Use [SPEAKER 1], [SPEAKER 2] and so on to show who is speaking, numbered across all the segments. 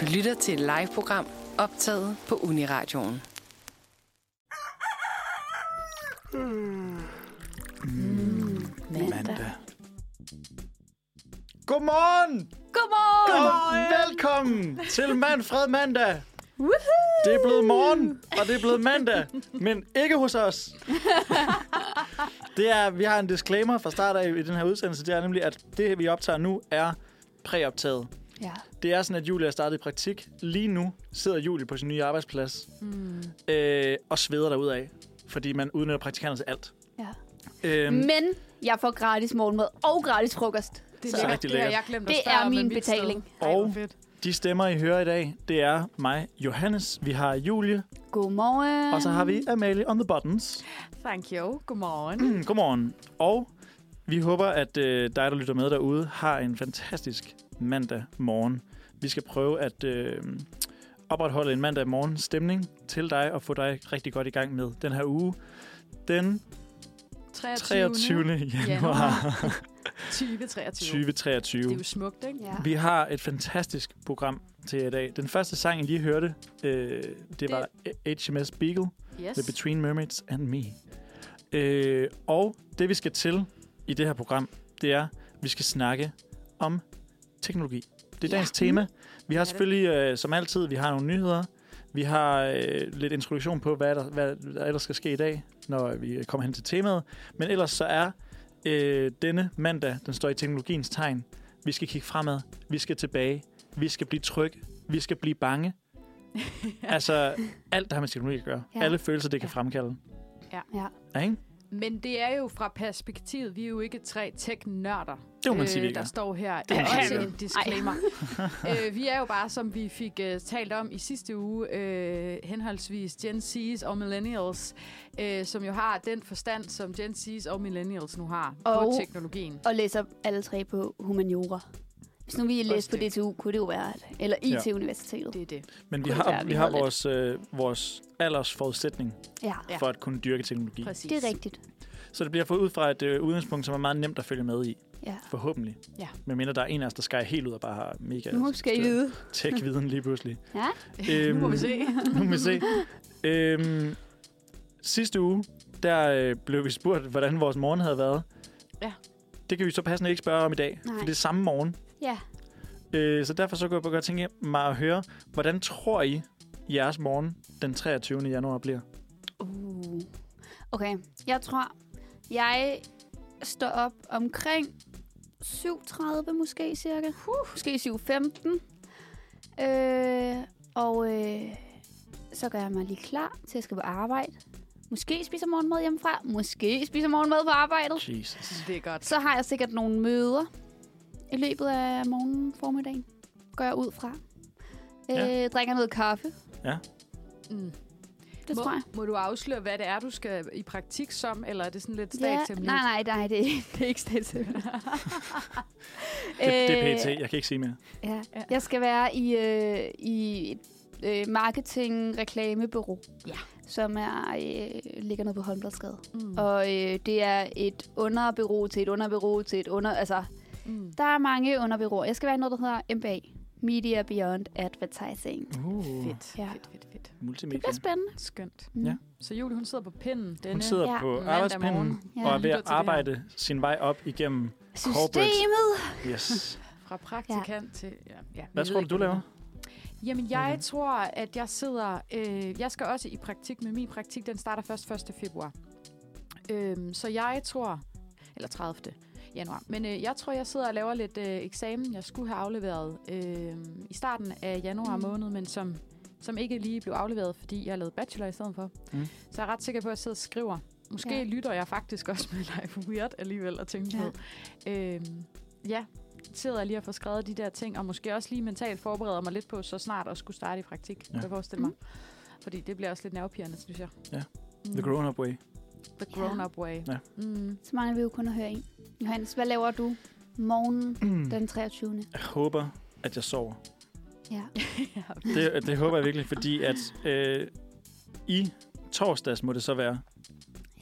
[SPEAKER 1] Du lytter til et live-program optaget på Uniradioen.
[SPEAKER 2] mandag.
[SPEAKER 3] Godmorgen!
[SPEAKER 2] Godmorgen!
[SPEAKER 3] Godmorgen! Velkommen til Manfred Mandag! Det er blevet morgen, og det er blevet mandag, men ikke hos os. Det er, vi har en disclaimer fra start af i den her udsendelse, det er nemlig, at det, vi optager nu, er præoptaget.
[SPEAKER 2] Ja.
[SPEAKER 3] Det er sådan, at Julie er startet i praktik. Lige nu sidder Julie på sin nye arbejdsplads mm. øh, og sveder derudad, fordi man udnytter praktikanterne til alt.
[SPEAKER 2] ja.
[SPEAKER 3] Øhm,
[SPEAKER 2] Men jeg får gratis morgenmad og gratis frokost.
[SPEAKER 4] Det
[SPEAKER 3] Så
[SPEAKER 4] er, lækkert.
[SPEAKER 3] rigtig
[SPEAKER 4] Det har
[SPEAKER 3] lækkert.
[SPEAKER 4] jeg glemt at
[SPEAKER 2] Det
[SPEAKER 4] spørge
[SPEAKER 2] er
[SPEAKER 4] om,
[SPEAKER 2] min
[SPEAKER 4] men mit
[SPEAKER 2] betaling.
[SPEAKER 4] sted.
[SPEAKER 3] Og-
[SPEAKER 4] Ej, hvor fedt.
[SPEAKER 3] De stemmer, I hører i dag, det er mig, Johannes. Vi har Julie,
[SPEAKER 2] Godmorgen.
[SPEAKER 3] og så har vi Amalie on the buttons.
[SPEAKER 4] Thank you. Godmorgen.
[SPEAKER 3] Mm, Godmorgen. Og vi håber, at øh, dig, der lytter med derude, har en fantastisk mandag morgen. Vi skal prøve at øh, opretholde en mandag morgen stemning til dig og få dig rigtig godt i gang med den her uge. Den
[SPEAKER 4] 23.
[SPEAKER 3] 23. januar
[SPEAKER 4] januar 2023.
[SPEAKER 3] 2023.
[SPEAKER 4] Det er jo smukt, ikke?
[SPEAKER 2] Ja.
[SPEAKER 3] Vi har et fantastisk program til jer i dag. Den første sang, I lige hørte, øh, det var HMS Beagle
[SPEAKER 4] Yes.
[SPEAKER 3] med Between Mermaids and Me. Øh, og det, vi skal til i det her program, det er, vi skal snakke om teknologi. Det er
[SPEAKER 2] Ja.
[SPEAKER 3] dagens tema. Vi har
[SPEAKER 4] Mm. det.
[SPEAKER 3] selvfølgelig, øh, som altid, vi har nogle nyheder. Vi har øh, lidt introduktion på, hvad der, hvad der ellers skal ske i dag, når vi kommer hen til temaet. Men ellers så er øh, denne mandag, den står i teknologiens tegn. Vi skal kigge fremad. Vi skal tilbage. Vi skal blive trygge. Vi skal blive bange. altså, alt, der har med teknologi at gøre.
[SPEAKER 2] Ja.
[SPEAKER 3] Ja. Alle følelser, det kan
[SPEAKER 2] Ja.
[SPEAKER 3] fremkalde.
[SPEAKER 2] Ja.
[SPEAKER 3] Ja, ikke?
[SPEAKER 4] Men det er jo fra perspektivet, vi er jo ikke tre tech-nørder, øh,
[SPEAKER 3] Det må man sige, vi ikke
[SPEAKER 4] der
[SPEAKER 3] er.
[SPEAKER 4] står her.
[SPEAKER 3] Det
[SPEAKER 4] Det
[SPEAKER 3] må
[SPEAKER 4] er
[SPEAKER 3] man
[SPEAKER 4] også
[SPEAKER 3] sige, vi
[SPEAKER 4] en disclaimer. øh, vi er jo bare, som vi fik øh, talt om i sidste uge, øh, henholdsvis Gen Z's og Millennials, øh, som jo har den forstand, som Gen Z's og Millennials nu har
[SPEAKER 2] Og-
[SPEAKER 4] på teknologien.
[SPEAKER 2] Og læser alle tre på humaniora. Hvis nu vi læste på
[SPEAKER 4] det.
[SPEAKER 2] DTU, kunne det jo være, at- eller IT-universitetet.
[SPEAKER 4] Det er det.
[SPEAKER 3] Men vi
[SPEAKER 2] Kunne
[SPEAKER 3] har,
[SPEAKER 2] være, vi
[SPEAKER 3] vi har
[SPEAKER 2] havde lidt.
[SPEAKER 3] vores, øh, vores alders forudsætning
[SPEAKER 2] Ja,
[SPEAKER 3] ja.
[SPEAKER 4] Ja.
[SPEAKER 3] for at kunne dyrke teknologi.
[SPEAKER 4] Præcis.
[SPEAKER 2] det er rigtigt.
[SPEAKER 3] Så det bliver fået ud fra et øh, udgangspunkt, som er meget nemt at følge med i.
[SPEAKER 2] Ja.
[SPEAKER 3] Forhåbentlig.
[SPEAKER 4] Ja.
[SPEAKER 3] Medmindre der er en af os, der skærer helt ud og bare har mega
[SPEAKER 2] Nu skal I vide.
[SPEAKER 3] tech-viden lige pludselig. Øhm,
[SPEAKER 2] Ja.
[SPEAKER 4] nu må vi se.
[SPEAKER 3] Nu må vi se. Øhm, sidste uge, der øh, blev vi spurgt, hvordan vores morgen havde været.
[SPEAKER 4] Ja.
[SPEAKER 3] Det kan vi så passende ikke spørge om i dag,
[SPEAKER 2] Nej.
[SPEAKER 3] for det er samme morgen.
[SPEAKER 2] Ja.
[SPEAKER 3] Øh, så derfor så kunne jeg bare godt tænke mig at høre, hvordan tror I, jeres morgen den 23. januar bliver?
[SPEAKER 2] Uh. Okay, jeg tror, jeg står op omkring 7.30 måske cirka. Uh. Måske 7.15. Øh, og øh, så gør jeg mig lige klar til at skal på arbejde. Måske spiser morgenmad hjemmefra. Måske spiser morgenmad på arbejdet.
[SPEAKER 3] Jesus.
[SPEAKER 4] Det er godt.
[SPEAKER 2] Så har jeg sikkert nogle møder i løbet af morgenen formiddagen. Går jeg ud fra.
[SPEAKER 3] Ja.
[SPEAKER 2] Øh, drikker noget kaffe.
[SPEAKER 3] Ja.
[SPEAKER 4] Mm.
[SPEAKER 2] Det
[SPEAKER 4] må,
[SPEAKER 2] tror jeg.
[SPEAKER 4] Må du afsløre, hvad det er, du skal i praktik som, eller er det sådan lidt
[SPEAKER 2] Ja,
[SPEAKER 4] statshemmeligt?
[SPEAKER 2] nej, nej, nej, det, er- det er ikke statshemmeligt. Øh,
[SPEAKER 3] Det, det er
[SPEAKER 4] Øh,
[SPEAKER 3] pt. Jeg kan ikke sige mere.
[SPEAKER 2] Ja. Jeg skal være i, øh, i et øh, marketing-reklamebureau,
[SPEAKER 4] Ja.
[SPEAKER 2] som er, øh, ligger nede på Holmbladsgade.
[SPEAKER 4] Mm.
[SPEAKER 2] Og øh, det er et underbureau til et underbureau til et under... Altså,
[SPEAKER 4] Mm.
[SPEAKER 2] der er mange underbureauer. Jeg skal være i noget, der hedder MBA. Media Beyond Advertising.
[SPEAKER 3] Uh,
[SPEAKER 4] Fedt,
[SPEAKER 2] Ja.
[SPEAKER 4] ja. fedt, fedt, fedt.
[SPEAKER 3] Multimedia.
[SPEAKER 2] Det bliver spændende.
[SPEAKER 4] Skønt.
[SPEAKER 2] Mm.
[SPEAKER 3] Ja.
[SPEAKER 4] Så Julie, hun sidder på pinden denne
[SPEAKER 3] Hun sidder
[SPEAKER 2] Ja.
[SPEAKER 3] ja. på
[SPEAKER 4] mandag
[SPEAKER 3] arbejdspinden
[SPEAKER 4] morgen.
[SPEAKER 2] Ja.
[SPEAKER 3] og er ved
[SPEAKER 4] Lytter
[SPEAKER 3] at
[SPEAKER 4] til det her.
[SPEAKER 3] arbejde sin vej op igennem. Corporate.
[SPEAKER 2] Systemet!
[SPEAKER 3] Yes.
[SPEAKER 4] fra praktikant ja. til... Ja, ja,
[SPEAKER 3] Hvad
[SPEAKER 4] vi
[SPEAKER 3] tror
[SPEAKER 4] ved
[SPEAKER 3] du,
[SPEAKER 4] ikke,
[SPEAKER 3] du laver? Mhm.
[SPEAKER 4] Jamen, jeg
[SPEAKER 3] Julie?
[SPEAKER 4] tror, at jeg sidder... Øh, jeg skal også i praktik, men min praktik, den starter først 1. februar. Øhm, så jeg tror... Eller 30. januar. Men øh, jeg tror, jeg sidder og laver lidt øh, eksamen, jeg skulle have afleveret øh, i starten af januar
[SPEAKER 2] Mm.
[SPEAKER 4] mm. måned, men som, som ikke lige blev afleveret, fordi jeg lavede bachelor i stedet for.
[SPEAKER 3] Mm.
[SPEAKER 4] Mm. Så jeg er ret sikker på, at jeg sidder og skriver. Måske
[SPEAKER 2] Ja.
[SPEAKER 4] ja. lytter jeg faktisk også med Life Weird alligevel og tænker
[SPEAKER 2] Ja.
[SPEAKER 4] ja. på. Øh, ja, sidder lige og får skrevet de der ting, og måske også lige mentalt forbereder mig lidt på så snart at skulle starte i praktik, ja.
[SPEAKER 3] Ja.
[SPEAKER 4] kan jeg forestille mig.
[SPEAKER 2] Mm.
[SPEAKER 4] Fordi det bliver også lidt nervepirrende, synes jeg.
[SPEAKER 3] Ja.
[SPEAKER 4] Mm.
[SPEAKER 3] The grown-up way.
[SPEAKER 4] The grown-up way.
[SPEAKER 3] Ja.
[SPEAKER 4] Mm.
[SPEAKER 2] Så mange vil jo kun at høre en. Johannes, hvad laver du morgenen
[SPEAKER 3] Mm.
[SPEAKER 2] den 23.
[SPEAKER 3] Jeg håber, at jeg sover.
[SPEAKER 2] Ja.
[SPEAKER 3] Det, det håber jeg virkelig, fordi at øh, i torsdags må det så være,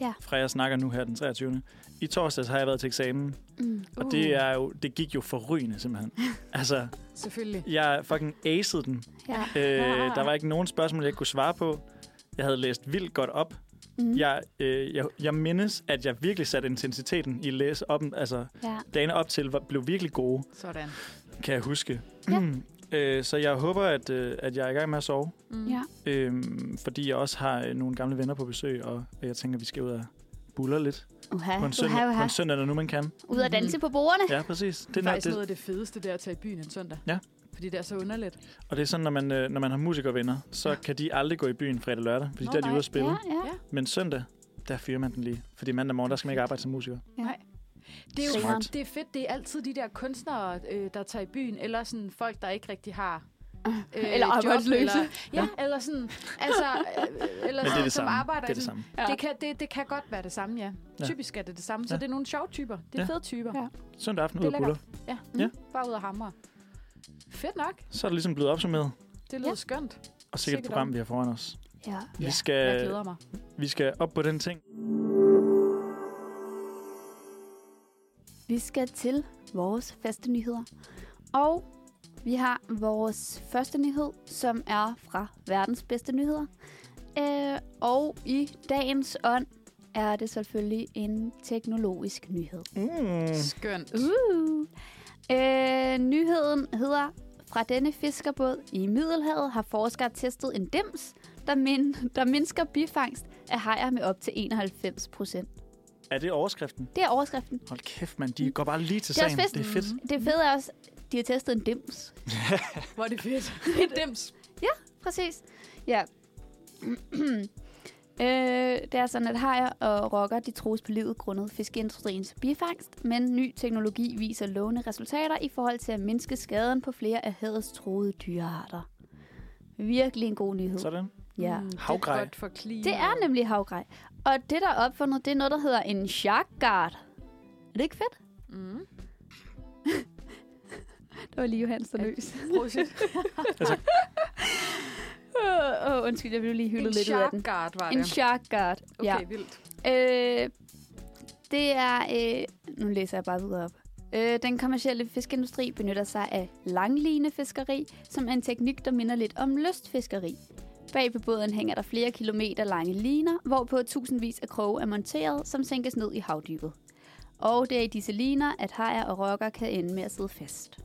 [SPEAKER 2] Ja.
[SPEAKER 3] fra jeg snakker nu her den 23. I torsdags har jeg været til eksamen,
[SPEAKER 2] Mm.
[SPEAKER 4] Uh,
[SPEAKER 3] og det, er jo, det gik jo forrygende simpelthen. Altså,
[SPEAKER 4] Selvfølgelig.
[SPEAKER 3] Jeg fucking acede den.
[SPEAKER 2] Ja. Ah.
[SPEAKER 3] Øh, der var ikke nogen spørgsmål, jeg ikke kunne svare på. Jeg havde læst vildt godt op.
[SPEAKER 2] Mm.
[SPEAKER 3] Jeg, øh, jeg, jeg mindes, at jeg virkelig satte intensiteten i læse op. Altså,
[SPEAKER 2] ja.
[SPEAKER 3] dagene op til var, blev virkelig gode,
[SPEAKER 4] Sådan.
[SPEAKER 3] kan jeg huske.
[SPEAKER 2] Ja.
[SPEAKER 3] øh, så jeg håber, at, øh, at jeg er i gang med at sove.
[SPEAKER 4] Mm.
[SPEAKER 2] ja.
[SPEAKER 3] Øh, fordi jeg også har øh, nogle gamle venner på besøg, og jeg tænker, at vi skal ud og buller lidt
[SPEAKER 2] Uha.
[SPEAKER 3] på en
[SPEAKER 2] Uha,
[SPEAKER 3] søndag, på
[SPEAKER 2] uha.
[SPEAKER 3] en søndag når nu man kan.
[SPEAKER 2] Ud at danse på bordene.
[SPEAKER 3] Ja, præcis.
[SPEAKER 4] Det er
[SPEAKER 3] nok
[SPEAKER 4] faktisk noget af det fedeste, det er at tage i byen en søndag.
[SPEAKER 3] Ja.
[SPEAKER 4] Fordi det er så underligt.
[SPEAKER 3] Og det er sådan, når man, øh, når man har musikervenner, så kan de aldrig gå i byen fredag og lørdag, fordi
[SPEAKER 4] Nå,
[SPEAKER 3] der er de
[SPEAKER 4] nej.
[SPEAKER 3] ude at spille.
[SPEAKER 2] Ja, ja.
[SPEAKER 4] Ja.
[SPEAKER 3] Men søndag, der fyrer man den lige. Fordi mandag morgen, der skal man ikke arbejde som musiker.
[SPEAKER 4] Det er jo
[SPEAKER 3] Smart.
[SPEAKER 4] det er fedt. Det er altid de der kunstnere, øh, der tager i byen, eller sådan folk, der ikke rigtig har øh,
[SPEAKER 2] Eller arbejdsløse.
[SPEAKER 4] Job, eller, ja, eller sådan, altså, øh, eller
[SPEAKER 3] Men det er
[SPEAKER 4] sådan,
[SPEAKER 3] det
[SPEAKER 4] som
[SPEAKER 3] samme.
[SPEAKER 4] arbejder
[SPEAKER 3] Det er
[SPEAKER 4] i
[SPEAKER 3] det
[SPEAKER 4] sådan-
[SPEAKER 3] samme.
[SPEAKER 2] Ja.
[SPEAKER 4] Det, kan, det, det kan godt være det samme, ja.
[SPEAKER 3] Ja.
[SPEAKER 4] ja. Typisk er det det samme, så
[SPEAKER 3] Ja.
[SPEAKER 4] ja. det er nogle sjove typer. Det er
[SPEAKER 3] Ja.
[SPEAKER 4] ja. fede typer.
[SPEAKER 2] Ja.
[SPEAKER 4] Ja.
[SPEAKER 3] Søndag aften ud
[SPEAKER 4] Det er
[SPEAKER 3] og buller.
[SPEAKER 4] ja.
[SPEAKER 3] Ja.
[SPEAKER 4] Mm. Bare ud og hamre. Fedt nok.
[SPEAKER 3] Så er det ligesom blevet opsummeret.
[SPEAKER 4] Det lyder
[SPEAKER 2] Ja.
[SPEAKER 4] ja. skønt.
[SPEAKER 3] Og sikkert et
[SPEAKER 4] Sikkert
[SPEAKER 3] program,
[SPEAKER 4] om.
[SPEAKER 3] vi har foran os.
[SPEAKER 2] ja.
[SPEAKER 3] Vi
[SPEAKER 4] Jeg
[SPEAKER 3] skal,
[SPEAKER 4] glæder mig.
[SPEAKER 3] vi skal op på den ting.
[SPEAKER 2] Vi skal til vores faste nyheder. Og vi har vores første nyhed, som er fra verdens bedste nyheder. Øh, og i dagens ånd er det selvfølgelig en teknologisk nyhed.
[SPEAKER 3] Mm.
[SPEAKER 4] Skønt.
[SPEAKER 2] Uh. Øh, nyheden hedder, fra denne fiskerbåd i Middelhavet har forskere testet en dims, der, min- der mindsker bifangst af hajer med op til 91 procent.
[SPEAKER 3] Er det overskriften?
[SPEAKER 2] Det er overskriften.
[SPEAKER 3] Hold kæft, mand.
[SPEAKER 4] Mm.
[SPEAKER 3] De går bare lige til
[SPEAKER 2] Det er også
[SPEAKER 3] sagen.
[SPEAKER 2] fedt.
[SPEAKER 3] Det er fedt.
[SPEAKER 2] Det fede er også, de har testet en dims.
[SPEAKER 4] Hvor er det fedt. Dems.
[SPEAKER 2] Præcis. Ja. øh, det er sådan, at hajer og rokker, de trues på livet grundet fiskeindustriens bifangst, men ny teknologi viser lovende resultater i forhold til at mindske skaden på flere af havets truede dyrearter. Virkelig en god nyhed.
[SPEAKER 3] Sådan.
[SPEAKER 2] Ja.
[SPEAKER 4] Mm, det
[SPEAKER 3] Havgrej.
[SPEAKER 4] er godt for klima.
[SPEAKER 2] Det er nemlig havgrej. Og det, der er opfundet, det er noget, der hedder en shark guard. Er det ikke fedt?
[SPEAKER 4] Mm.
[SPEAKER 2] Det var lige Johans, der løs.
[SPEAKER 4] Prosit.
[SPEAKER 2] Åh, oh, undskyld, jeg blev lige
[SPEAKER 4] En
[SPEAKER 2] hyldet lidt ud af den.
[SPEAKER 4] sharkguard var det.
[SPEAKER 2] En shark guard. ja.
[SPEAKER 4] Okay, vildt.
[SPEAKER 2] Øh, det er... Øh, nu læser jeg bare videre op. Øh, den kommercielle fiskeindustri benytter sig af langlinefiskeri, som er en teknik, der minder lidt om lystfiskeri. Bag på båden hænger der flere kilometer lange liner, hvorpå tusindvis af kroge er monteret, som sænkes ned i havdybet. Og det er i disse liner, at hajer og rokker kan ende med at sidde fast.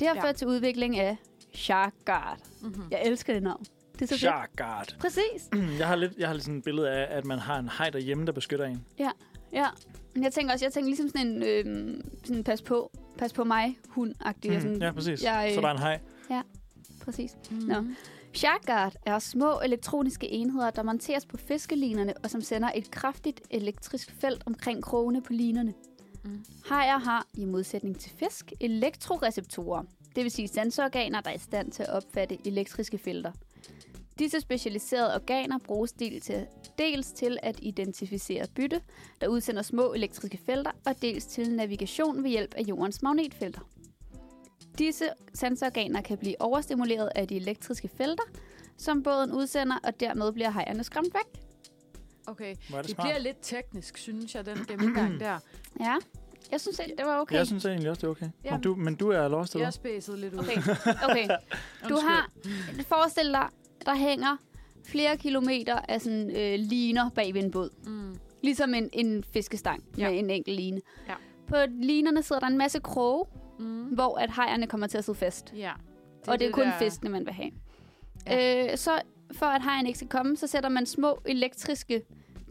[SPEAKER 2] Det har
[SPEAKER 4] Ja.
[SPEAKER 2] ja. ført til udvikling af Shark Guard.
[SPEAKER 4] Mm-hmm.
[SPEAKER 2] Jeg elsker det navn. Det er så fedt.
[SPEAKER 3] Shark guard.
[SPEAKER 2] Præcis.
[SPEAKER 3] Mm, Jeg har lidt jeg har lidt sådan et billede af, at man har en hej derhjemme, der beskytter en.
[SPEAKER 2] Ja, men jeg tænker også, jeg tænker ligesom sådan en, øh, sådan en pas på, pas på mig, hund-agtig. Mm, sådan,
[SPEAKER 3] ja, præcis.
[SPEAKER 2] Jeg, øh,
[SPEAKER 3] Så der er en hej.
[SPEAKER 2] præcis. Sharkguard er små elektroniske enheder, der monteres på fiskelinerne, og som sender et kraftigt elektrisk felt omkring krogene på linerne.
[SPEAKER 4] Mm.
[SPEAKER 2] Hajer har, i modsætning til fisk, elektroreceptorer, det vil sige sanseorganer, der er i stand til at opfatte elektriske felter. Disse specialiserede organer bruges del til, dels til at identificere bytte, der udsender små elektriske felter, og dels til navigation ved hjælp af jordens magnetfelter. Disse sanseorganer kan blive overstimuleret af de elektriske felter, som båden udsender, og dermed bliver hejerne skræmt væk.
[SPEAKER 4] Okay,
[SPEAKER 3] Hvor er det
[SPEAKER 4] det
[SPEAKER 3] smart.
[SPEAKER 4] bliver lidt teknisk, synes jeg, den gennemgang der.
[SPEAKER 2] Ja, jeg synes selv, det var okay.
[SPEAKER 3] Jeg synes egentlig også, det er okay. Men
[SPEAKER 4] Jamen.
[SPEAKER 3] du, men du er lost, eller?
[SPEAKER 4] Jeg spæsede lidt ud.
[SPEAKER 2] Okay, okay. Du har, forestil dig, der hænger flere kilometer af sådan øh, liner bag ved en båd.
[SPEAKER 4] Mm.
[SPEAKER 2] Ligesom en, en fiskestang ja.
[SPEAKER 4] Ja.
[SPEAKER 2] med en enkelt line.
[SPEAKER 4] Ja.
[SPEAKER 2] På linerne sidder der en masse kroge,
[SPEAKER 4] Mm.
[SPEAKER 2] hvor at hejerne kommer til at sidde fast.
[SPEAKER 4] Ja.
[SPEAKER 2] Det og det er kun
[SPEAKER 4] der-
[SPEAKER 2] der... fiskene, man vil have. Ja. Øh, så for at hejerne ikke skal komme, så sætter man små elektriske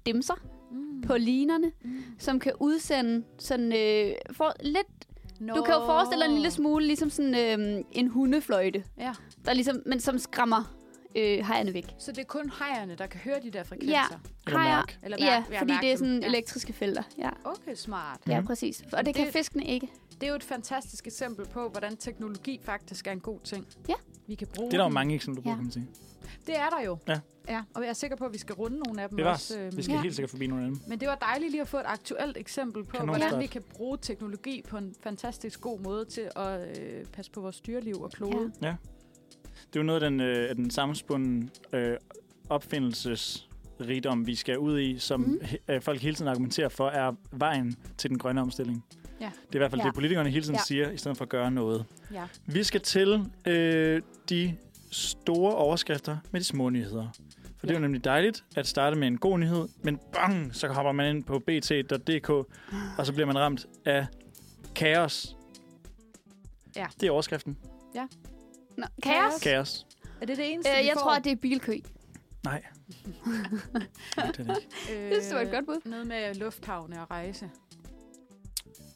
[SPEAKER 2] dimser
[SPEAKER 4] Mm.
[SPEAKER 2] på linerne,
[SPEAKER 4] Mm.
[SPEAKER 2] som kan udsende sådan... Øh, for, lidt,
[SPEAKER 4] Nå.
[SPEAKER 2] du kan jo forestille dig en lille smule ligesom sådan øh, en hundefløjte,
[SPEAKER 4] Ja.
[SPEAKER 2] der ligesom, men som skræmmer øh, hejerne væk.
[SPEAKER 4] Så det er kun hejerne, der kan høre de der frekvenser? Ja.
[SPEAKER 3] Eller
[SPEAKER 2] Hajer.
[SPEAKER 3] mærk.
[SPEAKER 4] Eller
[SPEAKER 2] ja,
[SPEAKER 4] mærke-
[SPEAKER 2] fordi
[SPEAKER 4] mærke
[SPEAKER 2] det er
[SPEAKER 4] dem.
[SPEAKER 2] sådan
[SPEAKER 4] Ja.
[SPEAKER 2] elektriske felter. Ja,
[SPEAKER 4] Okay, smart.
[SPEAKER 2] ja
[SPEAKER 3] Mhm.
[SPEAKER 2] præcis. Og det, det kan
[SPEAKER 4] Det-
[SPEAKER 2] fiskene ikke.
[SPEAKER 4] Det er jo et fantastisk eksempel på, hvordan teknologi faktisk er en god ting.
[SPEAKER 2] Ja.
[SPEAKER 4] Vi kan bruge
[SPEAKER 3] Det er der jo
[SPEAKER 4] den.
[SPEAKER 3] mange eksempler på,
[SPEAKER 2] Ja.
[SPEAKER 3] kan man sige.
[SPEAKER 4] Det er der jo.
[SPEAKER 3] Ja.
[SPEAKER 4] ja. Og jeg er sikker på, at vi skal runde nogle af dem
[SPEAKER 3] Det
[SPEAKER 4] også. øhm,
[SPEAKER 3] var Vi skal
[SPEAKER 2] Ja.
[SPEAKER 3] helt sikkert forbi nogle af dem.
[SPEAKER 4] Men det var dejligt lige at få et aktuelt eksempel på,
[SPEAKER 3] Kanonstart.
[SPEAKER 4] hvordan vi kan bruge teknologi på en fantastisk god måde til at øh, passe på vores dyreliv og klode.
[SPEAKER 3] Det er jo noget af den, øh, af den sammenspunden øh, opfindelsesrigdom, vi skal ud i, som
[SPEAKER 2] Mhm.
[SPEAKER 3] mm. he, øh, folk hele tiden argumenterer for, er vejen til den grønne omstilling.
[SPEAKER 4] Ja.
[SPEAKER 3] Det er i hvert fald
[SPEAKER 2] Ja.
[SPEAKER 3] ja. det, politikerne hele tiden
[SPEAKER 2] Ja.
[SPEAKER 3] ja. siger, i stedet for at gøre noget.
[SPEAKER 4] Ja.
[SPEAKER 3] Vi skal til øh, de store overskrifter med de små nyheder. For det er jo nemlig dejligt at starte med en god nyhed, men bang, så hopper man ind på bt.dk, og så bliver man ramt af kaos.
[SPEAKER 4] Ja.
[SPEAKER 3] Det er overskriften.
[SPEAKER 2] Nå, kaos?
[SPEAKER 4] Kaos.
[SPEAKER 3] Kaos.
[SPEAKER 4] Er det det eneste,
[SPEAKER 2] Øh,
[SPEAKER 4] vi
[SPEAKER 2] jeg
[SPEAKER 4] får?
[SPEAKER 2] tror, at det er bilkø.
[SPEAKER 3] Nej. Nej, det er det ikke.
[SPEAKER 4] øh,
[SPEAKER 2] Det var et godt bud.
[SPEAKER 4] Noget med lufthavne og rejse.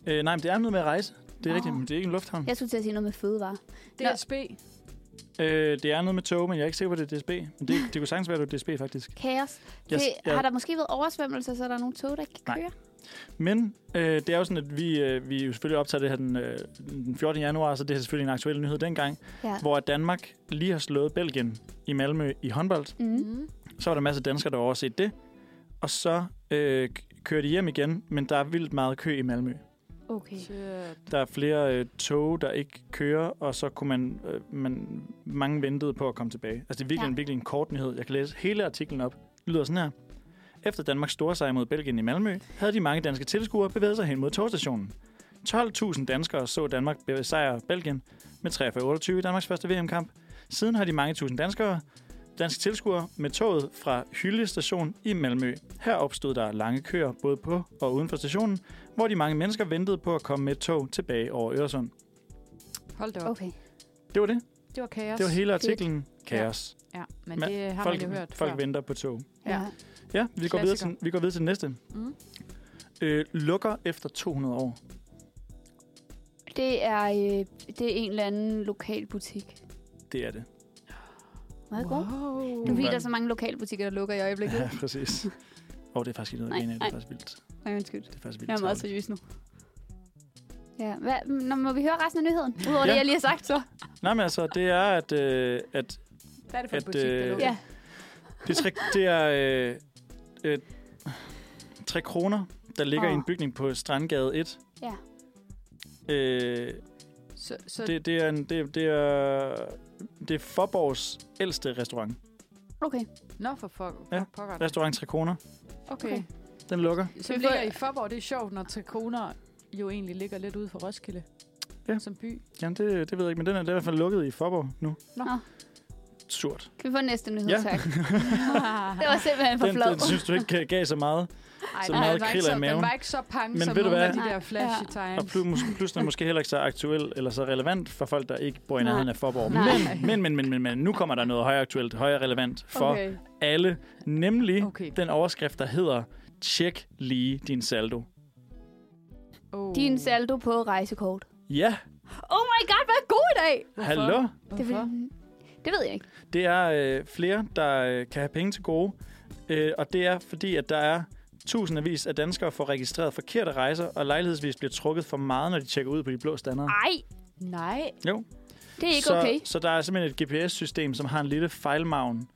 [SPEAKER 3] Øh, nej, men det er noget med at rejse. Det er
[SPEAKER 2] Nå.
[SPEAKER 3] oh. rigtigt, men det er ikke en lufthavn.
[SPEAKER 2] Ah. Jeg skulle til at sige noget med fødevarer. Nå.
[SPEAKER 4] DSB.
[SPEAKER 3] Øh, det er noget med tog, men jeg er ikke sikker på, det er DSB. Men det, det kunne sagtens være, at det er DSB, faktisk.
[SPEAKER 2] Kaos.
[SPEAKER 3] Jeg,
[SPEAKER 2] Det,
[SPEAKER 3] jeg,
[SPEAKER 2] Har der måske været oversvømmelser, så er der nogle tog, der ikke kan
[SPEAKER 3] Nej.
[SPEAKER 2] køre?
[SPEAKER 3] Men øh, det er jo sådan, at vi, øh, vi jo selvfølgelig optager det her den, øh, den 14. januar, så det er selvfølgelig en aktuel nyhed dengang,
[SPEAKER 2] Ja.
[SPEAKER 3] hvor at Danmark lige har slået Belgien i Malmø i håndbold.
[SPEAKER 2] Mm.
[SPEAKER 4] Mm.
[SPEAKER 3] Så var der masser af danskere, der har overset det. Og så øh, k- kører de hjem igen, men der er vildt meget kø i Malmø.
[SPEAKER 2] Okay.
[SPEAKER 4] Shit.
[SPEAKER 3] Der er flere øh, tog, der ikke kører, og så kunne man, øh, man mange ventede på at komme tilbage. Altså det er virkelig,
[SPEAKER 2] Ja.
[SPEAKER 3] ja. en, virkelig en kort nyhed. Jeg kan læse hele artiklen op. Det lyder sådan her. Efter Danmarks store sejr mod Belgien i Malmø, havde de mange danske tilskuere bevæget sig hen mod togstationen. 12.000 danskere så Danmark besejre Belgien med 43-28 i Danmarks første VM-kamp. Siden har de mange tusind danskere, danske tilskuere med toget fra Hylde station i Malmø. Her opstod der lange køer både på og uden for stationen, hvor de mange mennesker ventede på at komme med et tog tilbage over Øresund.
[SPEAKER 4] Hold da op.
[SPEAKER 2] Okay.
[SPEAKER 3] Det var det.
[SPEAKER 4] Det var kaos.
[SPEAKER 3] Det var hele artiklen. Kaos.
[SPEAKER 4] Ja, men
[SPEAKER 3] Ma-
[SPEAKER 4] det har
[SPEAKER 3] folk
[SPEAKER 4] man jo hørt
[SPEAKER 3] folk
[SPEAKER 4] før.
[SPEAKER 3] venter på tog.
[SPEAKER 2] Ja.
[SPEAKER 4] Ja.
[SPEAKER 3] Ja, vi går, videre til,
[SPEAKER 4] Klassiker.
[SPEAKER 3] vi går videre til den næste.
[SPEAKER 4] Mm.
[SPEAKER 3] Øh, lukker efter 200 år.
[SPEAKER 2] Det, er, øh, det er en eller anden lokal butik.
[SPEAKER 3] Det er det.
[SPEAKER 2] Meget wow. god.
[SPEAKER 4] Wow.
[SPEAKER 2] Du
[SPEAKER 3] Nu
[SPEAKER 2] ved,
[SPEAKER 3] var-
[SPEAKER 2] der er så mange lokalbutikker, der lukker i øjeblikket.
[SPEAKER 3] Ja, præcis. Og det er faktisk ikke noget,
[SPEAKER 2] Nej,
[SPEAKER 3] jeg griner af. det
[SPEAKER 2] nej.
[SPEAKER 3] er faktisk vildt.
[SPEAKER 2] Nej, undskyld.
[SPEAKER 3] Det er faktisk vildt
[SPEAKER 2] Jeg er meget
[SPEAKER 3] tarveligt.
[SPEAKER 2] seriøs nu. Ja, hvad, nå, må vi høre resten af nyheden? Udover ja.
[SPEAKER 3] Ja.
[SPEAKER 2] det, jeg lige har sagt, så.
[SPEAKER 3] Nej, men altså, det er, at, øh, at
[SPEAKER 4] Hvad er det for en
[SPEAKER 3] At,
[SPEAKER 4] butik, der
[SPEAKER 3] øh,
[SPEAKER 4] lukker?
[SPEAKER 2] Ja.
[SPEAKER 3] det er, tre, det er øh, øh, tre kroner, der ligger oh. i
[SPEAKER 2] Åh.
[SPEAKER 3] en bygning på Strandgade 1.
[SPEAKER 2] Ja.
[SPEAKER 3] Øh,
[SPEAKER 4] Så, så
[SPEAKER 3] det, det, er en, det, det, er, det er Forborgs ældste restaurant.
[SPEAKER 2] Okay.
[SPEAKER 4] Nå, for fuck,
[SPEAKER 3] Ja.
[SPEAKER 4] ja. pokker. da.
[SPEAKER 3] Restaurant Tre Kroner.
[SPEAKER 4] Okay.
[SPEAKER 3] Den lukker.
[SPEAKER 4] Så
[SPEAKER 2] Det
[SPEAKER 4] det
[SPEAKER 2] var-
[SPEAKER 4] ligger i Forborg. Det er sjovt, når Triconer jo egentlig ligger lidt ude for Roskilde.
[SPEAKER 3] Ja.
[SPEAKER 4] Som by.
[SPEAKER 3] Jamen, det, det ved jeg ikke, men den er, den er i hvert fald lukket i Forborg nu.
[SPEAKER 4] Nå.
[SPEAKER 2] Nå.
[SPEAKER 3] Surt.
[SPEAKER 2] Kan vi få næste nyhed,
[SPEAKER 3] Ja.
[SPEAKER 2] tak? Det var simpelthen for
[SPEAKER 3] Den,
[SPEAKER 2] flad.
[SPEAKER 3] den synes du ikke gav så meget.
[SPEAKER 4] Ej,
[SPEAKER 3] Så
[SPEAKER 4] den
[SPEAKER 3] meget
[SPEAKER 4] var altså ikke
[SPEAKER 3] krill
[SPEAKER 4] så,
[SPEAKER 3] i maven.
[SPEAKER 4] Den var ikke så pang
[SPEAKER 3] Men
[SPEAKER 4] som
[SPEAKER 3] ved du
[SPEAKER 4] nogle af de
[SPEAKER 2] hvad?
[SPEAKER 4] der flashy
[SPEAKER 2] Ja.
[SPEAKER 4] times.
[SPEAKER 3] Og plus, mus- plus den er måske heller ikke så aktuel eller så relevant for folk, der ikke bor i
[SPEAKER 2] Nej.
[SPEAKER 3] nærheden af Forborg.
[SPEAKER 2] Nej.
[SPEAKER 3] Men, men, men, men, men, men, nu kommer der noget højere aktuelt, højere relevant for okay.
[SPEAKER 2] Okay.
[SPEAKER 3] alle. Nemlig okay.
[SPEAKER 4] Okay.
[SPEAKER 3] den overskrift, der hedder Tjek lige din saldo.
[SPEAKER 4] Oh.
[SPEAKER 2] Din saldo på rejsekort.
[SPEAKER 3] Ja,
[SPEAKER 2] Oh my god, hvad god i dag!
[SPEAKER 3] Hvorfor? hallo.
[SPEAKER 2] Det, vil,
[SPEAKER 4] Hvorfor?
[SPEAKER 2] det ved jeg ikke.
[SPEAKER 3] Det er øh, flere, der øh, kan have penge til gode. Øh, og det er fordi, at der er tusindvis af danskere, får registreret forkerte rejser, og lejlighedsvis bliver trukket for meget, når de tjekker ud på de blå standere.
[SPEAKER 2] Ej,
[SPEAKER 4] Nej.
[SPEAKER 3] Jo.
[SPEAKER 2] det er ikke
[SPEAKER 3] så,
[SPEAKER 2] okay.
[SPEAKER 3] Så der er simpelthen et GPS-system, som har en lille fejlmavn.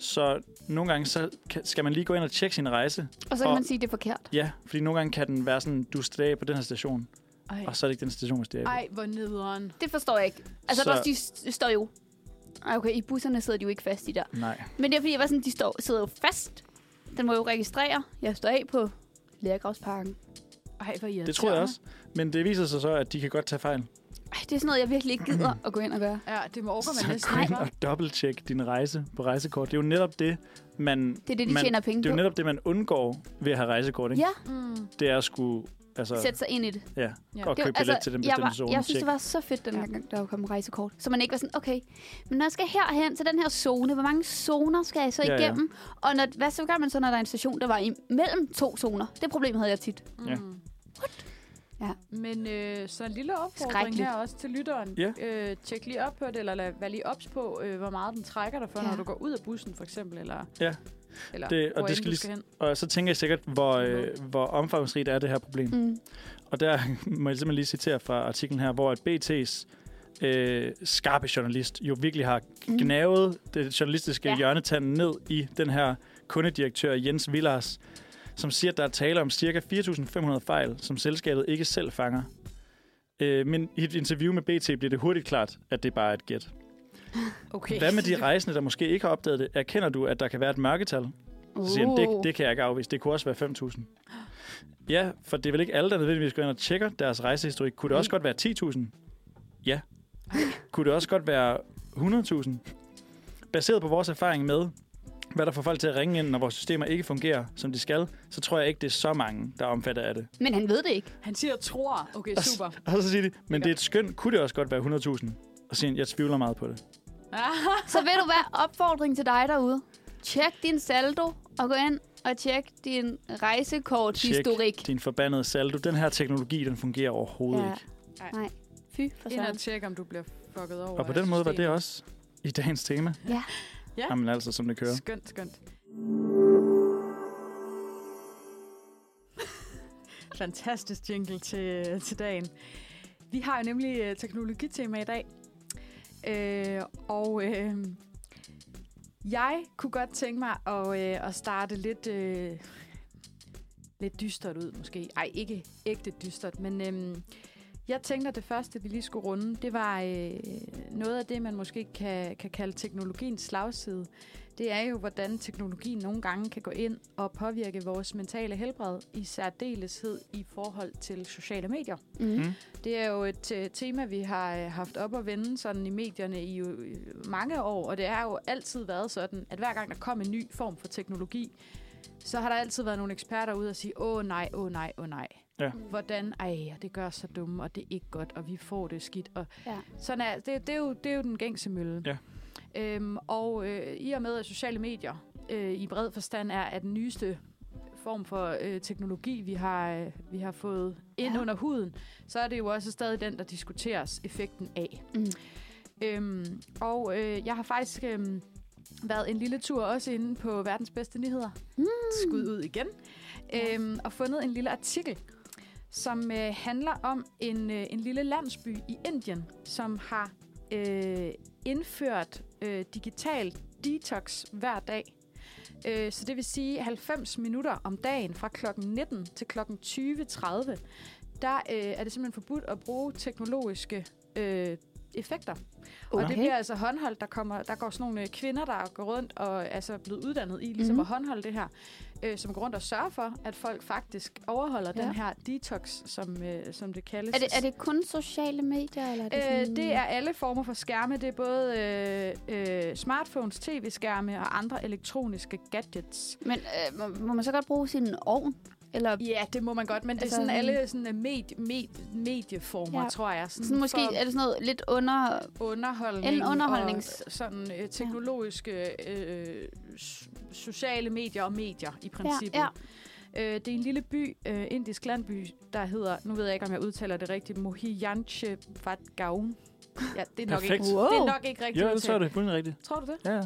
[SPEAKER 3] Så nogle gange så kan, skal man lige gå ind og tjekke sin rejse.
[SPEAKER 2] Og så kan
[SPEAKER 3] og-
[SPEAKER 2] man sige, det er forkert.
[SPEAKER 3] Ja, fordi nogle gange kan den være sådan, du skal af på den her station,
[SPEAKER 4] Ej.
[SPEAKER 3] og så er det ikke den station, vi skal af på.
[SPEAKER 4] Ej, hvor nederen.
[SPEAKER 2] Det forstår jeg ikke. Altså, så...
[SPEAKER 3] Så-
[SPEAKER 2] de s- står jo... Ej, Okay, i busserne sidder de jo ikke fast i der.
[SPEAKER 3] Nej.
[SPEAKER 2] Men det er fordi, jeg var sådan, de står, sidder jo fast. Den må jo registrere. Jeg står af på Lærgravsparken.
[SPEAKER 4] Ej, hvor irriterende.
[SPEAKER 3] Det tror jeg også. Men det viser sig så, at de kan godt tage fejl.
[SPEAKER 2] Ej, det er sådan noget, jeg virkelig ikke gider at gå ind og gøre.
[SPEAKER 4] Ja, det må overgå man
[SPEAKER 3] Så
[SPEAKER 4] næsten
[SPEAKER 3] gå ind
[SPEAKER 4] ikke.
[SPEAKER 3] og dobbelttjek din rejse på rejsekort. Det er jo netop det, man,
[SPEAKER 2] Det er det, de
[SPEAKER 3] man,
[SPEAKER 2] tjener penge
[SPEAKER 3] det er
[SPEAKER 2] på.
[SPEAKER 3] jo netop det, man undgår ved at have rejsekort. Ikke?
[SPEAKER 2] Ja,
[SPEAKER 4] Mm.
[SPEAKER 3] Det er at skulle altså,
[SPEAKER 2] sætte sig ind i det.
[SPEAKER 3] ja,
[SPEAKER 4] Ja.
[SPEAKER 3] ja. og
[SPEAKER 2] det altså-
[SPEAKER 3] købe billet til den
[SPEAKER 2] jeg,
[SPEAKER 3] bestemte
[SPEAKER 2] var,
[SPEAKER 3] zone.
[SPEAKER 2] jeg synes,
[SPEAKER 3] Tjek.
[SPEAKER 2] det var så fedt, den
[SPEAKER 4] Ja.
[SPEAKER 2] ja. gang, der kom rejsekort. Så man ikke var sådan, okay, men når jeg skal herhen til den her zone, hvor mange zoner skal jeg så
[SPEAKER 3] Ja, ja.
[SPEAKER 2] igennem? Og når, hvad så gør man så, når der er en station, der var imellem to zoner? Det problem havde jeg tit.
[SPEAKER 3] Ja.
[SPEAKER 4] Mm.
[SPEAKER 2] Ja.
[SPEAKER 4] Men øh, så en lille opfordring
[SPEAKER 2] Skrækkeligt.
[SPEAKER 4] her også til lytteren.
[SPEAKER 3] Ja.
[SPEAKER 4] Øh, tjek lige op på det, eller lad, vær lige ops på, øh, hvor meget den trækker dig for,
[SPEAKER 2] Ja.
[SPEAKER 4] ja. når du går ud af bussen, for eksempel. Eller,
[SPEAKER 3] Ja.
[SPEAKER 4] eller
[SPEAKER 3] Det- og
[SPEAKER 4] hvor
[SPEAKER 3] det
[SPEAKER 4] end
[SPEAKER 3] skal
[SPEAKER 4] du
[SPEAKER 3] lige-
[SPEAKER 4] skal hen.
[SPEAKER 3] Og så tænker jeg sikkert, hvor, øh, hvor omfangsrigt er det her problem.
[SPEAKER 2] Mm.
[SPEAKER 3] Og der må jeg simpelthen lige citere fra artiklen her, hvor at BT's øh, skarpe journalist jo virkelig har gnavet det journalistiske
[SPEAKER 2] Mm. Ja.
[SPEAKER 3] ja. hjørnetand ned i den her kundedirektør Jens Villars, som siger, at der er tale om ca. 4.500 fejl, som selskabet ikke selv fanger. Øh, men i et interview med BT bliver det hurtigt klart, at det bare er et gæt.
[SPEAKER 4] Okay.
[SPEAKER 3] Hvad med de rejsende, der måske ikke har opdaget det? Erkender du, at der kan være et mørketal? Så siger han, det, det kan jeg ikke afvise. Det kunne også være 5.000. Ja, for det er vel ikke alle, der nødvendigvis går ind og tjekker deres rejsehistorik. Kunne det også godt være 10.000? Ja. Kunne det også godt være 100.000? Baseret på vores erfaring med, hvad der får folk til at ringe ind, når vores systemer ikke fungerer, som de skal, så tror jeg ikke, det er så mange, der er omfattet af det.
[SPEAKER 2] Men han ved det ikke.
[SPEAKER 4] Han siger, tror. Okay,
[SPEAKER 3] Og s-
[SPEAKER 4] super.
[SPEAKER 3] Og så siger de, men det er et skøn. Kunne det også godt være 100.000? Og siger han, jeg tvivler meget på det.
[SPEAKER 2] Så vil du være opfordring til dig derude. Tjek din saldo og gå ind og tjek din rejsekorthistorik.
[SPEAKER 3] Tjek din forbandede saldo. Den her teknologi, den fungerer overhovedet
[SPEAKER 2] Ja.
[SPEAKER 3] ja. ikke.
[SPEAKER 2] Nej, fy for
[SPEAKER 4] Ind
[SPEAKER 2] søren.
[SPEAKER 4] og tjek, om du bliver fucket over.
[SPEAKER 3] Og på
[SPEAKER 4] af
[SPEAKER 3] den måde var det
[SPEAKER 4] systemet.
[SPEAKER 3] også i dagens tema.
[SPEAKER 2] Ja.
[SPEAKER 4] Ja.
[SPEAKER 3] Jamen altså, som det kører.
[SPEAKER 4] Skønt, skønt. Fantastisk jingle til, til dagen. Vi har jo nemlig øh, teknologitema i dag. Øh, og øh, jeg kunne godt tænke mig at, øh, at starte lidt, øh, lidt dystert ud, måske. Ej, ikke ægte dystert, men øh, jeg tænkte, at det første, vi lige skulle runde, det var øh, noget af det, man måske kan, kan kalde teknologiens slagside det er jo, hvordan teknologien nogle gange kan gå ind og påvirke vores mentale helbred, i særdeleshed i forhold til sociale medier.
[SPEAKER 2] Mm.
[SPEAKER 3] Mm.
[SPEAKER 4] Det er jo et øh, tema, vi har øh, haft op at vende sådan i medierne i jo, øh, mange år, og det har jo altid været sådan, at hver gang der kom en ny form for teknologi, så har der altid været nogle eksperter ude og sige, åh nej, åh nej, åh nej.
[SPEAKER 3] Ja.
[SPEAKER 4] Hvordan, ej, og det gør os så dumme, og det er ikke godt, og vi får det skidt. Og
[SPEAKER 2] Ja.
[SPEAKER 4] sådan er, det, det, er jo, det er jo den gængse mølle.
[SPEAKER 3] Ja.
[SPEAKER 4] Øhm, og øh, i og med, at sociale medier øh, i bred forstand er at den nyeste form for øh, teknologi, vi har, øh, vi har fået ind
[SPEAKER 2] Ja.
[SPEAKER 4] ja. under huden, så er det jo også stadig den, der diskuteres effekten af.
[SPEAKER 2] Mm.
[SPEAKER 4] Øhm, og øh, jeg har faktisk øhm, været en lille tur også inde på verdens bedste nyheder. Mm. Skud ud igen. Øhm, og fundet en lille artikel, som øh, handler om en, øh, en lille landsby i Indien, som har øh, indført øh, digital detox hver dag. Øh, så det vil sige 90 minutter om dagen fra klokken 19 til klokken 20.30. Der øh, er det simpelthen forbudt at bruge teknologiske øh, effekter. Okay. Og det
[SPEAKER 2] Okay.
[SPEAKER 4] bliver altså håndholdt. Der, kommer, der går sådan nogle øh, kvinder, der går rundt og altså er blevet uddannet i ligesom
[SPEAKER 2] Mhm.
[SPEAKER 4] mm-hmm. at håndholde det her. Øh, som går rundt og sørger for, at folk faktisk overholder
[SPEAKER 2] Ja.
[SPEAKER 4] ja. den her detox, som, øh, som det kaldes.
[SPEAKER 2] Er, det, er det kun sociale medier? Eller er det, sådan...
[SPEAKER 4] Øh, det er alle former for skærme. Det er både øh, øh, smartphones, tv-skærme og andre elektroniske gadgets.
[SPEAKER 2] Men øh, må, må man så godt bruge sin ovn? Eller
[SPEAKER 4] Ja, det må man godt, men det er
[SPEAKER 2] Altså,
[SPEAKER 4] sådan
[SPEAKER 2] sådan-
[SPEAKER 4] alle sådan øh, med, med, medieformer,
[SPEAKER 2] Ja.
[SPEAKER 4] ja. tror jeg.
[SPEAKER 2] sådan, måske
[SPEAKER 4] for
[SPEAKER 2] er det sådan noget lidt under...
[SPEAKER 4] underholdning
[SPEAKER 2] en underholdnings-
[SPEAKER 4] og sådan øh, teknologiske øh, s- sociale medier og medier i princippet.
[SPEAKER 2] ja.
[SPEAKER 4] Øh, det er en lille by, øh, indisk landby, der hedder, nu ved jeg ikke, om jeg udtaler det rigtigt, Mohijanche Vatgaon. Ja, det er nok, ikke,
[SPEAKER 3] Perfekt.
[SPEAKER 4] det er nok ikke rigtigt
[SPEAKER 3] Jo, så er
[SPEAKER 4] udtalt.
[SPEAKER 3] det fuldstændig rigtigt.
[SPEAKER 4] Tror du det?
[SPEAKER 3] Ja, ja.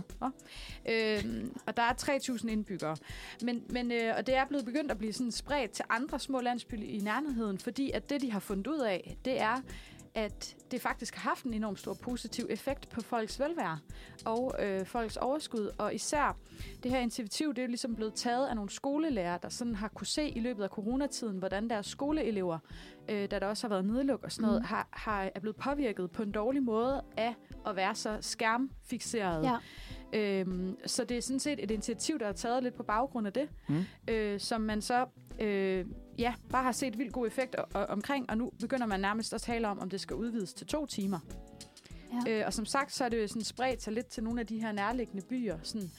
[SPEAKER 4] Øhm, og der er 3.000 indbyggere. Men, men, øh, og det er blevet begyndt at blive sådan spredt til andre små landsbyer i nærheden, fordi at det, de har fundet ud af, det er, at det faktisk har haft en enorm stor positiv effekt på folks velvære og øh, folks overskud. Og især det her initiativ, det er jo ligesom blevet taget af nogle skolelærer, der sådan har kunne se i løbet af coronatiden, hvordan deres skoleelever, øh, da der også har været nedluk og sådan noget,
[SPEAKER 2] Mm.
[SPEAKER 4] har, har, er blevet påvirket på en dårlig måde af at være så skærmfixeret.
[SPEAKER 2] Ja.
[SPEAKER 4] Øhm, så det er sådan set et initiativ, der er taget lidt på baggrund af det,
[SPEAKER 3] Mm.
[SPEAKER 4] øh, som man så øh, ja, bare har set vildt god effekt o- o- omkring, og nu begynder man nærmest at tale om, om det skal udvides til to timer.
[SPEAKER 2] Ja.
[SPEAKER 4] Øh, og som sagt, så er det jo sådan spredt sig lidt til nogle af de her nærliggende byer. Sådan.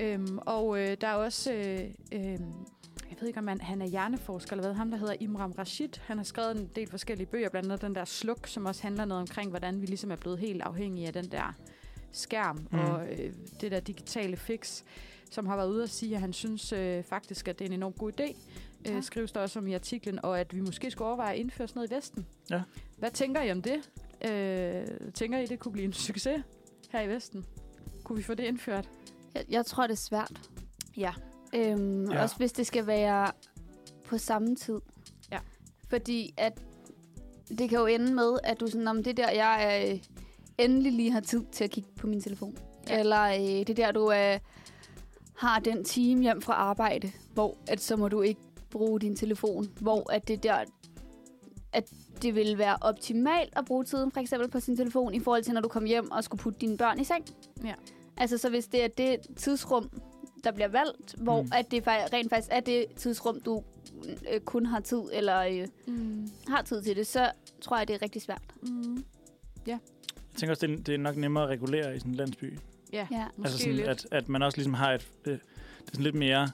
[SPEAKER 4] Øhm, og øh, der er også, øh, øh, jeg ved ikke om han, han er hjerneforsker eller hvad, ham der hedder Imram Rashid, han har skrevet en del forskellige bøger, blandt andet den der Sluk, som også handler noget omkring, hvordan vi ligesom er blevet helt afhængige af den der skærm mm.
[SPEAKER 3] Mm.
[SPEAKER 4] og øh, det der digitale fix, som har været ude at sige, at han synes øh, faktisk, at det er en enorm god idé, øh,
[SPEAKER 2] Ja.
[SPEAKER 4] skrives der også om i artiklen, og at vi måske skulle overveje at indføre sådan noget i Vesten.
[SPEAKER 3] Ja.
[SPEAKER 4] Hvad tænker I om det? Øh, tænker I, det kunne blive en succes her i Vesten? Kunne vi få det indført?
[SPEAKER 2] Jeg, jeg tror, det er svært.
[SPEAKER 4] Ja.
[SPEAKER 2] Øhm, ja.
[SPEAKER 3] Ja.
[SPEAKER 2] Også hvis det skal være på samme tid.
[SPEAKER 4] Ja.
[SPEAKER 2] Fordi at det kan jo ende med, at du sådan, om det der, jeg øh, endelig lige har tid til at kigge på min telefon. Ja.
[SPEAKER 4] Ja.
[SPEAKER 2] Eller øh, det der, du øh, har den time hjem fra arbejde, hvor at så må du ikke bruge din telefon. Hvor at det der, at det ville være optimalt at bruge tiden for eksempel på sin telefon, i forhold til når du kom hjem og skulle putte dine børn i seng.
[SPEAKER 4] Ja.
[SPEAKER 2] Altså så hvis det er det tidsrum, der bliver valgt, hvor
[SPEAKER 3] Mm.
[SPEAKER 2] mm. at det fa- rent faktisk er det tidsrum, du øh, kun har tid, eller øh,
[SPEAKER 4] Mm.
[SPEAKER 2] har tid til det, så tror jeg, det er rigtig svært.
[SPEAKER 4] Mm.
[SPEAKER 3] Jeg tænker også, det er, det er nok nemmere at regulere i sådan en landsby.
[SPEAKER 4] Ja,
[SPEAKER 2] Ja.
[SPEAKER 4] måske
[SPEAKER 3] altså sådan,
[SPEAKER 4] lidt.
[SPEAKER 3] at, at man også ligesom har et, øh, det er sådan lidt mere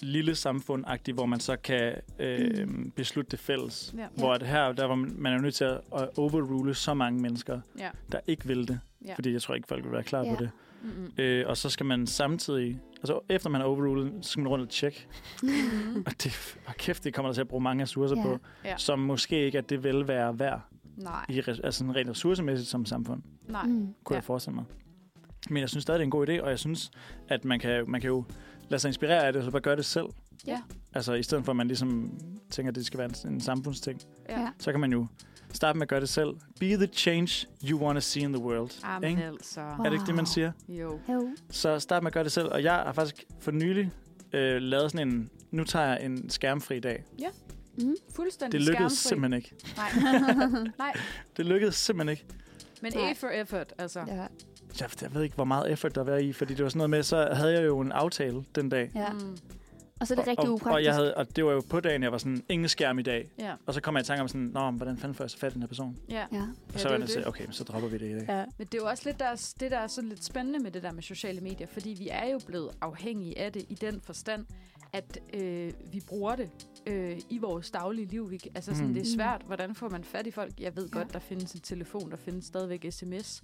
[SPEAKER 3] lille samfund hvor man så kan øh, beslutte det fælles.
[SPEAKER 4] Mm. Ja.
[SPEAKER 3] Hvor at her, der var man, man er jo nødt til at at overrule så mange mennesker,
[SPEAKER 4] Ja.
[SPEAKER 3] der ikke vil det.
[SPEAKER 4] Ja.
[SPEAKER 3] Fordi jeg tror ikke, folk vil være klar
[SPEAKER 2] Ja.
[SPEAKER 3] på det.
[SPEAKER 4] Mm-mm.
[SPEAKER 3] Øh, og så skal man samtidig, altså efter man har overrulet, så skal man rundt og tjekke.
[SPEAKER 4] Mm-hmm.
[SPEAKER 3] og det, og kæft, det kommer der til at bruge mange ressourcer
[SPEAKER 2] Ja.
[SPEAKER 3] Altså på,
[SPEAKER 4] Ja.
[SPEAKER 3] som måske ikke er det velvære værd,
[SPEAKER 4] Nej,
[SPEAKER 3] i, res- altså sådan rent ressourcemæssigt som samfund,
[SPEAKER 4] nej.
[SPEAKER 2] Mm.
[SPEAKER 3] kunne
[SPEAKER 4] Ja.
[SPEAKER 3] ja. jeg forestille mig. Men jeg synes stadig, det er en god idé, og jeg synes, at man kan, man kan jo lade sig inspirere af det, og så bare gøre det selv.
[SPEAKER 4] Ja.
[SPEAKER 3] Altså i stedet for, at man ligesom tænker, at det skal være en, en samfundsting,
[SPEAKER 4] Ja.
[SPEAKER 2] Ja.
[SPEAKER 3] så kan man jo starte med at gøre det selv. Be the change you want to see in the world.
[SPEAKER 4] Amen
[SPEAKER 3] Ikke?
[SPEAKER 4] altså.
[SPEAKER 3] Er det ikke det, man
[SPEAKER 2] Wow.
[SPEAKER 3] siger?
[SPEAKER 4] Jo.
[SPEAKER 2] Jo.
[SPEAKER 3] Så start med at gøre det selv. Og jeg har faktisk for nylig øh, lavet sådan en, nu tager jeg en skærmfri dag.
[SPEAKER 2] Mm.
[SPEAKER 4] Fuldstændig
[SPEAKER 3] Det lykkedes
[SPEAKER 4] skærmfri.
[SPEAKER 3] simpelthen ikke.
[SPEAKER 4] Nej. Nej,
[SPEAKER 3] Det lykkedes simpelthen ikke.
[SPEAKER 4] men
[SPEAKER 2] Nej.
[SPEAKER 4] A for effort, altså. Ja.
[SPEAKER 1] Ja.
[SPEAKER 3] Jeg, jeg ved ikke, hvor meget effort der var i, fordi det var sådan noget med, så havde jeg jo en aftale den dag.
[SPEAKER 2] Ja.
[SPEAKER 4] Mm.
[SPEAKER 2] Og så er det rigtig
[SPEAKER 3] og,
[SPEAKER 2] upraktisk.
[SPEAKER 3] og, jeg havde, og det var jo på dagen, jeg var sådan, ingen skærm i dag.
[SPEAKER 4] Ja.
[SPEAKER 3] Og så kom jeg i tanke om sådan, nå, men hvordan fanden får jeg så fat i den her person?
[SPEAKER 4] ja.
[SPEAKER 2] Ja.
[SPEAKER 3] Og så var
[SPEAKER 4] det
[SPEAKER 3] jeg
[SPEAKER 4] er
[SPEAKER 3] nødt
[SPEAKER 4] jo
[SPEAKER 3] til, okay, så dropper vi det i dag.
[SPEAKER 2] ja.
[SPEAKER 4] Men det er jo også lidt der, det, der er sådan lidt spændende med det der med sociale medier, fordi vi er jo blevet afhængige af det i den forstand, at øh, vi bruger det øh, i vores daglige liv. Vi, kan- altså sådan,
[SPEAKER 3] Mm.
[SPEAKER 4] mm. det er svært, hvordan får man fat i folk? Jeg ved ja. godt, der findes en telefon, der findes stadigvæk sms.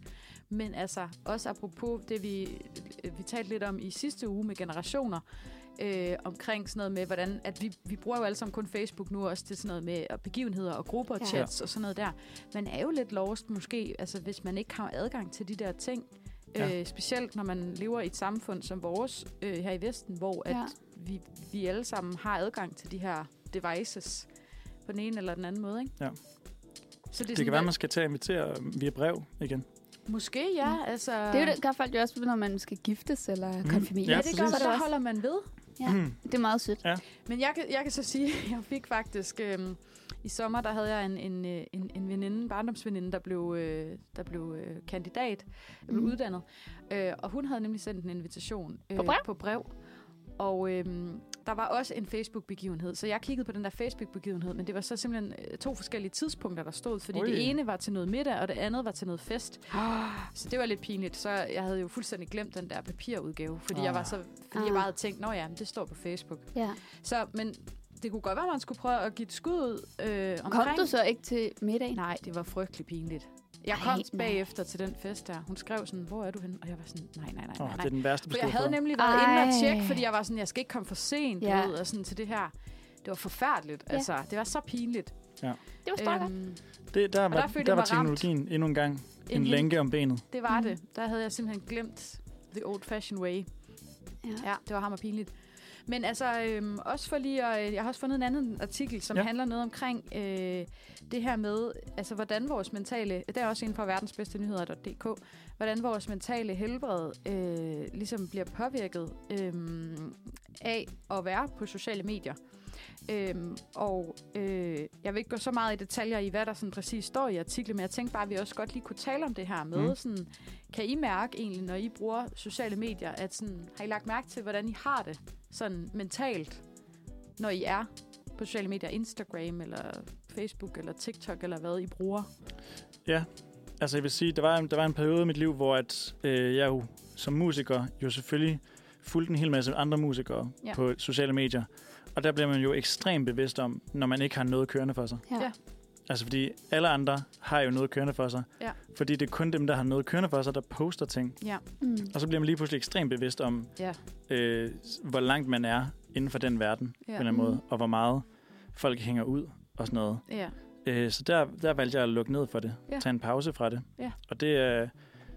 [SPEAKER 4] Men altså, også apropos det, vi, øh, vi talte lidt om i sidste uge med generationer, øh, omkring sådan noget med, hvordan, at vi, vi bruger jo alle sammen kun Facebook nu også til sådan noget med og begivenheder og grupper og
[SPEAKER 2] Ja.
[SPEAKER 4] chats og sådan noget der. Man er jo lidt lost måske, altså hvis man ikke har adgang til de der ting,
[SPEAKER 3] Ja.
[SPEAKER 4] ja. øh, specielt når man lever i et samfund som vores øh, her i Vesten, hvor at
[SPEAKER 2] Ja.
[SPEAKER 4] vi, vi alle sammen har adgang til de her devices på den ene eller den anden måde, ikke?
[SPEAKER 3] Ja.
[SPEAKER 4] Så det, er
[SPEAKER 3] Det
[SPEAKER 4] sådan,
[SPEAKER 3] kan være,
[SPEAKER 4] at-
[SPEAKER 3] man skal til at invitere via brev igen.
[SPEAKER 4] Måske ja, altså...
[SPEAKER 2] Mm. Det, er jo det gør folk jo også, når man skal giftes eller
[SPEAKER 3] Mm.
[SPEAKER 2] mm. konfirmeres.
[SPEAKER 4] Ja,
[SPEAKER 3] Ja,
[SPEAKER 4] det gør,
[SPEAKER 3] præcis.
[SPEAKER 2] Så
[SPEAKER 4] så
[SPEAKER 2] er
[SPEAKER 4] der
[SPEAKER 2] det også-
[SPEAKER 4] holder man ved.
[SPEAKER 2] Ja. Det er meget sødt.
[SPEAKER 4] Men jeg kan, jeg kan så sige, at jeg fik faktisk... Øhm, I sommer, der havde jeg en, en, øh, en, en veninde, en barndomsveninde, der blev, øh, der blev øh, kandidat, mm. blev
[SPEAKER 2] Mhm.
[SPEAKER 4] uddannet. Øh, og hun havde nemlig sendt en invitation øh,
[SPEAKER 2] På brev?
[SPEAKER 4] På brev. Og øhm, der var også en Facebook-begivenhed, så jeg kiggede på den der Facebook-begivenhed, men det var så simpelthen øh, to forskellige tidspunkter, der stod, fordi
[SPEAKER 3] Ui.
[SPEAKER 4] det ene var til noget middag, og det andet var til noget fest.
[SPEAKER 2] Ah.
[SPEAKER 4] Så det var lidt pinligt, så jeg havde jo fuldstændig glemt den der papirudgave, fordi, jeg, var
[SPEAKER 3] Ah.
[SPEAKER 4] så, fordi jeg
[SPEAKER 2] Ah.
[SPEAKER 4] bare havde tænkt, nå ja, men det står på Facebook.
[SPEAKER 2] Ja.
[SPEAKER 4] Så, men det kunne godt være, at man skulle prøve at give et skud ud øh, omkring.
[SPEAKER 2] Kom du så ikke til middagen?
[SPEAKER 4] Nej, det var frygtelig pinligt. Jeg
[SPEAKER 2] Ej,
[SPEAKER 4] kom
[SPEAKER 2] nej.
[SPEAKER 4] bagefter til den fest der. Hun skrev sådan, hvor er du henne? Og jeg var sådan, nej, nej, nej,
[SPEAKER 3] Åh,
[SPEAKER 4] nej.
[SPEAKER 3] det er
[SPEAKER 4] nej.
[SPEAKER 3] den værste
[SPEAKER 4] For jeg
[SPEAKER 3] besked
[SPEAKER 4] havde
[SPEAKER 3] på.
[SPEAKER 4] nemlig været inde og
[SPEAKER 2] Ej.
[SPEAKER 4] tjekke, fordi jeg var sådan, jeg skal ikke komme for sent ja.
[SPEAKER 2] Ja.
[SPEAKER 4] ud og sådan til det her. Det var forfærdeligt, ja.
[SPEAKER 2] Ja.
[SPEAKER 4] altså. Det var så pinligt. Øhm,
[SPEAKER 2] Det var stakkert.
[SPEAKER 3] Det, der, var,
[SPEAKER 4] der følte
[SPEAKER 3] der
[SPEAKER 4] jeg
[SPEAKER 3] var
[SPEAKER 4] mig ramt.
[SPEAKER 3] teknologien endnu en gang en,
[SPEAKER 4] en
[SPEAKER 3] en
[SPEAKER 4] længe.
[SPEAKER 3] lænke om benet.
[SPEAKER 4] Det var
[SPEAKER 2] Mm.
[SPEAKER 4] det. Der havde jeg simpelthen glemt the old fashioned way.
[SPEAKER 2] Ja.
[SPEAKER 4] Ja, det var hammer pinligt. Men altså, øhm, også for lige at, jeg har også fundet en anden artikel, som ja.
[SPEAKER 3] Ja.
[SPEAKER 4] handler noget omkring øh, det her med, altså hvordan vores mentale, der er også en fra verdensbedstenyheder.dk, hvordan vores mentale helbred øh, ligesom bliver påvirket øh, af at være på sociale medier. Øhm, og øh, jeg vil ikke gå så meget i detaljer i, hvad der sådan præcis står i artiklen, men jeg tænkte bare, at vi også godt lige kunne tale om det her med, mm.
[SPEAKER 3] Mm.
[SPEAKER 4] sådan, kan I mærke egentlig, når I bruger sociale medier, at sådan, har I lagt mærke til, hvordan I har det sådan mentalt, når I er på sociale medier, Instagram eller Facebook eller TikTok eller hvad I bruger?
[SPEAKER 3] Altså jeg vil sige, der var, en, der var en periode i mit liv, hvor at, øh, jeg jo som musiker jo selvfølgelig fulgte en hel masse andre musikere
[SPEAKER 4] Ja.
[SPEAKER 3] ja. på sociale medier. Og der bliver man jo ekstremt bevidst om, når man ikke har noget kørende for sig.
[SPEAKER 2] Ja.
[SPEAKER 4] Ja.
[SPEAKER 2] ja.
[SPEAKER 3] Altså fordi alle andre har jo noget kørende for sig.
[SPEAKER 4] Ja.
[SPEAKER 3] Fordi det er kun dem, der har noget kørende for sig, der poster ting.
[SPEAKER 2] Mm.
[SPEAKER 3] Og så bliver man lige pludselig ekstremt bevidst om,
[SPEAKER 4] Ja.
[SPEAKER 3] øh, hvor langt man er inden for den verden, ja. på en eller anden
[SPEAKER 2] Mm.
[SPEAKER 3] måde. Og hvor meget folk hænger ud og sådan noget.
[SPEAKER 4] Ja.
[SPEAKER 3] Øh, så der, der valgte jeg at lukke ned for det.
[SPEAKER 4] Ja.
[SPEAKER 3] Ja. Tage en pause fra det.
[SPEAKER 4] Ja.
[SPEAKER 3] Og det, er-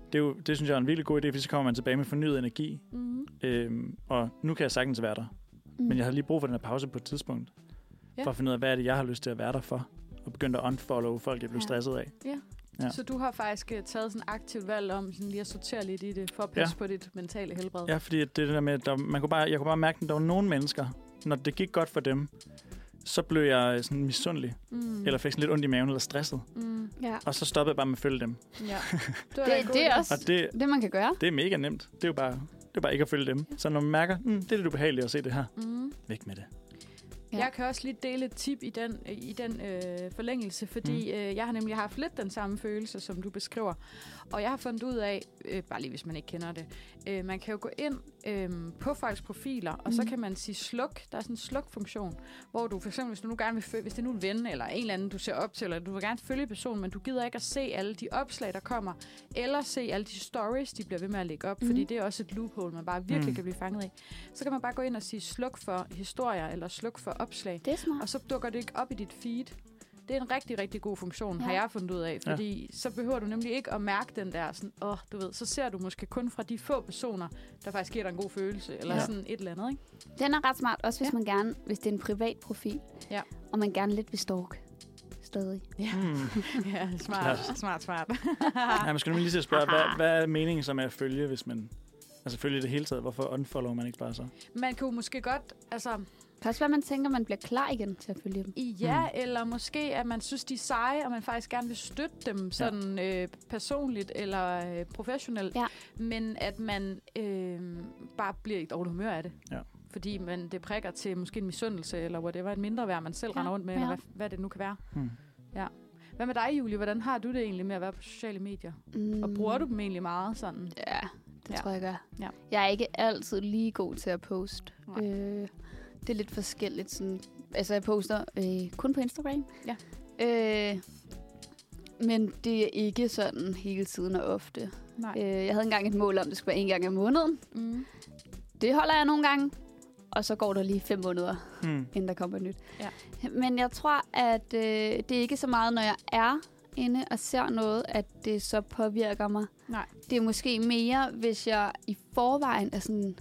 [SPEAKER 3] det, er jo, det synes jeg er en virkelig god idé, fordi så kommer man tilbage med fornyet energi.
[SPEAKER 4] Mm-hmm.
[SPEAKER 3] Øhm, og nu kan jeg sagtens være der. Mm. Men jeg havde lige brug for den her pause på et tidspunkt.
[SPEAKER 4] Ja.
[SPEAKER 3] Ja. For at finde ud af, hvad er det, jeg har lyst til at være der for. Og begyndte at unfollow folk, jeg blev
[SPEAKER 2] Ja.
[SPEAKER 3] stresset af.
[SPEAKER 4] Ja.
[SPEAKER 3] Ja.
[SPEAKER 4] Så du har faktisk øh, taget sådan aktivt valg om sådan lige at sortere lidt i det, for at passe ja. på dit mentale helbred.
[SPEAKER 3] Ja, fordi at det der med, at der, man kunne bare, jeg kunne bare mærke, at der var nogle mennesker, når det gik godt for dem, så blev jeg sådan misundelig, mm.
[SPEAKER 4] Mm.
[SPEAKER 3] eller fik sådan lidt ondt i maven, eller stresset.
[SPEAKER 4] Mm.
[SPEAKER 2] ja.
[SPEAKER 3] Og så stoppede jeg bare med at følge dem.
[SPEAKER 4] Ja.
[SPEAKER 2] Det, det er også
[SPEAKER 3] Og det,
[SPEAKER 2] det, man kan gøre.
[SPEAKER 3] det er mega nemt. Det er jo bare Det er bare ikke at følge dem. Så når man mærker, mm, det er lidt ubehageligt at se det her,
[SPEAKER 4] Mm.
[SPEAKER 3] væk med det.
[SPEAKER 4] Ja.
[SPEAKER 2] Ja.
[SPEAKER 4] Jeg kan også lige dele et tip i den, i den øh, forlængelse, fordi mm. øh, jeg har nemlig haft lidt den samme følelse, som du beskriver. Og jeg har fundet ud af, øh, bare lige hvis man ikke kender det, øh, man kan jo gå ind øh, på folks profiler, og mm. så
[SPEAKER 2] Mhm.
[SPEAKER 4] kan man sige sluk. Der er sådan en sluk-funktion, hvor du for eksempel, hvis du nu gerne vil følge, hvis det er nu en ven, eller en eller anden, du ser op til, eller du vil gerne følge personen, men du gider ikke at se alle de opslag, der kommer, eller se alle de stories, de bliver ved med at lægge op, mm. fordi
[SPEAKER 2] Mhm.
[SPEAKER 4] det er også et loophole, man bare virkelig
[SPEAKER 3] Mm.
[SPEAKER 4] mm. kan blive fanget i så kan man bare gå ind og sige sluk for historier eller sluk for opslag,
[SPEAKER 2] Det er smart.
[SPEAKER 4] og så dukker det ikke op i dit feed. Det er en rigtig, rigtig god funktion, ja. har
[SPEAKER 2] Ja.
[SPEAKER 4] jeg fundet ud af,
[SPEAKER 3] Ja.
[SPEAKER 4] fordi ja. så behøver du nemlig ikke at mærke den der, sådan, åh, du ved, så ser du måske kun fra de få personer, der faktisk giver dig en god følelse, eller
[SPEAKER 3] Ja.
[SPEAKER 4] ja. sådan et eller andet, ikke?
[SPEAKER 2] Den er ret smart, også hvis
[SPEAKER 4] Ja.
[SPEAKER 2] man gerne, hvis det er en privat profil,
[SPEAKER 4] Ja.
[SPEAKER 2] og man gerne lidt vil stalk stadig.
[SPEAKER 3] Mm.
[SPEAKER 4] Ja,
[SPEAKER 3] Klart.
[SPEAKER 4] smart, smart, smart.
[SPEAKER 3] Ja, man skal nemlig lige til at spørge, hvad, hvad er meningen så med at følge, hvis man... Altså følge i det hele taget. Hvorfor unfollower man ikke bare så?
[SPEAKER 4] Man kunne måske godt, altså,
[SPEAKER 2] Det kan også være, man tænker, man bliver klar igen til at følge dem.
[SPEAKER 4] I ja, mm. eller måske, at man synes, de er seje, og man faktisk gerne vil støtte dem sådan øh, personligt eller øh, professionelt,
[SPEAKER 2] Ja.
[SPEAKER 4] men at man øh, bare bliver i et dårligt humør af det.
[SPEAKER 3] Ja.
[SPEAKER 4] Fordi man, det prikker til måske en misundelse, eller whatever, et mindre værd, man selv
[SPEAKER 2] Ja,
[SPEAKER 4] ja, render rundt med, ja.
[SPEAKER 2] ja.
[SPEAKER 4] eller hvad, hvad det nu kan være.
[SPEAKER 3] Mm.
[SPEAKER 4] Hvad med dig, Julie? Hvordan har du det egentlig med at være på sociale medier?
[SPEAKER 2] Mm.
[SPEAKER 4] Og bruger du dem egentlig meget sådan?
[SPEAKER 2] Ja, det
[SPEAKER 4] Ja.
[SPEAKER 2] ja. tror jeg, jeg gør.
[SPEAKER 4] Ja.
[SPEAKER 2] Jeg er ikke altid lige god til at poste.
[SPEAKER 4] Nej.
[SPEAKER 2] Øh, det er lidt forskelligt. Sådan, altså, jeg poster øh, kun på Instagram.
[SPEAKER 4] Ja.
[SPEAKER 2] Øh, men det er ikke sådan hele tiden og ofte.
[SPEAKER 4] Nej.
[SPEAKER 2] Øh, jeg havde engang et mål om, at det skulle være en gang om måneden.
[SPEAKER 4] Mm.
[SPEAKER 2] Det holder jeg nogle gange. Og så går der lige fem måneder,
[SPEAKER 3] Mm.
[SPEAKER 2] inden der kommer nyt.
[SPEAKER 4] Ja.
[SPEAKER 2] Men jeg tror, at øh, det er ikke så meget, når jeg er inde og ser noget, at det så påvirker mig.
[SPEAKER 4] Nej.
[SPEAKER 2] Det er måske mere, hvis jeg i forvejen er sådan,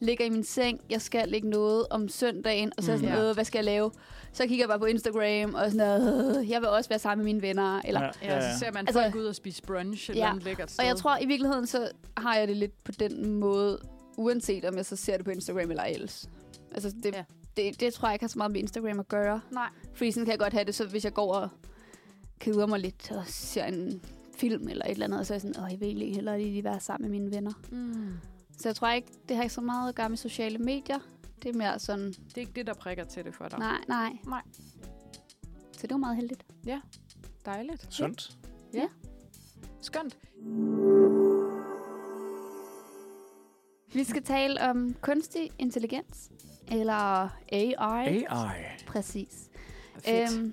[SPEAKER 2] ligger i min seng, jeg skal ikke noget om søndagen, og så er
[SPEAKER 3] Mm.
[SPEAKER 2] sådan
[SPEAKER 4] Ja.
[SPEAKER 2] noget, hvad skal jeg lave? Så kigger jeg bare på Instagram og sådan noget, "Øh, jeg vil også være sammen med mine venner. Eller, ja.
[SPEAKER 4] Ja, så ser man
[SPEAKER 2] Altså-
[SPEAKER 4] altså, folk ud og spise brunch eller
[SPEAKER 2] Ja,
[SPEAKER 4] ja. noget lækkert sted.
[SPEAKER 2] Og jeg tror i virkeligheden, så har jeg det lidt på den måde, uanset om jeg så ser det på Instagram eller ellers. Altså, det,
[SPEAKER 4] Ja.
[SPEAKER 2] ja. det, det tror jeg ikke har så meget med Instagram at gøre.
[SPEAKER 4] Nej.
[SPEAKER 2] Fordi sådan kan jeg godt have det, så hvis jeg går og keder mig lidt og ser en film eller et eller andet, og så er jeg sådan, åh, jeg vil egentlig hellere lige være sammen med mine venner.
[SPEAKER 4] Mm.
[SPEAKER 2] Så jeg tror ikke, det har ikke så meget at gøre med sociale medier. Det er mere sådan,
[SPEAKER 4] Det er ikke det, der prikker til det for dig.
[SPEAKER 2] nej, nej.
[SPEAKER 4] Nej.
[SPEAKER 2] Så det var meget heldigt.
[SPEAKER 4] Dejligt.
[SPEAKER 3] Sundt.
[SPEAKER 4] Skønt.
[SPEAKER 2] Vi skal tale om kunstig intelligens, eller AI.
[SPEAKER 3] AI.
[SPEAKER 2] Præcis.
[SPEAKER 4] Fedt.
[SPEAKER 2] Øhm,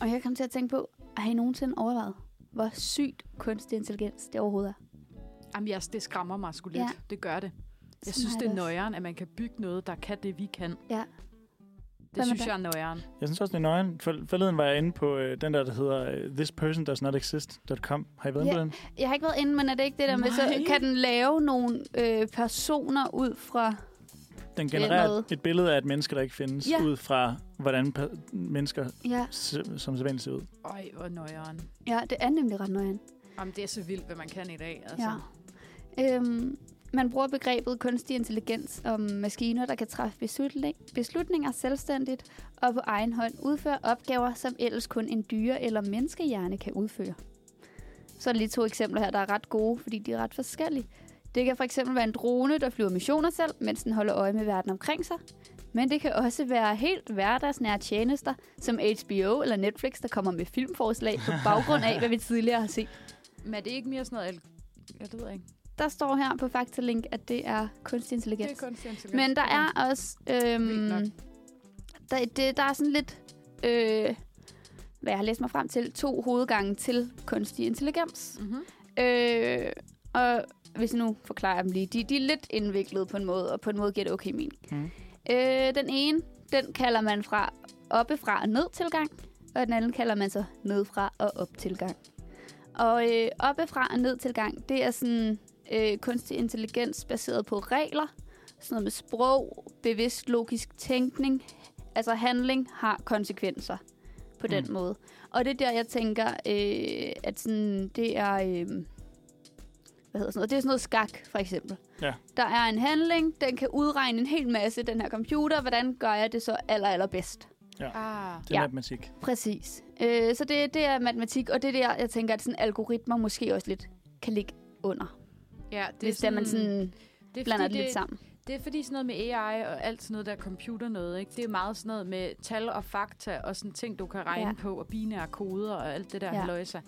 [SPEAKER 2] og jeg kom til at tænke på, har I nogensinde overvejet, hvor sygt kunstig intelligens det overhovedet er?
[SPEAKER 4] Jamen, yes, det skræmmer mig sgu lidt. Ja.
[SPEAKER 2] Ja.
[SPEAKER 4] Det gør det.
[SPEAKER 2] Sådan
[SPEAKER 4] Jeg synes,
[SPEAKER 2] har
[SPEAKER 4] det er
[SPEAKER 2] også.
[SPEAKER 4] nøjeren, at man kan bygge noget, der kan det, vi kan.
[SPEAKER 2] Ja.
[SPEAKER 4] Det
[SPEAKER 2] med
[SPEAKER 4] synes
[SPEAKER 2] dig?
[SPEAKER 4] jeg er nøjeren.
[SPEAKER 3] Jeg synes også, det er nøgen. For, forleden var jeg inde på øh, den der, der hedder øh, thispersondoesnotexist.com. Har I været inde
[SPEAKER 2] Ja.
[SPEAKER 3] på den?
[SPEAKER 2] Jeg har ikke været inde, men er det ikke det der med, så
[SPEAKER 4] Nej.
[SPEAKER 2] kan den lave nogle øh, personer ud fra...
[SPEAKER 3] Den
[SPEAKER 2] Det er
[SPEAKER 3] genererer
[SPEAKER 2] noget.
[SPEAKER 3] et billede af et menneske, der ikke findes,
[SPEAKER 2] Ja.
[SPEAKER 3] ud fra, hvordan per- mennesker
[SPEAKER 2] Ja,
[SPEAKER 3] s- som sædvanligt ser ud.
[SPEAKER 4] Øj, hvor nøjeren.
[SPEAKER 2] ja det er nemlig ret nøjeren.
[SPEAKER 4] Jamen, det er så vildt, hvad man kan i dag. Altså.
[SPEAKER 2] Ja. Øhm, man bruger begrebet kunstig intelligens om maskiner, der kan træffe beslutning, beslutninger selvstændigt og på egen hånd udføre opgaver, som ellers kun en dyre- eller menneskehjerne kan udføre. Så er der lige to eksempler her, der er ret gode, fordi de er ret forskellige. Det kan for eksempel være en drone, der flyver missioner selv, mens den holder øje med verden omkring sig. Men det kan også være helt hverdagsnære tjenester, som HBO eller Netflix, der kommer med filmforslag på baggrund af, hvad vi tidligere har set.
[SPEAKER 4] Men er det ikke mere sådan noget... al- Jeg ved ikke.
[SPEAKER 2] Der står her på Faktalink, at det er kunstig intelligens.
[SPEAKER 4] Det er kunstig intelligens.
[SPEAKER 2] Men der er også...
[SPEAKER 4] Vildt nok.
[SPEAKER 2] Øhm, der, det, der er sådan lidt... Øh, hvad jeg har læst mig frem til, to hovedgange til kunstig intelligens.
[SPEAKER 4] Mm-hmm.
[SPEAKER 2] Øh, og hvis jeg nu forklarer dem lige, de, de er lidt indviklet på en måde, og på en måde giver det okay mening.
[SPEAKER 3] Mm.
[SPEAKER 2] Øh, den ene, den kalder man fra oppefra og ned tilgang, og den anden kalder man så nedfra og op tilgang. Og øh, oppefra og ned tilgang, det er sådan øh, kunstig intelligens baseret på regler, sådan noget med sprog, bevidst logisk tænkning, altså handling har konsekvenser på den
[SPEAKER 3] Mm.
[SPEAKER 2] måde. Og det er der, jeg tænker, øh, at sådan, det er... Øh, hvad hedder sådan noget? Det er sådan noget skak, for eksempel.
[SPEAKER 3] Ja.
[SPEAKER 2] Der er en handling, den kan udregne en hel masse, den her computer. Hvordan gør jeg det så aller, aller bedst?
[SPEAKER 4] Ah,
[SPEAKER 3] Det er
[SPEAKER 2] Ja.
[SPEAKER 3] matematik.
[SPEAKER 2] Præcis. Øh, så det, det er matematik, og det er der, jeg tænker, at sådan algoritmer måske også lidt kan ligge under.
[SPEAKER 4] ja,
[SPEAKER 2] Det hvis sådan... man sådan det blander det lidt
[SPEAKER 4] det,
[SPEAKER 2] sammen.
[SPEAKER 4] det er fordi sådan noget med AI og alt sådan noget der computer noget, ikke? Det er meget sådan noget med tal og fakta og sådan ting, du kan regne
[SPEAKER 2] Ja.
[SPEAKER 4] ja. på, og binære koder og alt det der
[SPEAKER 2] Ja.
[SPEAKER 4] ja. halløjsa.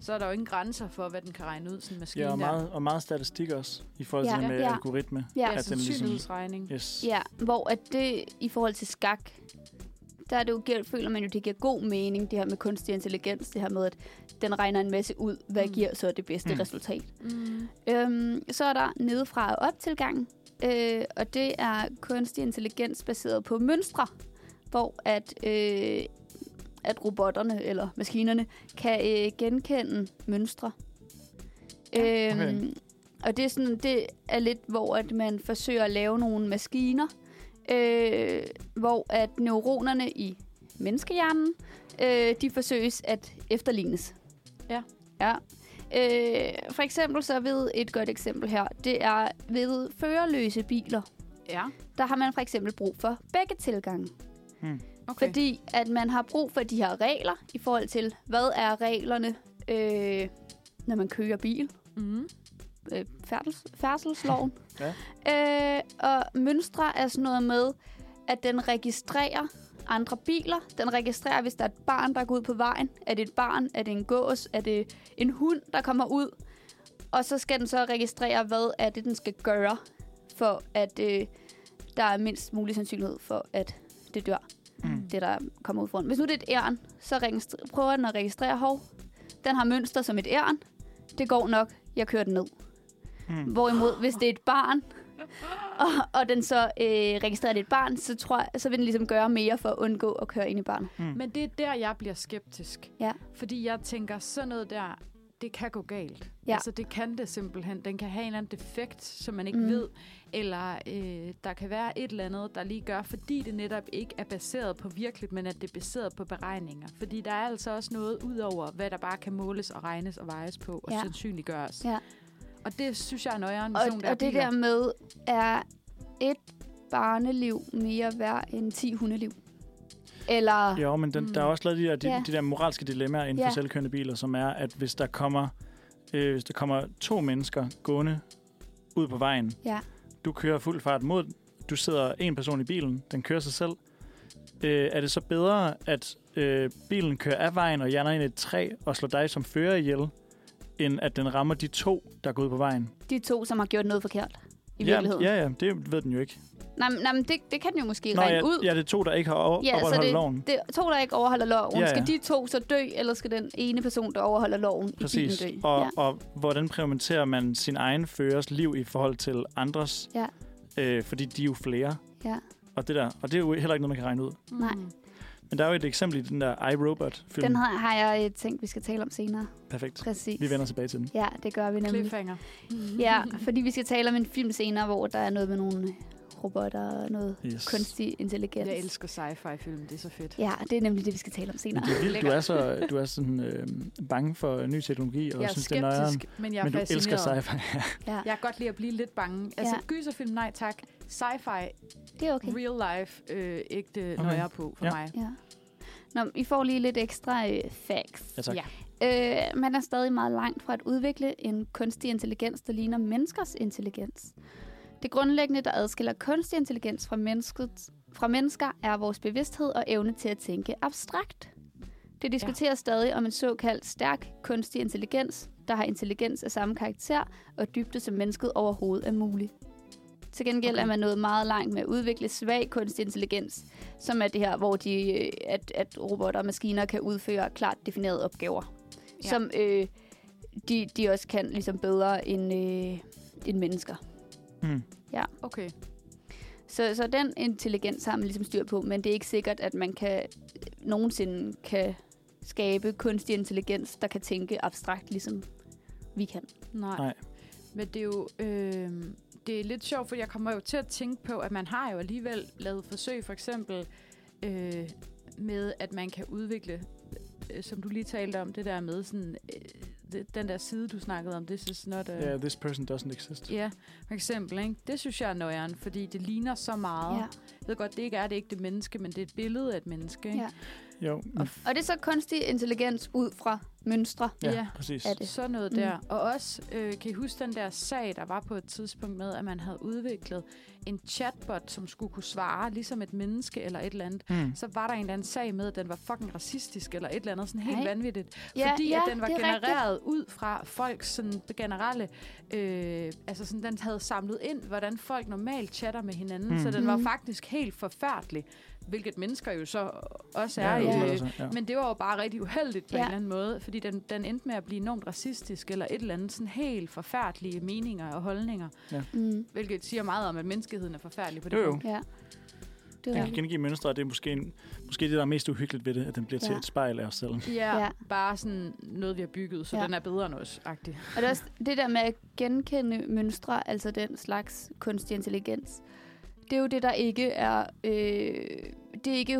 [SPEAKER 4] Så er der jo ingen grænser for, hvad den kan regne ud, sådan en maskine
[SPEAKER 3] Ja, og
[SPEAKER 4] der.
[SPEAKER 3] meget, og meget statistik også, i forhold til
[SPEAKER 2] Ja.
[SPEAKER 3] ja. med
[SPEAKER 2] Ja.
[SPEAKER 3] ja. algoritme.
[SPEAKER 2] Ja.
[SPEAKER 4] ja,
[SPEAKER 3] at den ligesom-
[SPEAKER 4] sandsynlighedsregning.
[SPEAKER 3] Yes.
[SPEAKER 2] Ja, hvor at det i forhold til skak, der er det jo, giver- føler man jo, det giver god mening, det her med kunstig intelligens, det her med, at den regner en masse ud, hvad
[SPEAKER 4] Mm.
[SPEAKER 2] giver så det bedste
[SPEAKER 3] Mm.
[SPEAKER 2] resultat.
[SPEAKER 4] Mm.
[SPEAKER 2] Øhm, så er der nedefra og op tilgang, øh, og det er kunstig intelligens baseret på mønstre, hvor at, øh, at robotterne eller maskinerne kan øh, genkende mønstre.
[SPEAKER 4] Ja.
[SPEAKER 2] Øhm,
[SPEAKER 3] Okay.
[SPEAKER 2] Og det er, sådan, det er lidt, hvor at man forsøger at lave nogle maskiner, øh, hvor at neuronerne i menneskehjernen, øh, de forsøges at efterlignes.
[SPEAKER 4] Ja.
[SPEAKER 2] Ja. Øh, for eksempel så ved et godt eksempel her, det er ved førerløse biler.
[SPEAKER 4] Ja,
[SPEAKER 2] Der har man for eksempel brug for begge tilgange.
[SPEAKER 4] okay.
[SPEAKER 2] Okay. Fordi at man har brug for de her regler i forhold til, hvad er reglerne, øh, når man kører bil?
[SPEAKER 4] Mm.
[SPEAKER 2] øh, færdsels, færdselsloven.
[SPEAKER 3] Ja.
[SPEAKER 2] Øh, og mønstre er sådan noget med, at den registrerer andre biler. Den registrerer, hvis der er et barn, der går ud på vejen. Er det et barn? Er det en gås? Er det en hund, der kommer ud? Og så skal den så registrere, hvad er det, den skal gøre, for at øh, der er mindst mulig sandsynlighed for, at det dør,
[SPEAKER 3] Mm.
[SPEAKER 2] det der kommer ud foran. Hvis nu det er et æren, så registr- prøver den at registrere, hov, den har mønster som et æren. Det går nok, jeg kører den ned.
[SPEAKER 3] Mm.
[SPEAKER 2] Hvorimod, hvis det er et barn, og, og den så øh, registrerer det er et barn, så, tror jeg, så vil den ligesom gøre mere for at undgå at køre ind i barnet.
[SPEAKER 4] Men det er der, jeg bliver skeptisk.
[SPEAKER 2] Ja.
[SPEAKER 4] Fordi jeg tænker, sådan noget der, det kan gå galt.
[SPEAKER 2] Ja.
[SPEAKER 4] Altså, det kan det simpelthen. Den kan have en eller anden defekt, som man ikke
[SPEAKER 2] Mm.
[SPEAKER 4] mm. ved. Eller øh, der kan være et eller andet, der lige gør, fordi det netop ikke er baseret på virkeligt, men at det er baseret på beregninger. Fordi der er altså også noget ud over, hvad der bare kan måles og regnes og vejes på og
[SPEAKER 2] Ja.
[SPEAKER 4] ja. sandsynliggøres.
[SPEAKER 2] Ja.
[SPEAKER 4] Og det synes jeg er nøjere end sådan nogle
[SPEAKER 2] Og, og det der
[SPEAKER 4] biler.
[SPEAKER 2] med, er et barneliv mere værd end 10 hundeliv? Eller...
[SPEAKER 3] Jo, men den, mm. der er også lavet de der, de,
[SPEAKER 2] Ja.
[SPEAKER 3] yeah. de der moralske dilemmaer inden
[SPEAKER 2] Ja.
[SPEAKER 3] yeah. for selvkørende biler, som er, at hvis der kommer, øh, hvis der kommer to mennesker gående ud på vejen,
[SPEAKER 2] Ja.
[SPEAKER 3] du kører fuld fart mod, du sidder en person i bilen, den kører sig selv, øh, er det så bedre, at øh, bilen kører af vejen og hjerner ind i et træ og slår dig som fører ihjel, end at den rammer de to, der går ud på vejen?
[SPEAKER 2] De to, som har gjort noget forkert i
[SPEAKER 3] ja,
[SPEAKER 2] virkeligheden.
[SPEAKER 3] ja, ja, det ved den jo ikke.
[SPEAKER 2] Nej, men- nej, men det, det kan den jo måske
[SPEAKER 3] Nå,
[SPEAKER 2] regne
[SPEAKER 3] ja,
[SPEAKER 2] ud.
[SPEAKER 3] ja, det er to, der ikke har over- ja,
[SPEAKER 2] så
[SPEAKER 3] overholdt
[SPEAKER 2] det,
[SPEAKER 3] loven.
[SPEAKER 2] det er to, der ikke overholder loven.
[SPEAKER 3] Ja,
[SPEAKER 2] Ja,
[SPEAKER 3] ja.
[SPEAKER 2] ja. Skal de to så dø, eller skal den ene person, der overholder loven,
[SPEAKER 3] Præcis.
[SPEAKER 2] i bilen dø?
[SPEAKER 3] Og,
[SPEAKER 2] ja.
[SPEAKER 3] ja. og hvordan prioriterer man sin egen førers liv i forhold til andres?
[SPEAKER 2] Ja.
[SPEAKER 3] Øh, fordi de er jo flere.
[SPEAKER 2] Ja.
[SPEAKER 3] Og det, der, og det er jo heller ikke noget, man kan regne ud.
[SPEAKER 2] Nej.
[SPEAKER 4] Mm.
[SPEAKER 3] Men der er jo et eksempel i den der iRobot-film.
[SPEAKER 2] Den har, har jeg øh, tænkt, vi skal tale om senere.
[SPEAKER 3] Perfekt.
[SPEAKER 2] Præcis.
[SPEAKER 3] Vi vender tilbage til den.
[SPEAKER 2] Ja, det gør vi nemlig.
[SPEAKER 4] Cliffhanger.
[SPEAKER 2] Ja, fordi vi skal tale om en film senere, hvor der er noget med nogle robotter og noget
[SPEAKER 3] Yes.
[SPEAKER 2] kunstig intelligens.
[SPEAKER 4] Jeg elsker sci-fi-film, det er så fedt.
[SPEAKER 2] Ja, det er nemlig det, vi skal tale om
[SPEAKER 3] Men
[SPEAKER 2] senere.
[SPEAKER 3] det er vildt, du er, så, du er sådan øh, bange for ny teknologi, og
[SPEAKER 4] Jeg er
[SPEAKER 3] synes, det er nøjeren.
[SPEAKER 4] skeptisk, men jeg er
[SPEAKER 3] Men du
[SPEAKER 4] fascineret.
[SPEAKER 3] elsker sci-fi.
[SPEAKER 4] Jeg kan godt lide at blive lidt bange. Altså,
[SPEAKER 2] Ja.
[SPEAKER 4] ja. gyserfilm, nej tak. Sci-fi,
[SPEAKER 2] Det er okay.
[SPEAKER 4] okay. real life, øh, ægte okay.
[SPEAKER 3] Okay.
[SPEAKER 4] nøjer på for
[SPEAKER 3] Ja.
[SPEAKER 4] ja. mig.
[SPEAKER 2] Ja. Nå, I får lige lidt ekstra øh, facts.
[SPEAKER 3] ja, tak.
[SPEAKER 4] Ja.
[SPEAKER 2] Øh, man er stadig meget langt fra at udvikle en kunstig intelligens, der ligner menneskers intelligens. Det grundlæggende, der adskiller kunstig intelligens fra, mennesket, fra mennesker, er vores bevidsthed og evne til at tænke abstrakt. Det diskuteres ja. stadig om en såkaldt stærk kunstig intelligens, der har intelligens af samme karakter og dybde som mennesket overhovedet er mulig. Til gengæld okay.
[SPEAKER 4] Okay.
[SPEAKER 2] er man nået meget langt med at udvikle svag kunstig intelligens, som er det her, hvor de, øh, at, at robotter og maskiner kan udføre klart definerede opgaver ja.
[SPEAKER 4] Ja.
[SPEAKER 2] som øh, de, de også kan ligesom bedre end, øh, end mennesker.
[SPEAKER 3] Mm.
[SPEAKER 4] Okay.
[SPEAKER 2] Så, så den intelligens har man ligesom styr på, men det er ikke sikkert, at man kan nogensinde kan skabe kunstig intelligens, der kan tænke abstrakt, ligesom vi kan.
[SPEAKER 4] Nej.
[SPEAKER 3] Nej.
[SPEAKER 4] nej. Men det er jo... Øh, det er lidt sjovt, for jeg kommer jo til at tænke på, at man har jo alligevel lavet forsøg, for eksempel øh, med, at man kan udvikle, øh, som du lige talte om, det der med sådan, øh, det- den der side, du snakkede om, this is not a...
[SPEAKER 3] Yeah, this person doesn't exist.
[SPEAKER 4] Øh. Ja, for eksempel, ikke? Det synes jeg er nøjeren, fordi det ligner så meget. Jeg ved godt, det ikke er det ægte menneske, men det er et billede af et menneske, ikke?
[SPEAKER 2] Ja.
[SPEAKER 3] Jo, mm.
[SPEAKER 2] Og, og det er så kunstig intelligens ud fra mønstre.
[SPEAKER 3] ja,
[SPEAKER 4] Ja.
[SPEAKER 3] præcis.
[SPEAKER 2] Er det?
[SPEAKER 4] Sådan noget
[SPEAKER 2] Mm.
[SPEAKER 4] der. Og også, øh, kan I huske den der sag, der var på et tidspunkt med, at man havde udviklet en chatbot, som skulle kunne svare, ligesom et menneske eller et eller andet.
[SPEAKER 3] Mm.
[SPEAKER 4] Så var der en eller anden sag med, at den var fucking racistisk eller et eller andet, sådan helt
[SPEAKER 2] Ej.
[SPEAKER 4] vanvittigt. fordi at den var
[SPEAKER 2] det er
[SPEAKER 4] genereret rigtigt. ud fra folks sådan, generelle... Øh, altså sådan, den havde samlet ind, hvordan folk normalt chatter med hinanden.
[SPEAKER 3] Mm.
[SPEAKER 4] Mm. Så den var
[SPEAKER 2] Mhm.
[SPEAKER 4] faktisk helt forfærdelig. Hvilket mennesker jo så også
[SPEAKER 3] Ja,
[SPEAKER 4] er
[SPEAKER 3] jo,
[SPEAKER 4] i,
[SPEAKER 3] det
[SPEAKER 4] øh,
[SPEAKER 3] er så, ja.
[SPEAKER 4] men det var jo bare rigtig uheldigt på ja.
[SPEAKER 2] Ja.
[SPEAKER 4] en eller anden måde, fordi den, den endte med at blive enormt racistisk, eller et eller andet sådan helt forfærdelige meninger og holdninger,
[SPEAKER 2] rigtigt. Mm,
[SPEAKER 4] hvilket siger meget om, at menneskeheden er forfærdelig på det
[SPEAKER 3] Jo, jo.
[SPEAKER 4] punkt.
[SPEAKER 2] ja. Det er
[SPEAKER 3] Den kan
[SPEAKER 2] rigtigt.
[SPEAKER 3] gengive mønstre, og det er måske, en, måske det, der er mest uhyggeligt ved det, at den bliver ja. til
[SPEAKER 2] Ja.
[SPEAKER 3] et spejl af os selv.
[SPEAKER 4] Ja, ja,
[SPEAKER 2] Ja.
[SPEAKER 4] bare sådan noget, vi har bygget, så ja.
[SPEAKER 2] Ja.
[SPEAKER 4] den er bedre end os, agtig.
[SPEAKER 2] Og det er også det der med at genkende mønstre, altså den slags kunstig intelligens, det er jo det, der ikke er, øh, det er ikke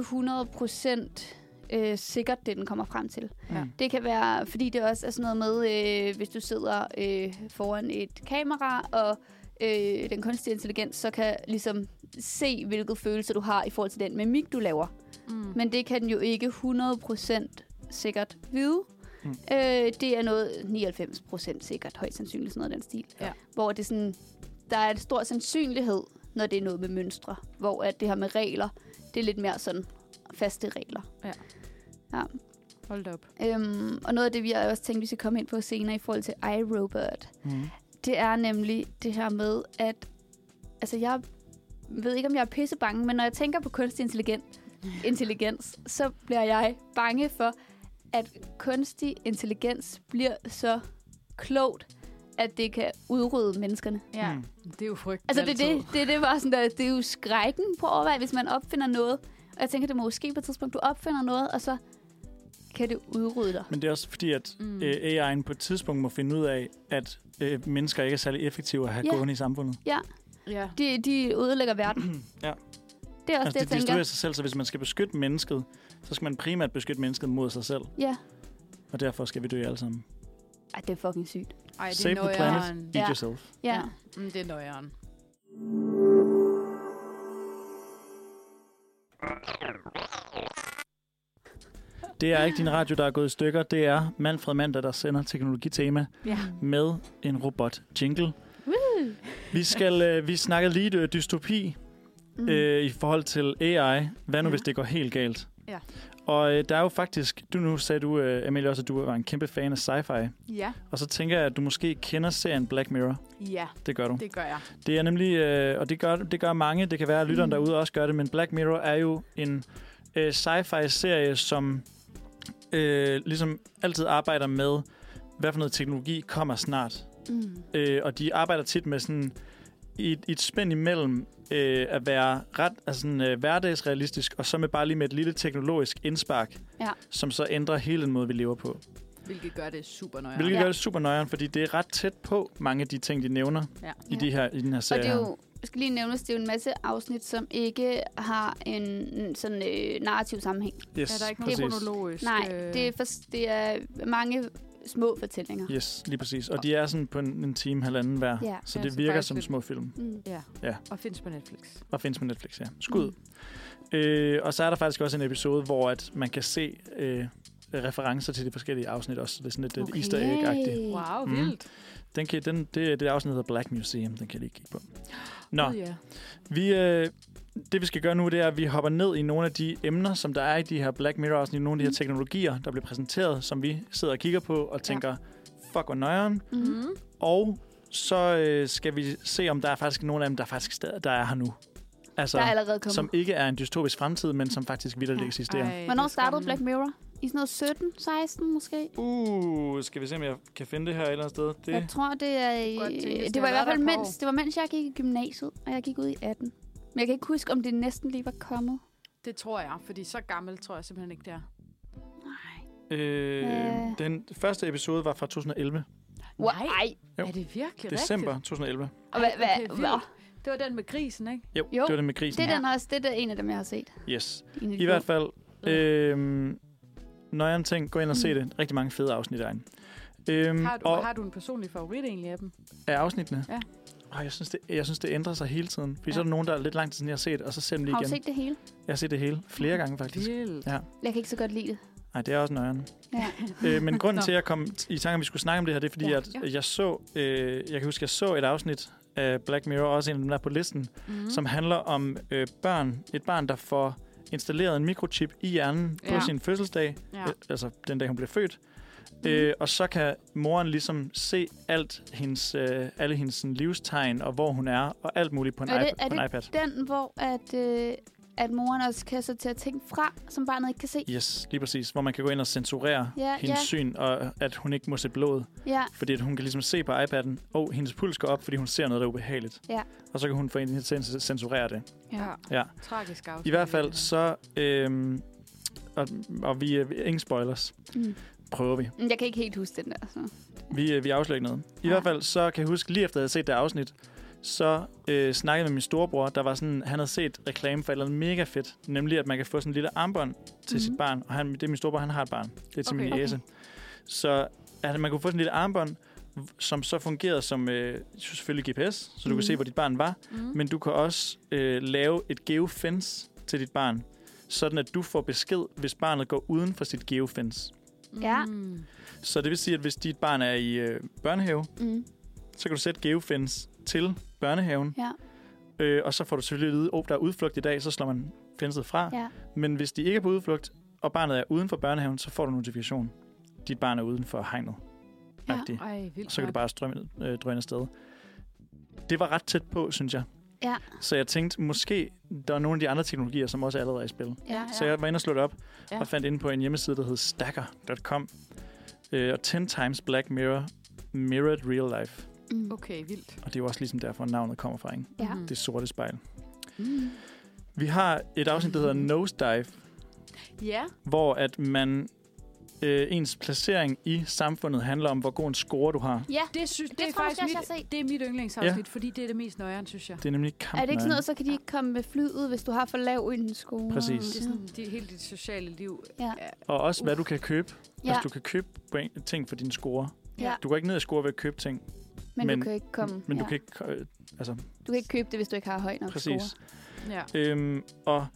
[SPEAKER 2] 100% øh, sikkert, det den kommer frem til.
[SPEAKER 4] Ja.
[SPEAKER 2] Det kan være, fordi det også er sådan noget med, øh, hvis du sidder øh, foran et kamera, og øh, den kunstige intelligens så kan ligesom se, hvilke følelser du har i forhold til den mimik, du laver.
[SPEAKER 4] Mm.
[SPEAKER 2] Men det kan den jo ikke 100% sikkert vide.
[SPEAKER 3] Mm.
[SPEAKER 2] Mm. Øh, det er noget 99% sikkert, højst sandsynligt sådan noget af den stil.
[SPEAKER 4] Ja.
[SPEAKER 2] Hvor det er sådan, der er en stor sandsynlighed, når det er noget med mønstre. Hvor at det her med regler, det er lidt mere sådan faste regler.
[SPEAKER 4] Hold da op.
[SPEAKER 2] Øhm, og noget af det, vi har også tænkt, vi skal komme ind på senere i forhold til iRobot,
[SPEAKER 3] Mm.
[SPEAKER 2] det er nemlig det her med, at... Altså, jeg ved ikke, om jeg er pissebange, men når jeg tænker på kunstig intelligens, intelligens så bliver jeg bange for, at kunstig intelligens bliver så klogt, at det kan udrydde menneskerne.
[SPEAKER 4] Ja,
[SPEAKER 3] Mm.
[SPEAKER 4] mm. det er jo frygten
[SPEAKER 2] Altså, det, er
[SPEAKER 4] altid.
[SPEAKER 2] det, det, er det var sådan der, det er jo skrækken på overvej, hvis man opfinder noget. Og jeg tænker, det må jo ske på et tidspunkt, du opfinder noget, og så kan det udrydde dig.
[SPEAKER 3] Men det er også fordi, at
[SPEAKER 4] Mm.
[SPEAKER 3] mm. AI'en på et tidspunkt må finde ud af, at øh, mennesker ikke er særlig effektive at have
[SPEAKER 2] Ja.
[SPEAKER 3] yeah. gående i samfundet.
[SPEAKER 4] Ja.
[SPEAKER 2] De, de ødelægger verden.
[SPEAKER 3] Ja.
[SPEAKER 2] Det er
[SPEAKER 3] Altså,
[SPEAKER 2] også altså, det,
[SPEAKER 3] det
[SPEAKER 2] jeg tænker.
[SPEAKER 3] destruerer sig selv, så hvis man skal beskytte mennesket, så skal man primært beskytte mennesket mod sig selv.
[SPEAKER 2] Ja.
[SPEAKER 3] Og derfor skal vi dø alle sammen.
[SPEAKER 2] Ej, det er fucking sygt.
[SPEAKER 4] Ej, det
[SPEAKER 3] Save
[SPEAKER 4] er
[SPEAKER 3] the planet,
[SPEAKER 4] nøjeren.
[SPEAKER 3] eat
[SPEAKER 2] Ja.
[SPEAKER 3] yourself.
[SPEAKER 2] Ja. ja.
[SPEAKER 4] Mm, det er nøjeren.
[SPEAKER 3] Det er ikke din radio, der er gået i stykker. Det er Manfred Mandag, der sender teknologitema
[SPEAKER 4] Ja.
[SPEAKER 3] med en robot-jingle. Vi, skal, øh, vi snakker lige øh, dystopi
[SPEAKER 2] Mm.
[SPEAKER 3] øh, i forhold til AI. Hvad nu, ja.
[SPEAKER 4] Ja.
[SPEAKER 3] hvis det går helt galt?
[SPEAKER 4] Ja.
[SPEAKER 3] Og øh, der er jo faktisk, du nu sagde du, øh, Amelie, også, at du var en kæmpe fan af sci-fi.
[SPEAKER 4] Ja.
[SPEAKER 3] Og så tænker jeg, at du måske kender serien Black Mirror.
[SPEAKER 4] Ja,
[SPEAKER 3] Det gør du.
[SPEAKER 4] det gør jeg.
[SPEAKER 3] Det er nemlig, øh, og det gør, det gør mange, det kan være, at lytteren
[SPEAKER 2] Mm.
[SPEAKER 3] derude også gør det, men Black Mirror er jo en øh, sci-fi-serie, som øh, ligesom altid arbejder med, hvad for noget teknologi kommer snart.
[SPEAKER 2] Mm.
[SPEAKER 3] Øh, og de arbejder tit med sådan i et, i et spænd imellem øh, at være ret altså sådan, øh, hverdagsrealistisk, og så med bare lige med et lille teknologisk indspark,
[SPEAKER 2] Ja.
[SPEAKER 3] som så ændrer hele den måde, vi lever på.
[SPEAKER 4] Hvilket gør det super nøjeren.
[SPEAKER 3] Hvilket
[SPEAKER 2] Ja.
[SPEAKER 3] gør det super nøjeren, fordi det er ret tæt på mange af de ting, de nævner
[SPEAKER 4] Ja.
[SPEAKER 3] i,
[SPEAKER 2] Ja.
[SPEAKER 3] de her, i den her
[SPEAKER 2] Og
[SPEAKER 3] serie.
[SPEAKER 2] det er
[SPEAKER 3] her.
[SPEAKER 2] jo, jeg skal lige nævnes, det er jo en masse afsnit, som ikke har en sådan øh, narrativ sammenhæng.
[SPEAKER 3] yes,
[SPEAKER 4] Ja, der er ikke noget
[SPEAKER 3] præcis.
[SPEAKER 4] kronologisk.
[SPEAKER 2] Nej,
[SPEAKER 4] øh,
[SPEAKER 2] det er, for, det er mange små fortællinger.
[SPEAKER 3] Yes, lige præcis. Og de er sådan på en, en time, halvanden hver.
[SPEAKER 2] Ja.
[SPEAKER 3] så
[SPEAKER 4] Ja,
[SPEAKER 3] det
[SPEAKER 4] så
[SPEAKER 3] virker
[SPEAKER 4] faktisk
[SPEAKER 3] som
[SPEAKER 4] lidt-
[SPEAKER 3] små film.
[SPEAKER 2] Mm.
[SPEAKER 4] Ja.
[SPEAKER 3] Ja.
[SPEAKER 4] Og findes på Netflix.
[SPEAKER 3] Og findes på Netflix, ja. Skud. Mm. Øh, og så er der faktisk også en episode, hvor at man kan se øh, referencer til de forskellige afsnit også. Så det er sådan lidt okay. et easter egg-agtigt.
[SPEAKER 4] Wow,
[SPEAKER 3] Mm.
[SPEAKER 4] vildt.
[SPEAKER 3] Den kan, den, det, det afsnit hedder Black Museum, den kan jeg lige kigge på. Nå,
[SPEAKER 4] Gud, Ja.
[SPEAKER 3] vi, øh, det vi skal gøre nu, det er, at vi hopper ned i nogle af de emner, som der er i de her Black Mirror-afsnit, nogle af de her
[SPEAKER 2] Mm.
[SPEAKER 3] teknologier, der bliver præsenteret, som vi sidder og kigger på og tænker, fuck, hvor nøjeren.
[SPEAKER 2] Mm.
[SPEAKER 4] Mm.
[SPEAKER 3] Og så øh, skal vi se, om der er faktisk nogle af dem, der faktisk stadig, der er her nu. Altså,
[SPEAKER 2] Der er allerede kommet.
[SPEAKER 3] som ikke er en dystopisk fremtid, men som faktisk vildt
[SPEAKER 2] Ja.
[SPEAKER 3] eksisterer.
[SPEAKER 4] Ej, det
[SPEAKER 2] Hvornår
[SPEAKER 4] er
[SPEAKER 2] startede
[SPEAKER 4] skræmmende.
[SPEAKER 2] Black Mirror? I sådan noget 17, 16 måske?
[SPEAKER 3] Uh, skal vi se, om jeg kan finde det her et eller andet sted.
[SPEAKER 2] Jeg tror, det er i...
[SPEAKER 4] Godt tænkt, hvis
[SPEAKER 2] det
[SPEAKER 4] det
[SPEAKER 2] var i
[SPEAKER 4] har
[SPEAKER 2] hvert
[SPEAKER 4] været
[SPEAKER 2] fald
[SPEAKER 4] der et par
[SPEAKER 2] mens, det var mens jeg gik i gymnasiet, og jeg gik ud i 18. Men jeg kan ikke huske, om det næsten lige var kommet.
[SPEAKER 4] Det tror jeg, fordi så gammel tror jeg simpelthen ikke, det er.
[SPEAKER 2] Nej.
[SPEAKER 3] Øh,
[SPEAKER 2] Øh.
[SPEAKER 3] Den første episode var fra 2011.
[SPEAKER 2] Wow.
[SPEAKER 4] Nej.
[SPEAKER 2] Ej.
[SPEAKER 3] Jo.
[SPEAKER 4] Er det virkelig
[SPEAKER 3] December
[SPEAKER 4] rigtigt?
[SPEAKER 3] 2011.
[SPEAKER 2] Og hvad, hvad,
[SPEAKER 4] okay,
[SPEAKER 2] hvad?
[SPEAKER 4] vildt. Det var den med grisen, ikke?
[SPEAKER 3] Jo,
[SPEAKER 2] Jo,
[SPEAKER 3] det var det med grisen.
[SPEAKER 2] Det er den også, det er en af dem, jeg har set.
[SPEAKER 3] Yes.
[SPEAKER 2] en af de
[SPEAKER 3] I hvert
[SPEAKER 2] få.
[SPEAKER 3] fald, øh, nøjeren ting, gå ind og se
[SPEAKER 2] Mm.
[SPEAKER 3] det. Rigtig mange fede afsnit derinde. Øhm,
[SPEAKER 4] Har du,
[SPEAKER 3] og
[SPEAKER 4] har du en personlig favorit egentlig af dem?
[SPEAKER 3] af afsnittene.
[SPEAKER 4] Ja.
[SPEAKER 3] Og jeg synes, det, jeg synes, det ændrer sig hele tiden. Fordi ja.
[SPEAKER 4] Ja.
[SPEAKER 3] så er der nogen, der er lidt lang tid siden, jeg har set, og så ser dem lige
[SPEAKER 2] Har du
[SPEAKER 3] igen.
[SPEAKER 2] set det hele?
[SPEAKER 3] Jeg har set det hele. Flere gange, faktisk.
[SPEAKER 4] Vildt.
[SPEAKER 3] Ja.
[SPEAKER 2] Jeg kan ikke så godt lide det.
[SPEAKER 3] Nej, det er også nøjeren.
[SPEAKER 2] Ja.
[SPEAKER 3] øh, men grunden
[SPEAKER 4] Nå.
[SPEAKER 3] til, at jeg kom i tanke om, at vi skulle snakke om det her, det er, fordi ja.
[SPEAKER 4] Ja.
[SPEAKER 3] at, at jeg så... Øh, jeg kan huske, jeg så et afsnit af Black Mirror, også en af dem, der er på listen,
[SPEAKER 4] Mm.
[SPEAKER 3] mm. som handler om øh, børn. Et barn, der får installeret en mikrochip i hjernen på
[SPEAKER 4] Ja.
[SPEAKER 3] sin fødselsdag.
[SPEAKER 4] ja.
[SPEAKER 3] ja. altså den dag, hun blev født. Mm. Øh, og så kan moren ligesom se alt hendes, øh, alle hendes sådan, livstegn, og hvor hun er, og alt muligt på en,
[SPEAKER 2] Er det-
[SPEAKER 3] iPad,
[SPEAKER 2] er
[SPEAKER 3] på en iPad.
[SPEAKER 2] Den, hvor at, øh, at moren også kan så til at tænke fra, som barnet ikke kan se.
[SPEAKER 3] Yes, lige præcis. Hvor man kan gå ind og censurere
[SPEAKER 2] Ja,
[SPEAKER 3] hendes
[SPEAKER 2] ja.
[SPEAKER 3] syn, og at hun ikke må se blod.
[SPEAKER 2] Ja,
[SPEAKER 3] Fordi at hun kan ligesom se på iPad'en, og hendes puls går op, fordi hun ser noget, der er ubehageligt.
[SPEAKER 2] Ja.
[SPEAKER 3] Og så kan hun få en til at censurere det.
[SPEAKER 4] ja.
[SPEAKER 3] Ja.
[SPEAKER 4] Tragisk afsnit.
[SPEAKER 3] I hvert fald så... Øh, og, og vi, øh, ingen spoilers.
[SPEAKER 2] Mm.
[SPEAKER 3] Prøver vi.
[SPEAKER 2] Men jeg kan ikke helt huske den der. Så.
[SPEAKER 3] Vi, øh, vi afslører ikke noget. I
[SPEAKER 2] Nej.
[SPEAKER 3] hvert fald, så kan jeg huske, lige efter jeg havde set det afsnit, så øh, snakkede jeg med min storebror, der var sådan, han havde set reklame for et eller andet mega fedt, nemlig at man kan få sådan en lille armbånd til mm. sit
[SPEAKER 2] Mhm.
[SPEAKER 3] barn, og han, det er min storebror, han har et barn. Det er til
[SPEAKER 4] Okay.
[SPEAKER 3] min jæse.
[SPEAKER 2] Okay.
[SPEAKER 3] Så at man kunne få sådan en lille armbånd, v- som så fungerede som øh, selvfølgelig GPS, så du mm.
[SPEAKER 2] Mhm.
[SPEAKER 3] kunne se, hvor dit barn var,
[SPEAKER 4] Mm.
[SPEAKER 3] men du kan også øh, lave et geofence til dit barn, sådan at du får besked, hvis barnet går uden for sit geofence.
[SPEAKER 2] Ja.
[SPEAKER 4] Mm.
[SPEAKER 3] Så det vil sige, at hvis dit barn er i øh, børnehave,
[SPEAKER 2] Mm.
[SPEAKER 3] så kan du sætte geofence til børnehaven,
[SPEAKER 2] Ja,
[SPEAKER 3] øh, og så får du selvfølgelig at vide, at oh, der er udflugt i dag, så slår man fenset fra.
[SPEAKER 2] ja.
[SPEAKER 3] Men hvis de ikke er på udflugt, og barnet er uden for børnehaven, så får du en notifikation. Dit barn er uden for hegnet.
[SPEAKER 2] Ja,
[SPEAKER 3] Agtigt.
[SPEAKER 4] Ej, vildt.
[SPEAKER 3] Og så kan du
[SPEAKER 4] nok.
[SPEAKER 3] bare strømme, øh, drøne afsted. Det var ret tæt på, synes jeg.
[SPEAKER 2] Ja.
[SPEAKER 3] Så jeg tænkte, måske der er nogle af de andre teknologier, som også allerede er i spil. Ja.
[SPEAKER 2] Ja,
[SPEAKER 3] Så jeg var inde og slå det op, ja.
[SPEAKER 4] Ja.
[SPEAKER 3] og fandt inde på en hjemmeside, der hed stacker.com. Øh, og 10 times Black Mirror, mirrored real life.
[SPEAKER 2] Mm.
[SPEAKER 4] Okay, vildt.
[SPEAKER 3] Og det er jo også ligesom derfor, navnet kommer fra, ikke?
[SPEAKER 2] Ja.
[SPEAKER 4] Mm.
[SPEAKER 3] Det sorte spejl.
[SPEAKER 4] Mm.
[SPEAKER 3] Vi har et afsnit, der hedder Nosedive,
[SPEAKER 4] Ja.
[SPEAKER 3] hvor at man øh, ens placering i samfundet handler om, hvor god en score du har.
[SPEAKER 2] ja.
[SPEAKER 4] Det, synes, det,
[SPEAKER 2] Det
[SPEAKER 4] er
[SPEAKER 2] tror jeg også,
[SPEAKER 4] faktisk
[SPEAKER 2] jeg
[SPEAKER 4] mit,
[SPEAKER 2] har set.
[SPEAKER 4] det er mit yndlingsafsnit, ja. fordi det er det mest nøjeren, synes jeg.
[SPEAKER 3] Det er nemlig kamp.
[SPEAKER 2] Er det ikke sådan noget, så kan de ikke komme med flyet, hvis du har for lav i en skole?
[SPEAKER 3] Præcis.
[SPEAKER 2] Mm.
[SPEAKER 4] Det er sådan, det er helt dit sociale liv.
[SPEAKER 2] Ja.
[SPEAKER 3] Og også, hvad du kan købe. Ja.
[SPEAKER 2] Ja,
[SPEAKER 3] Altså, du kan købe point- ting for din score.
[SPEAKER 2] ja.
[SPEAKER 3] Du går ikke ned og score ved at købe ting,
[SPEAKER 2] Men,
[SPEAKER 3] men-
[SPEAKER 2] du kan ikke komme.
[SPEAKER 3] men
[SPEAKER 2] ja.
[SPEAKER 3] du kan ikke... øh, Altså,
[SPEAKER 2] du kan ikke købe det, hvis du ikke har høj nok
[SPEAKER 3] præcis.
[SPEAKER 2] score.
[SPEAKER 4] Ja.
[SPEAKER 3] Øhm, og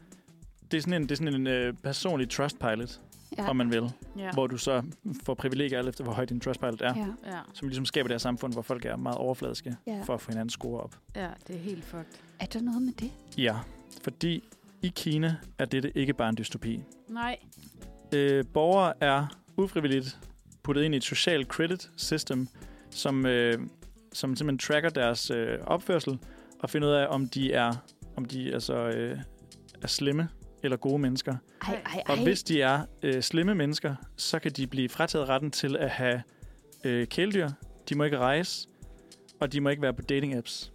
[SPEAKER 3] det er sådan en, det er sådan en øh, personlig trustpilot,
[SPEAKER 2] Ja.
[SPEAKER 3] ja. om man vil.
[SPEAKER 4] Ja.
[SPEAKER 3] Ja. Hvor du så får privilegier alt efter, hvor høj din trustpilot er. Ja.
[SPEAKER 2] ja.
[SPEAKER 4] ja.
[SPEAKER 3] Som ligesom skaber det her samfund, hvor folk er meget overfladiske
[SPEAKER 2] Ja.
[SPEAKER 3] ja. for at få hinandens score op.
[SPEAKER 4] Ja, det er helt fucked.
[SPEAKER 2] Er der noget med det?
[SPEAKER 3] Ja, fordi i Kina er dette ikke bare en dystopi.
[SPEAKER 4] Nej.
[SPEAKER 3] Øh, borgere er ufrivilligt puttet ind i et social credit system, som, øh, som simpelthen tracker deres øh, opførsel og finder ud af, om de er, om de altså, øh, er slemme eller gode mennesker.
[SPEAKER 2] Ej, ej,
[SPEAKER 3] Og
[SPEAKER 2] ej.
[SPEAKER 3] hvis de er øh, slemme mennesker, så kan de blive frataget retten til at have øh, kæledyr. De må ikke rejse, og de må ikke være på dating-apps.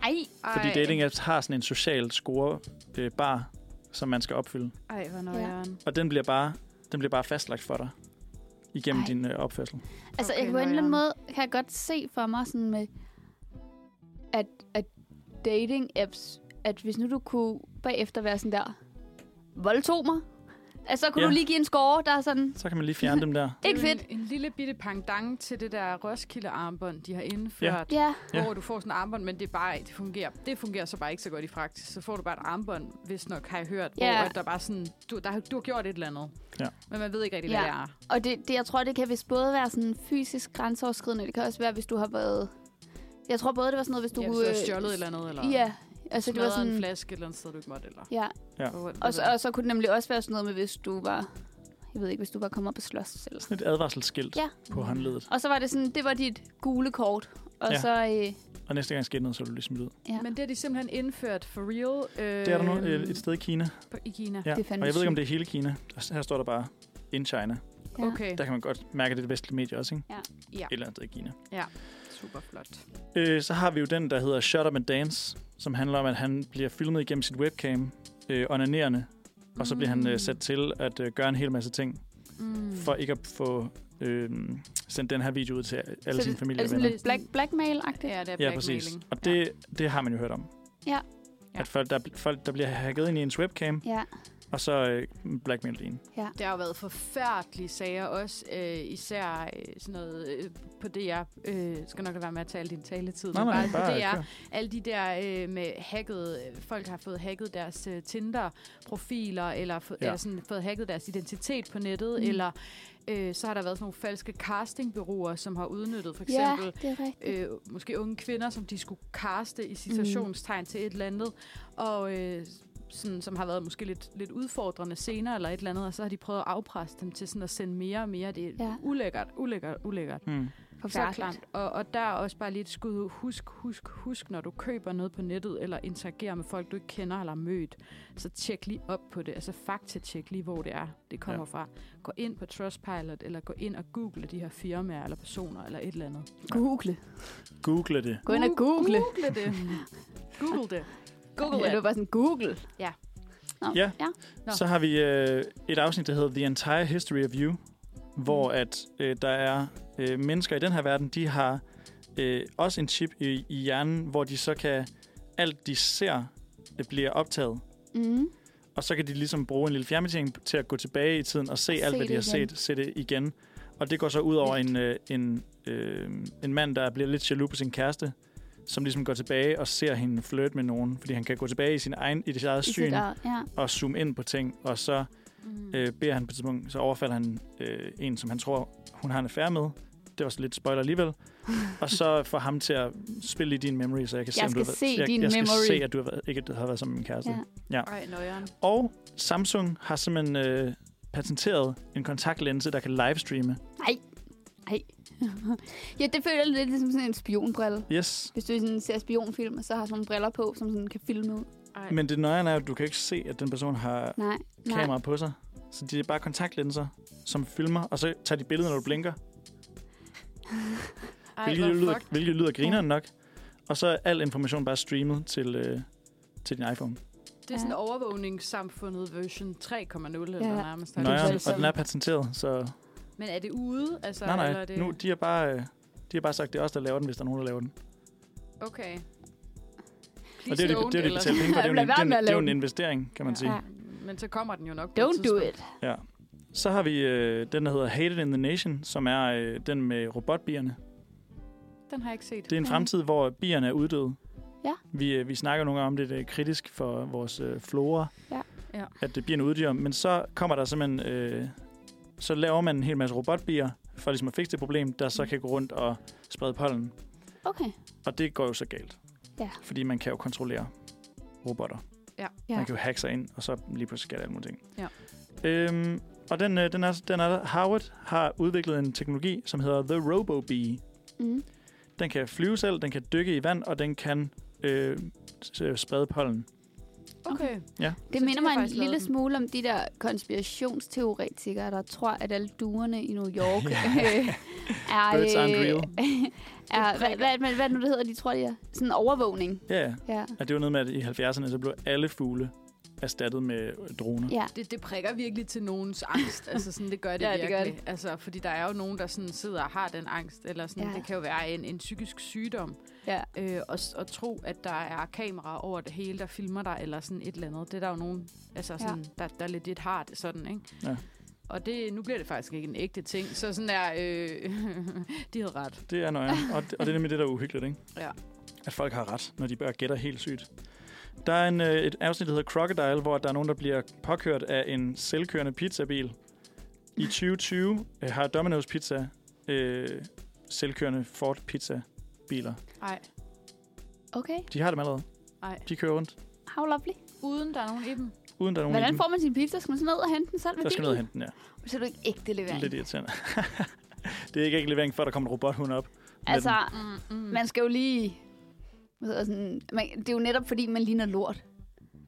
[SPEAKER 2] Nej.
[SPEAKER 3] Fordi
[SPEAKER 4] Ej.
[SPEAKER 3] dating apps har sådan en social score øh, bar, som man skal opfylde.
[SPEAKER 4] Ej, hvor nøjeren.
[SPEAKER 3] Og den bliver bare, den bliver bare fastlagt for dig igennem
[SPEAKER 2] Ej.
[SPEAKER 3] Ej. din øh, opførsel.
[SPEAKER 2] Altså, okay, jeg kan
[SPEAKER 4] Okay,
[SPEAKER 2] på en
[SPEAKER 4] nøjeren.
[SPEAKER 2] eller anden måde kan jeg godt se for mig sådan med, at, at dating apps, at hvis nu du kunne bagefter være sådan der, voldtog mig, altså, så kunne
[SPEAKER 3] Ja.
[SPEAKER 2] du lige give en score, der er sådan,
[SPEAKER 3] Så kan man lige fjerne dem der.
[SPEAKER 4] Det er
[SPEAKER 2] ikke
[SPEAKER 4] jo
[SPEAKER 2] fedt.
[SPEAKER 4] En, en lille bitte pangdang til det der Roskilde-armbånd, de har indført.
[SPEAKER 2] Ja,
[SPEAKER 4] Ja. Hvor du får sådan en armbånd, men det, er bare, det, fungerer, det fungerer så bare ikke så godt i praksis. Så får du bare et armbånd, hvis nok har jeg hørt, ja.
[SPEAKER 2] Ja.
[SPEAKER 4] hvor at der bare sådan, du, der, du har gjort et eller andet.
[SPEAKER 3] Ja.
[SPEAKER 4] Men man ved ikke rigtig,
[SPEAKER 2] Ja.
[SPEAKER 4] hvad det er.
[SPEAKER 2] og det, det, jeg tror, det kan vist både være sådan fysisk grænseoverskridende, det kan også være, hvis du har været... Jeg tror både, det var sådan noget, hvis du...
[SPEAKER 4] Du, ja, hvis du har
[SPEAKER 2] øh,
[SPEAKER 4] stjålet et eller andet, eller
[SPEAKER 2] Ja, altså det var
[SPEAKER 4] smadret en Altså-
[SPEAKER 2] sådan...
[SPEAKER 4] flaske et eller andet sted, du ikke måtte, eller...
[SPEAKER 2] Ja,
[SPEAKER 3] Ja.
[SPEAKER 4] Hvor-
[SPEAKER 2] og så, og så kunne det nemlig også være sådan noget med, hvis du var... Jeg ved ikke, hvis du var kommet op og slås eller
[SPEAKER 3] Sådan et advarselsskilt
[SPEAKER 2] Ja.
[SPEAKER 3] ja. på håndledet.
[SPEAKER 2] Og så var det sådan, det var dit gule kort. Og ja.
[SPEAKER 3] Ja.
[SPEAKER 2] så... Øh,
[SPEAKER 3] Og næste gang sker noget, så er du ligesom ud.
[SPEAKER 2] ja.
[SPEAKER 4] Men det har de simpelthen indført for real øh,
[SPEAKER 3] Det er der nu øh, et sted i Kina.
[SPEAKER 4] på, i Kina.
[SPEAKER 3] Ja.
[SPEAKER 2] Det er fandme
[SPEAKER 3] Og jeg ved ikke, om
[SPEAKER 2] sygt.
[SPEAKER 3] det er hele Kina. Og Her står der bare in China.
[SPEAKER 2] Ja.
[SPEAKER 4] Okay,
[SPEAKER 3] Der kan man godt mærke, at det er det vestlige medie også, ikke?
[SPEAKER 2] Øh. Ja.
[SPEAKER 4] Ja.
[SPEAKER 3] Et eller andet sted i Kina.
[SPEAKER 4] super flot.
[SPEAKER 3] Øh, så har vi jo den, der hedder Shut Up and Dance, som handler om, at han bliver filmet igennem sit webcam, øh, onanerende, og så bliver han
[SPEAKER 2] Mm.
[SPEAKER 3] øh, sat til at øh, gøre en hel masse ting.
[SPEAKER 4] mm.
[SPEAKER 3] for ikke at få øh, sendt den her video ud til alle
[SPEAKER 2] så
[SPEAKER 3] sine
[SPEAKER 2] det- Er
[SPEAKER 3] familier.
[SPEAKER 2] det sådan
[SPEAKER 3] venner.
[SPEAKER 2] lidt black, blackmail-agtigt?
[SPEAKER 4] Ja, det er
[SPEAKER 3] ja, præcis.
[SPEAKER 4] blackmailing.
[SPEAKER 3] Og det, det har man jo hørt om.
[SPEAKER 2] Ja.
[SPEAKER 3] At folk der, folk, der bliver hacket ind i ens webcam,
[SPEAKER 2] Ja.
[SPEAKER 3] og så øh, blackmail det ene.
[SPEAKER 4] Der har jo været forfærdelige sager også, øh, især øh, sådan noget øh, på DR. Øh, skal nok lade være med at tale din taletid.
[SPEAKER 3] Nej,
[SPEAKER 4] men
[SPEAKER 3] nej,
[SPEAKER 4] på DR.
[SPEAKER 3] bare kør.
[SPEAKER 4] Alle de der øh, med hacket, øh, folk har fået hacket deres øh, Tinder-profiler, eller, få,
[SPEAKER 3] Ja.
[SPEAKER 4] ja. eller sådan, fået hacket deres identitet på nettet,
[SPEAKER 2] Mm.
[SPEAKER 4] mm. eller øh, så har der været sådan nogle falske castingbyråer, som har udnyttet for
[SPEAKER 2] ja,
[SPEAKER 4] eksempel
[SPEAKER 2] det er rigtigt.
[SPEAKER 4] øh, måske unge kvinder, som de skulle kaste i citationstegn mm. til et eller andet, og øh, sådan, som har været måske lidt, lidt udfordrende senere eller et eller andet, og så har de prøvet at afpresse dem til sådan at sende mere og mere. Det er
[SPEAKER 2] Ja.
[SPEAKER 4] ja. ulækkert, ulækkert, ulækkert.
[SPEAKER 3] Mm.
[SPEAKER 4] Så
[SPEAKER 2] Forfærdeligt.
[SPEAKER 4] klamt. Og, og der er også bare lige et skud. ud. Husk, husk, husk, når du køber noget på nettet, eller interagerer med folk, du ikke kender eller har mødt, så tjek lige op på det. Altså faktatjek lige, hvor det er, det kommer
[SPEAKER 3] Ja.
[SPEAKER 4] ja. fra. Gå ind på Trustpilot, eller gå ind og google de her firmaer, eller personer, eller et eller andet.
[SPEAKER 2] Google.
[SPEAKER 3] Google det.
[SPEAKER 2] Gå ind og google.
[SPEAKER 4] Google det. Google det. Google
[SPEAKER 2] Ja, det
[SPEAKER 4] det.
[SPEAKER 2] var bare sådan, Google.
[SPEAKER 4] Ja.
[SPEAKER 2] Nå,
[SPEAKER 3] Ja.
[SPEAKER 2] ja.
[SPEAKER 4] Nå.
[SPEAKER 3] Så har vi øh, et afsnit, der hedder The Entire History of You, hvor at øh, der er øh, mennesker i den her verden, de har øh, også en chip i, i hjernen, hvor de så kan, alt de ser, det bliver optaget.
[SPEAKER 2] Mm.
[SPEAKER 3] Og så kan de ligesom bruge en lille fjernbetjening til at gå tilbage i tiden og se
[SPEAKER 2] Og
[SPEAKER 3] alt,
[SPEAKER 2] se
[SPEAKER 3] hvad de
[SPEAKER 2] det
[SPEAKER 3] har
[SPEAKER 2] igen.
[SPEAKER 3] set, se det igen. Og det går så ud over en, øh, en, øh, en mand, der bliver lidt jaloux på sin kæreste, som ligesom går tilbage og ser hende flirte med nogen, fordi han kan gå tilbage i sin egen, i sit eget
[SPEAKER 2] I
[SPEAKER 3] syn
[SPEAKER 2] sit eget- Ja.
[SPEAKER 3] og zoome ind på ting, og så
[SPEAKER 4] Mm.
[SPEAKER 3] øh, beder han på et tidspunkt, så overfalder han øh, en, som han tror, hun har en affære med. Det var så lidt spoiler alligevel. og så får ham til at spille i din memory, så jeg kan se,
[SPEAKER 2] Jeg
[SPEAKER 3] om du har
[SPEAKER 2] skal
[SPEAKER 3] været-
[SPEAKER 2] se din
[SPEAKER 3] jeg, jeg
[SPEAKER 2] memory.
[SPEAKER 3] skal se, at du har været, ikke at du har været sammen med min kæreste.
[SPEAKER 2] Ja.
[SPEAKER 3] Ja.
[SPEAKER 4] Ej, nøjeren.
[SPEAKER 3] Og Samsung har simpelthen øh, patenteret en kontaktlinse, der kan livestreame.
[SPEAKER 2] Nej. Nej. ja, det føler jeg lidt ligesom sådan en spionbrille.
[SPEAKER 3] Yes.
[SPEAKER 2] Hvis du sådan ser spionfilm, og så har sådan nogle briller på, som sådan kan filme ud.
[SPEAKER 4] Ej.
[SPEAKER 3] Men det nøjerne er, at du kan ikke se, at den person har
[SPEAKER 2] Nej, nej.
[SPEAKER 3] kamera på sig. Så de er bare kontaktlinser, som filmer, og så tager de billeder, når du blinker.
[SPEAKER 4] Ej,
[SPEAKER 3] Hvilket,
[SPEAKER 4] hvor
[SPEAKER 3] jo lyder,
[SPEAKER 4] fucked.
[SPEAKER 3] hvilket lyder grineren nok. Og så er al information bare streamet til, øh, til din iPhone.
[SPEAKER 4] Det er sådan overvågningssamfundet version 3,0 eller
[SPEAKER 2] Ja.
[SPEAKER 4] nærmest.
[SPEAKER 2] er
[SPEAKER 3] Nøjeren,
[SPEAKER 2] voldsomt.
[SPEAKER 3] og den er patenteret, så...
[SPEAKER 4] Men er det ude? Altså,
[SPEAKER 3] Nej,
[SPEAKER 4] Eller
[SPEAKER 3] nej,
[SPEAKER 4] er det...
[SPEAKER 3] nu, de har bare... øh, De har bare sagt, det er os, der laver den, hvis der er nogen, der laver den.
[SPEAKER 4] Okay.
[SPEAKER 3] og det er jo det, det, er jo det, de betaler penge for. Det er jo
[SPEAKER 2] Lad
[SPEAKER 3] en, det
[SPEAKER 2] være
[SPEAKER 3] er en,
[SPEAKER 2] med at
[SPEAKER 3] det er jo
[SPEAKER 2] lave
[SPEAKER 3] en
[SPEAKER 2] den.
[SPEAKER 3] investering, kan man
[SPEAKER 4] Ja.
[SPEAKER 3] sige.
[SPEAKER 2] Ja.
[SPEAKER 4] Men så kommer den jo nok på et
[SPEAKER 2] Don't do
[SPEAKER 4] tidspunkt.
[SPEAKER 2] it.
[SPEAKER 3] Ja. Så har vi øh, den, der hedder Hated in the Nation, som er øh, den med robotbierne.
[SPEAKER 4] Den har jeg ikke set.
[SPEAKER 3] Det er en
[SPEAKER 2] Ja.
[SPEAKER 3] fremtid, hvor bierne er uddøde.
[SPEAKER 2] Ja.
[SPEAKER 3] Vi, øh, vi snakker nogle gange om det, det er kritisk for vores øh, flora,
[SPEAKER 2] Ja.
[SPEAKER 4] Ja.
[SPEAKER 3] at det bierne uddyrer. Men så kommer der simpelthen... Øh, så laver man en hel masse robotbier, for ligesom at fikse det problem, der så
[SPEAKER 4] Mm.
[SPEAKER 3] kan gå rundt og sprede pollen.
[SPEAKER 2] Okay.
[SPEAKER 3] Og det går jo så galt.
[SPEAKER 2] Ja.
[SPEAKER 3] Fordi man kan jo kontrollere robotter.
[SPEAKER 2] Ja.
[SPEAKER 3] Man kan jo hacke sig ind, og så lige pludselig sker der alle mulige ting.
[SPEAKER 4] Ja.
[SPEAKER 3] Øhm, og den, øh, den, er, den er der. Harvard har udviklet en teknologi, som hedder The Robo Bee.
[SPEAKER 2] Mm.
[SPEAKER 3] Den kan flyve selv, den kan dykke i vand, og den kan øh, s- øh, sprede pollen.
[SPEAKER 4] Okay.
[SPEAKER 2] Det
[SPEAKER 4] Så
[SPEAKER 2] minder
[SPEAKER 4] de har
[SPEAKER 2] mig en
[SPEAKER 4] faktisk lavet
[SPEAKER 2] lille
[SPEAKER 4] den.
[SPEAKER 2] smule om de der konspirationsteoretikere, der tror, at alle duerne i New York
[SPEAKER 3] Ja.
[SPEAKER 2] øh, er...
[SPEAKER 3] Birds aren't
[SPEAKER 2] øh,
[SPEAKER 3] real.
[SPEAKER 2] er hvad, hvad, hvad, hvad nu det hedder, de tror, det er? Sådan en overvågning.
[SPEAKER 3] Ja, ja.
[SPEAKER 2] Ja.
[SPEAKER 3] Og det var noget med, at i 70'erne, så blev alle fugle erstattet med øh, droner.
[SPEAKER 2] ja.
[SPEAKER 4] Det, det prikker virkelig til nogens angst. altså sådan, det gør det
[SPEAKER 2] Ja, det
[SPEAKER 4] virkelig.
[SPEAKER 2] gør
[SPEAKER 4] det. Altså, fordi der er jo nogen, der sådan sidder og har den angst. Eller sådan,
[SPEAKER 2] Ja.
[SPEAKER 4] ja. Det kan jo være en, en psykisk sygdom.
[SPEAKER 2] Ja.
[SPEAKER 4] Øh, og, s- og tro, at der er kameraer over det hele, der filmer dig, eller sådan et eller andet. Det er der jo nogen, altså sådan, ja. der, der legit har det sådan, ikke?
[SPEAKER 3] Ja.
[SPEAKER 4] Og det, nu bliver det faktisk ikke en ægte ting. Så sådan der, øh, de havde ret.
[SPEAKER 3] Det er nøjeren, og, og det er nemlig det, der er uhyggeligt, ikke?
[SPEAKER 4] Ja.
[SPEAKER 3] At folk har ret, når de bare gætter helt sygt. Der er en, øh, et afsnit, der hedder Crocodile, hvor der er nogen, der bliver påkørt af en selvkørende pizzabil. I 2020 øh, har Domino's Pizza øh, selvkørende Ford Pizza-biler.
[SPEAKER 4] Nej,
[SPEAKER 2] Okay.
[SPEAKER 3] De har dem allerede.
[SPEAKER 4] nej.
[SPEAKER 3] De kører rundt,
[SPEAKER 2] How lovely.
[SPEAKER 4] Uden der er nogen i dem.
[SPEAKER 3] uden der er nogen i
[SPEAKER 2] Hvordan
[SPEAKER 3] dem.
[SPEAKER 2] får man sin pizza? Skal man så ned og hente den selv med
[SPEAKER 3] Der skal ned og hente den, ja.
[SPEAKER 2] hente. Så er du ikke ægte
[SPEAKER 3] Det er
[SPEAKER 2] levering.
[SPEAKER 3] lidt irriterende. det er ikke ikke levering, før der kommer en robothund op. med
[SPEAKER 2] Altså,
[SPEAKER 4] Mm, mm.
[SPEAKER 2] man skal jo lige... hvad hedder Sådan, man, det er jo netop, fordi man ligner lort.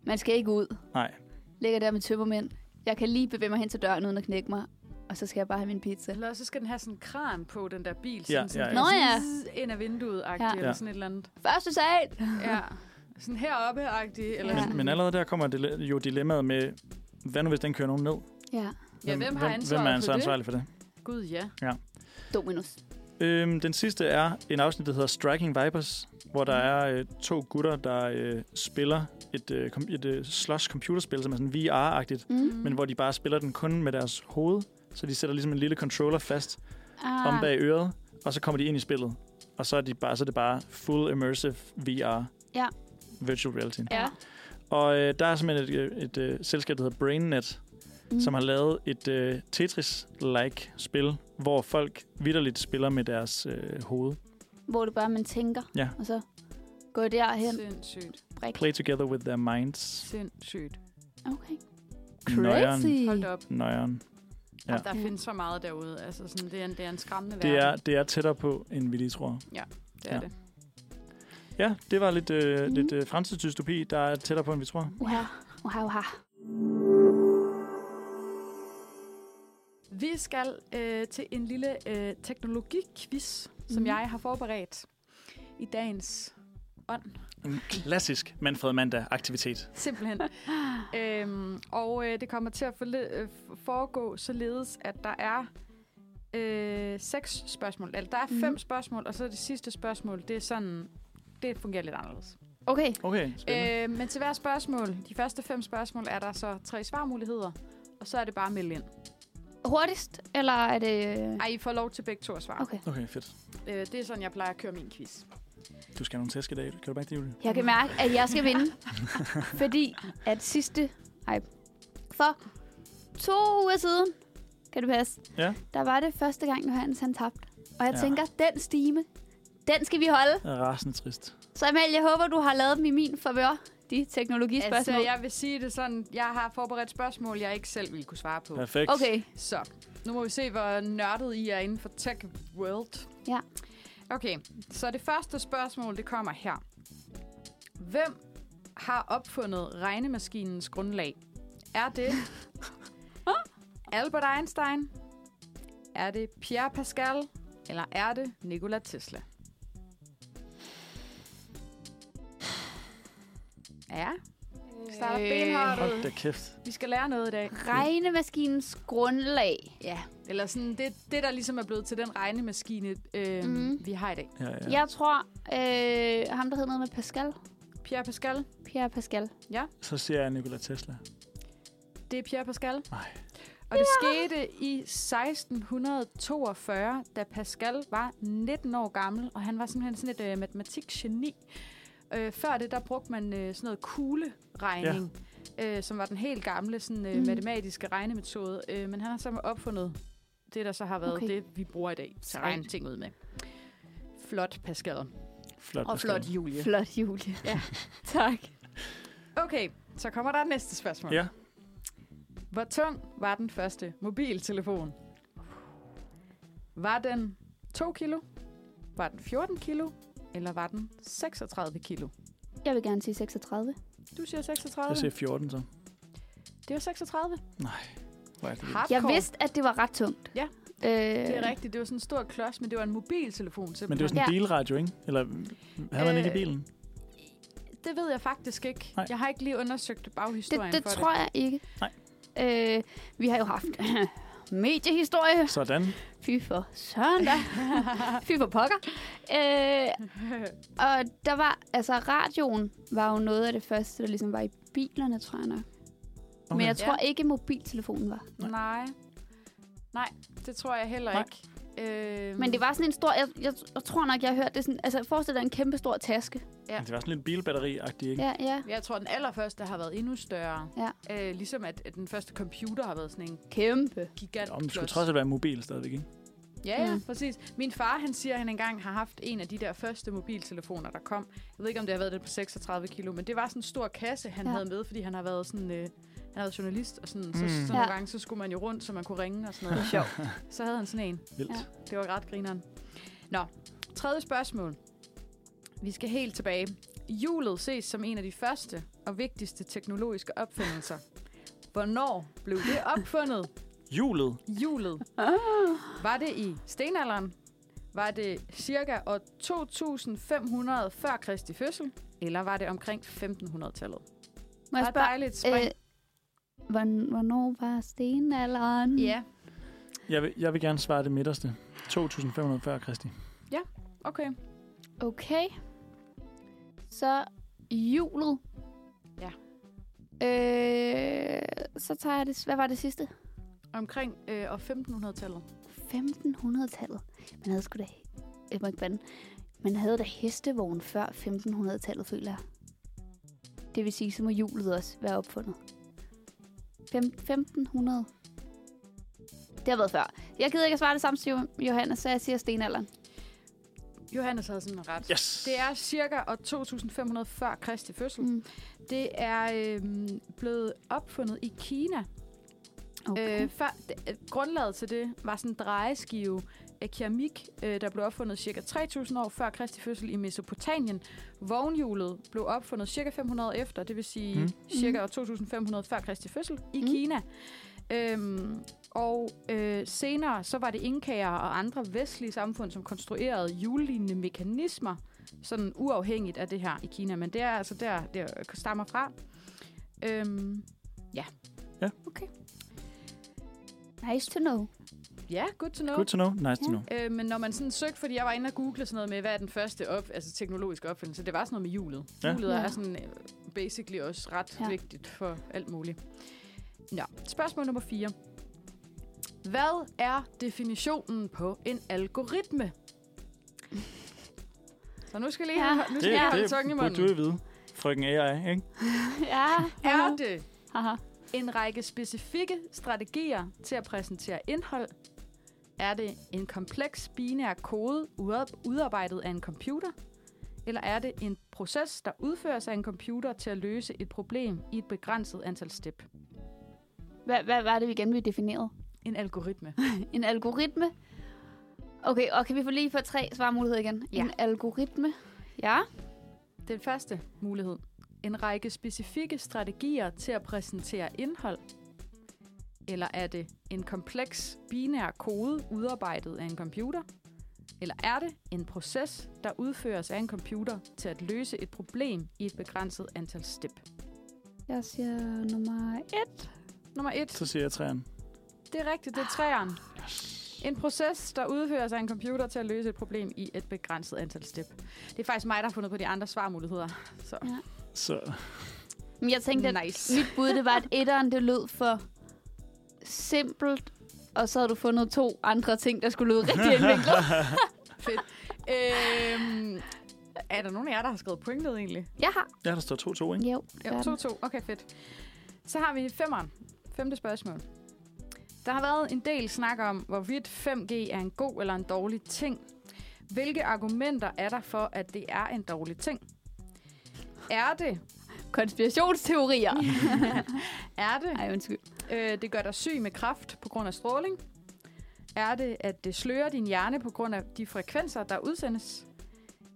[SPEAKER 2] Man skal ikke ud.
[SPEAKER 3] Nej.
[SPEAKER 2] Ligger der med tømmermænd. Jeg kan lige bevæge mig hen til døren, uden at knække mig. Og så skal jeg bare have min pizza.
[SPEAKER 4] Eller så skal den have sådan en kran på, den der bil.
[SPEAKER 3] Ja,
[SPEAKER 4] Sådan, sådan,
[SPEAKER 3] ja,
[SPEAKER 2] ja. Nå ja.
[SPEAKER 4] zzz, Ind af vinduet
[SPEAKER 2] Ja.
[SPEAKER 4] ja.
[SPEAKER 3] Ja.
[SPEAKER 4] eller sådan et eller andet.
[SPEAKER 2] Første sal!
[SPEAKER 4] Ja. Sådan heroppe-agtig. Eller
[SPEAKER 2] Ja.
[SPEAKER 4] sådan.
[SPEAKER 3] Men, men allerede der kommer dile- jo dilemmaet med, hvad nu hvis den kører nogen ned?
[SPEAKER 2] Ja,
[SPEAKER 4] Ja, hvem har ansvaret
[SPEAKER 3] hvem er
[SPEAKER 4] for
[SPEAKER 3] så
[SPEAKER 4] det?
[SPEAKER 3] ansvarlig for det?
[SPEAKER 4] Gud, ja.
[SPEAKER 2] Dominus.
[SPEAKER 3] Øhm, den sidste er en afsnit, der hedder Striking Vipers, hvor der er øh, to gutter, der øh, spiller et, øh, kom- et øh, slås computerspil, som er sådan VR-agtigt,
[SPEAKER 2] Mm.
[SPEAKER 3] men hvor de bare spiller den kun med deres hoved, så de sætter ligesom en lille controller fast
[SPEAKER 2] Ah,
[SPEAKER 3] om bag øret, og så kommer de ind i spillet. Og så er, de bare, så er det bare full immersive VR.
[SPEAKER 2] Ja.
[SPEAKER 3] Virtual reality.
[SPEAKER 2] Ja.
[SPEAKER 3] Og øh, der er simpelthen et, øh, et, et, et selskab, der hedder BrainNet,
[SPEAKER 2] Mm.
[SPEAKER 3] som har lavet et øh, Tetris-like spil, hvor folk vidderligt spiller med deres øh, hoved.
[SPEAKER 2] Hvor det bare, man tænker.
[SPEAKER 3] Ja.
[SPEAKER 2] Og så går derhen.
[SPEAKER 4] Sindssygt.
[SPEAKER 2] Brik.
[SPEAKER 3] Play together with their minds.
[SPEAKER 4] Sindssygt.
[SPEAKER 2] Okay.
[SPEAKER 3] Nøjeren.
[SPEAKER 4] Hold da op.
[SPEAKER 3] Nøjeren. Ja.
[SPEAKER 4] Ja. Der findes så meget derude. Altså, sådan, det, er en, det er en skræmmende
[SPEAKER 3] Det er,
[SPEAKER 4] verden.
[SPEAKER 3] det er tættere på, end vi lige tror.
[SPEAKER 4] Det er
[SPEAKER 3] ja.
[SPEAKER 4] det.
[SPEAKER 3] Ja, det var lidt, øh,
[SPEAKER 2] Mhm.
[SPEAKER 3] mm. lidt øh, fremtidsdystopi, der er tættere på, end vi tror.
[SPEAKER 2] Uha. Uha, uha.
[SPEAKER 4] Vi skal øh, til en lille øh, teknologikvis, som
[SPEAKER 2] Mhm.
[SPEAKER 4] jeg har forberedt i dagens ånd.
[SPEAKER 3] En klassisk Manfred Mandag-aktivitet.
[SPEAKER 4] Simpelthen. øhm, og øh, det kommer til at forle- øh, foregå således, at der er øh, seks spørgsmål. Eller der er
[SPEAKER 2] Mhm.
[SPEAKER 4] fem spørgsmål, og så det sidste spørgsmål, det er sådan... Det fungerer lidt anderledes.
[SPEAKER 2] Okay.
[SPEAKER 3] Okay, spændende.
[SPEAKER 4] Øh, men til hver spørgsmål, de første fem spørgsmål, er der så tre svarmuligheder. Og så er det bare at melde ind.
[SPEAKER 2] Hurtigst, eller er det...
[SPEAKER 4] Ej, I får lov til begge to at svare.
[SPEAKER 2] Okay.
[SPEAKER 3] Okay, fedt.
[SPEAKER 4] Øh, det er sådan, jeg plejer at køre min quiz.
[SPEAKER 3] Du skal have nogle tæsk i dag. Kan du bare ikke det, Julie?
[SPEAKER 2] Jeg kan mærke, at jeg skal vinde. fordi at sidste... Ej. For to uger siden, kan det passe,
[SPEAKER 3] Ja.
[SPEAKER 2] der var det første gang, Johannes han tabte. Og jeg
[SPEAKER 3] Ja.
[SPEAKER 2] ja. tænker, den stime, den skal vi holde.
[SPEAKER 3] Jeg er rasende trist.
[SPEAKER 2] Så Amal, jeg håber, du har lavet dem i min favør, de teknologispørgsmål.
[SPEAKER 4] Altså, jeg vil sige det sådan, jeg har forberedt spørgsmål, jeg ikke selv ville kunne svare på.
[SPEAKER 3] Perfekt.
[SPEAKER 2] Okay,
[SPEAKER 4] Så, nu må vi se, hvor nørdet I er inden for Tech World.
[SPEAKER 2] Ja.
[SPEAKER 4] Okay, så det første spørgsmål, det kommer her. Hvem har opfundet regnemaskinens grundlag? Er det Albert Einstein? Er det Pierre Pascal? Eller er det Nikola Tesla? Ja, vi starter benhårdt
[SPEAKER 3] Hold
[SPEAKER 4] ud.
[SPEAKER 3] da kæft.
[SPEAKER 4] Vi skal lære noget i dag.
[SPEAKER 2] regnemaskinens grundlag.
[SPEAKER 4] Ja, eller sådan det, det der ligesom er blevet til den regnemaskine, øh, mm.
[SPEAKER 2] Mhm.
[SPEAKER 4] vi har i dag.
[SPEAKER 3] Ja, ja.
[SPEAKER 2] Ja. Jeg tror, øh, ham der hedder noget med Pascal.
[SPEAKER 4] Pierre Pascal.
[SPEAKER 2] Pierre Pascal.
[SPEAKER 3] Så siger jeg Nikola Tesla.
[SPEAKER 4] Det er Pierre Pascal.
[SPEAKER 3] Nej.
[SPEAKER 4] Og det skete i 1642, da Pascal var 19 år gammel, og han var simpelthen sådan et øh, matematikgeni. Øh, før det, der brugte man øh, sådan noget kugleregning, ja. øh, som var den helt gamle sådan, øh,
[SPEAKER 2] Mhm.
[SPEAKER 4] mm. matematiske regnemetode. Øh, men han har så opfundet det, der så har været
[SPEAKER 2] Okay.
[SPEAKER 4] okay. det, vi bruger i dag til at regne ting ud med. Flot, Pascal.
[SPEAKER 3] Flot.
[SPEAKER 4] Og flot,
[SPEAKER 3] beskrevet.
[SPEAKER 4] Julie.
[SPEAKER 2] Flot, Julie.
[SPEAKER 4] Ja.
[SPEAKER 2] tak.
[SPEAKER 4] Okay, så kommer der et næste spørgsmål.
[SPEAKER 3] Ja.
[SPEAKER 4] Hvor tung var den første mobiltelefon? Var den 2 kilo? Var den 14 kilo? Eller var den 36 kilo?
[SPEAKER 2] Jeg vil gerne sige 36.
[SPEAKER 4] Du siger 36.
[SPEAKER 3] Jeg siger 14 så.
[SPEAKER 4] Det var 36.
[SPEAKER 3] Hvor er det vildt.
[SPEAKER 4] Hardcore.
[SPEAKER 2] Jeg vidste, at det var ret tungt.
[SPEAKER 4] Ja,
[SPEAKER 2] øh,
[SPEAKER 4] Det er rigtigt. Det var sådan en stor klods, men det var en mobiltelefon simpelthen.
[SPEAKER 3] Men det var sådan en
[SPEAKER 2] Ja.
[SPEAKER 3] bilradio, ikke? Eller havde man ikke i
[SPEAKER 4] Øh,
[SPEAKER 3] bilen?
[SPEAKER 4] det ved jeg faktisk ikke.
[SPEAKER 3] Nej.
[SPEAKER 4] Jeg har ikke lige undersøgt
[SPEAKER 2] Det,
[SPEAKER 4] baghistorien
[SPEAKER 2] det
[SPEAKER 4] for
[SPEAKER 2] tror jeg ikke.
[SPEAKER 3] Nej.
[SPEAKER 2] Øh, vi har jo haft mediehistorie.
[SPEAKER 3] Sådan.
[SPEAKER 2] Fy for søren da. Fy for pokker. Øh, og der var, altså radioen var jo noget af det første, der ligesom var i bilerne, tror jeg nok. Okay. Men jeg tror ikke, mobiltelefonen var.
[SPEAKER 4] det. Nej. Nej, det tror jeg heller
[SPEAKER 3] Nej.
[SPEAKER 4] ikke. Øh,
[SPEAKER 2] Men det var sådan en stor, jeg, jeg, jeg tror nok, jeg har hørt det sådan, altså forestil dig en kæmpe stor taske.
[SPEAKER 4] Ja.
[SPEAKER 3] Det var sådan lidt bilbatteri-agtigt, ikke?
[SPEAKER 2] Ja, ja.
[SPEAKER 4] Jeg tror, den allerførste har været endnu større.
[SPEAKER 2] Ja.
[SPEAKER 4] Øh, ligesom at, at den første computer har været sådan en
[SPEAKER 2] Kæmpe.
[SPEAKER 4] gigant.
[SPEAKER 3] Om det skulle
[SPEAKER 4] klods.
[SPEAKER 3] trods alt være mobil stadigvæk, ikke?
[SPEAKER 4] Ja, ja,
[SPEAKER 2] Mm.
[SPEAKER 4] præcis. Min far, han siger, at han engang har haft en af de der første mobiltelefoner, der kom. Jeg ved ikke, om det har været den på 36 kilo, men det var sådan en stor kasse, han
[SPEAKER 2] Ja.
[SPEAKER 4] havde med, fordi han har været sådan... Øh, han har været journalist, og sådan, mm. så,
[SPEAKER 3] Mm.
[SPEAKER 4] så
[SPEAKER 2] Ja.
[SPEAKER 4] nogle gange, så skulle man jo rundt, så man kunne ringe og sådan noget.
[SPEAKER 2] Sjovt.
[SPEAKER 4] Så havde han sådan en.
[SPEAKER 3] Vildt.
[SPEAKER 2] Ja.
[SPEAKER 4] Det var ret grineren. Nå, tredje spørgsmål. Vi skal helt tilbage. Hjulet ses som en af de første og vigtigste teknologiske opfindelser. Hvornår blev det opfundet?
[SPEAKER 3] Hjulet.
[SPEAKER 4] Hjulet.
[SPEAKER 2] Ah.
[SPEAKER 4] Var det i stenalderen? Var det cirka år 2500 før Kristi fødsel? Eller var det omkring 1500-tallet?
[SPEAKER 2] Må
[SPEAKER 4] Det
[SPEAKER 2] jeg
[SPEAKER 4] var et
[SPEAKER 2] spørge,
[SPEAKER 4] dejligt
[SPEAKER 2] øh,
[SPEAKER 4] spring.
[SPEAKER 2] hvorn- hvornår var stenalderen?
[SPEAKER 4] Ja.
[SPEAKER 2] øh,
[SPEAKER 3] Jeg vil, jeg vil gerne svare det midterste. 2.540, Kristi.
[SPEAKER 4] Okay.
[SPEAKER 2] Okay. Så hjulet.
[SPEAKER 4] Ja.
[SPEAKER 2] Øh, så tager jeg det. Hvad var det sidste?
[SPEAKER 4] Omkring øh, år 1500-tallet.
[SPEAKER 2] 1500-tallet. Man havde sgu da... Jeg må ikke bande. Man havde da hestevogn før 1500-tallet, føler jeg. Det vil sige, så må hjulet også være opfundet. Fem- 1500. Det har været før. Jeg gider ikke at svare det samme som Jo- Johannes, så jeg siger stenalderen.
[SPEAKER 4] Johannes havde sådan ret.
[SPEAKER 3] Yes!
[SPEAKER 4] Det er cirka år 2500 før Kristi fødsel.
[SPEAKER 2] Mm.
[SPEAKER 4] Det er øhm, blevet opfundet i Kina.
[SPEAKER 2] Okay.
[SPEAKER 4] Øh, før, d- øh, grundlaget til det var sådan en drejeskive af keramik, øh, der blev opfundet ca. 3.000 år før Kristi fødsel i Mesopotamien. Vognhjulet blev opfundet ca. 500 år efter, det vil sige
[SPEAKER 3] Mm.
[SPEAKER 4] mm. ca. 2.500 før Kristi fødsel i
[SPEAKER 2] Mm.
[SPEAKER 4] mm. Kina. Øhm, og øh, senere så var det inkager og andre vestlige samfund, som konstruerede julelignende mekanismer, sådan uafhængigt af det her i Kina. Men det er altså der, det stammer fra. Øhm,
[SPEAKER 2] Nice to know.
[SPEAKER 4] ja, good to know.
[SPEAKER 3] Good to know, nice to
[SPEAKER 2] Ja.
[SPEAKER 3] know.
[SPEAKER 4] Øh, men når man sådan søgte, fordi jeg var inde og google sådan noget med, hvad er den første op, altså teknologiske opfindelse, det var sådan noget med hjulet.
[SPEAKER 3] Ja.
[SPEAKER 4] Ja. Hjulet
[SPEAKER 2] Ja.
[SPEAKER 4] er sådan øh, basically også ret
[SPEAKER 2] Ja.
[SPEAKER 4] ja. vigtigt for alt muligt. Nå, spørgsmål nummer 4. Hvad er definitionen på en algoritme? Så nu skal jeg lige
[SPEAKER 2] Ja.
[SPEAKER 4] have, nu skal jeg lige holde
[SPEAKER 3] det
[SPEAKER 4] tungen i
[SPEAKER 3] burde du
[SPEAKER 4] munden.
[SPEAKER 3] jo vide. Frøken AI, ikke?
[SPEAKER 2] ja.
[SPEAKER 4] Er det
[SPEAKER 2] Haha.
[SPEAKER 4] en række specifikke strategier til at præsentere indhold? Er det en kompleks binær kode uda- udarbejdet af en computer? Eller er det en proces, der udføres af en computer til at løse et problem i et begrænset antal step?
[SPEAKER 2] Hvad, hvad var det vi igen, vi definerede?
[SPEAKER 4] En algoritme.
[SPEAKER 2] En algoritme. Okay, og kan vi få lige få tre svarmuligheder igen?
[SPEAKER 4] Ja.
[SPEAKER 2] En algoritme. Ja.
[SPEAKER 4] Den første mulighed. En række specifikke strategier til at præsentere indhold. Eller er det en kompleks binær kode udarbejdet af en computer? Eller er det en proces, der udføres af en computer til at løse et problem i et begrænset antal step?
[SPEAKER 2] Jeg siger nummer et.
[SPEAKER 4] Nummer
[SPEAKER 3] Så
[SPEAKER 4] 1.
[SPEAKER 3] siger jeg træerne.
[SPEAKER 4] Det er rigtigt, det er træeren. En proces, der udføres af en computer til at løse et problem i et begrænset antal step. Det er faktisk mig, der har fundet på de andre svarmuligheder. Så
[SPEAKER 3] Så
[SPEAKER 2] Men jeg tænkte, at
[SPEAKER 4] nice.
[SPEAKER 2] mit bud det var, at etteren det lød for simpelt. Og så havde du fundet to andre ting, der skulle lyde rigtig indviklet.
[SPEAKER 4] øhm, er der nogen af jer, der har skrevet point ned egentlig?
[SPEAKER 2] Jeg har.
[SPEAKER 3] ja, der står 2-2, ikke?
[SPEAKER 2] Jo,
[SPEAKER 4] Jo,
[SPEAKER 2] det er den.
[SPEAKER 4] 2-2. Okay, fedt. Så har vi femmeren. Femte spørgsmål. Der har været en del snak om, hvorvidt 5G er en god eller en dårlig ting. Hvilke argumenter er der for, at det er en dårlig ting? Er det?
[SPEAKER 2] Konspirationsteorier.
[SPEAKER 4] Er det?
[SPEAKER 2] Nej, undskyld.
[SPEAKER 4] Øh, det gør dig syg med kraft på grund af stråling? Er det, at det slører din hjerne på grund af de frekvenser, der udsendes?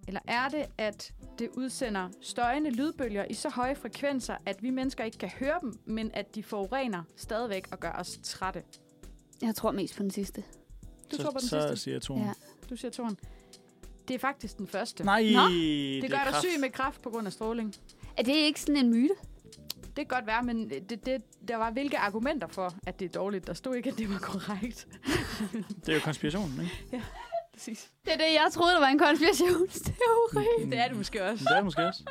[SPEAKER 4] Eller er det, at det udsender støjende lydbølger i så høje frekvenser, at vi mennesker ikke kan høre dem, men at de forurener stadigvæk og gør os trætte?
[SPEAKER 2] Jeg tror mest på den sidste.
[SPEAKER 4] Du
[SPEAKER 3] så,
[SPEAKER 4] tror på den
[SPEAKER 3] så
[SPEAKER 4] sidste.
[SPEAKER 3] siger jeg toren.
[SPEAKER 2] Ja.
[SPEAKER 3] Ja.
[SPEAKER 4] Du siger toren. Det er faktisk den første.
[SPEAKER 3] Nej,
[SPEAKER 2] Nå,
[SPEAKER 4] det,
[SPEAKER 3] det,
[SPEAKER 4] det gør
[SPEAKER 3] er
[SPEAKER 4] dig
[SPEAKER 3] kraft.
[SPEAKER 4] syg med kraft på grund af stråling.
[SPEAKER 2] Er det ikke sådan en myte?
[SPEAKER 4] Det kan godt være, men det, det, der var hvilke argumenter for, at det er dårligt. Der stod ikke, at det var korrekt.
[SPEAKER 3] Det er jo konspirationen, ikke?
[SPEAKER 4] Præcis.
[SPEAKER 2] Det er det, jeg troede, der var en konspirationsteori.
[SPEAKER 3] Mm.
[SPEAKER 4] Det er det måske også.
[SPEAKER 3] Det er det måske også.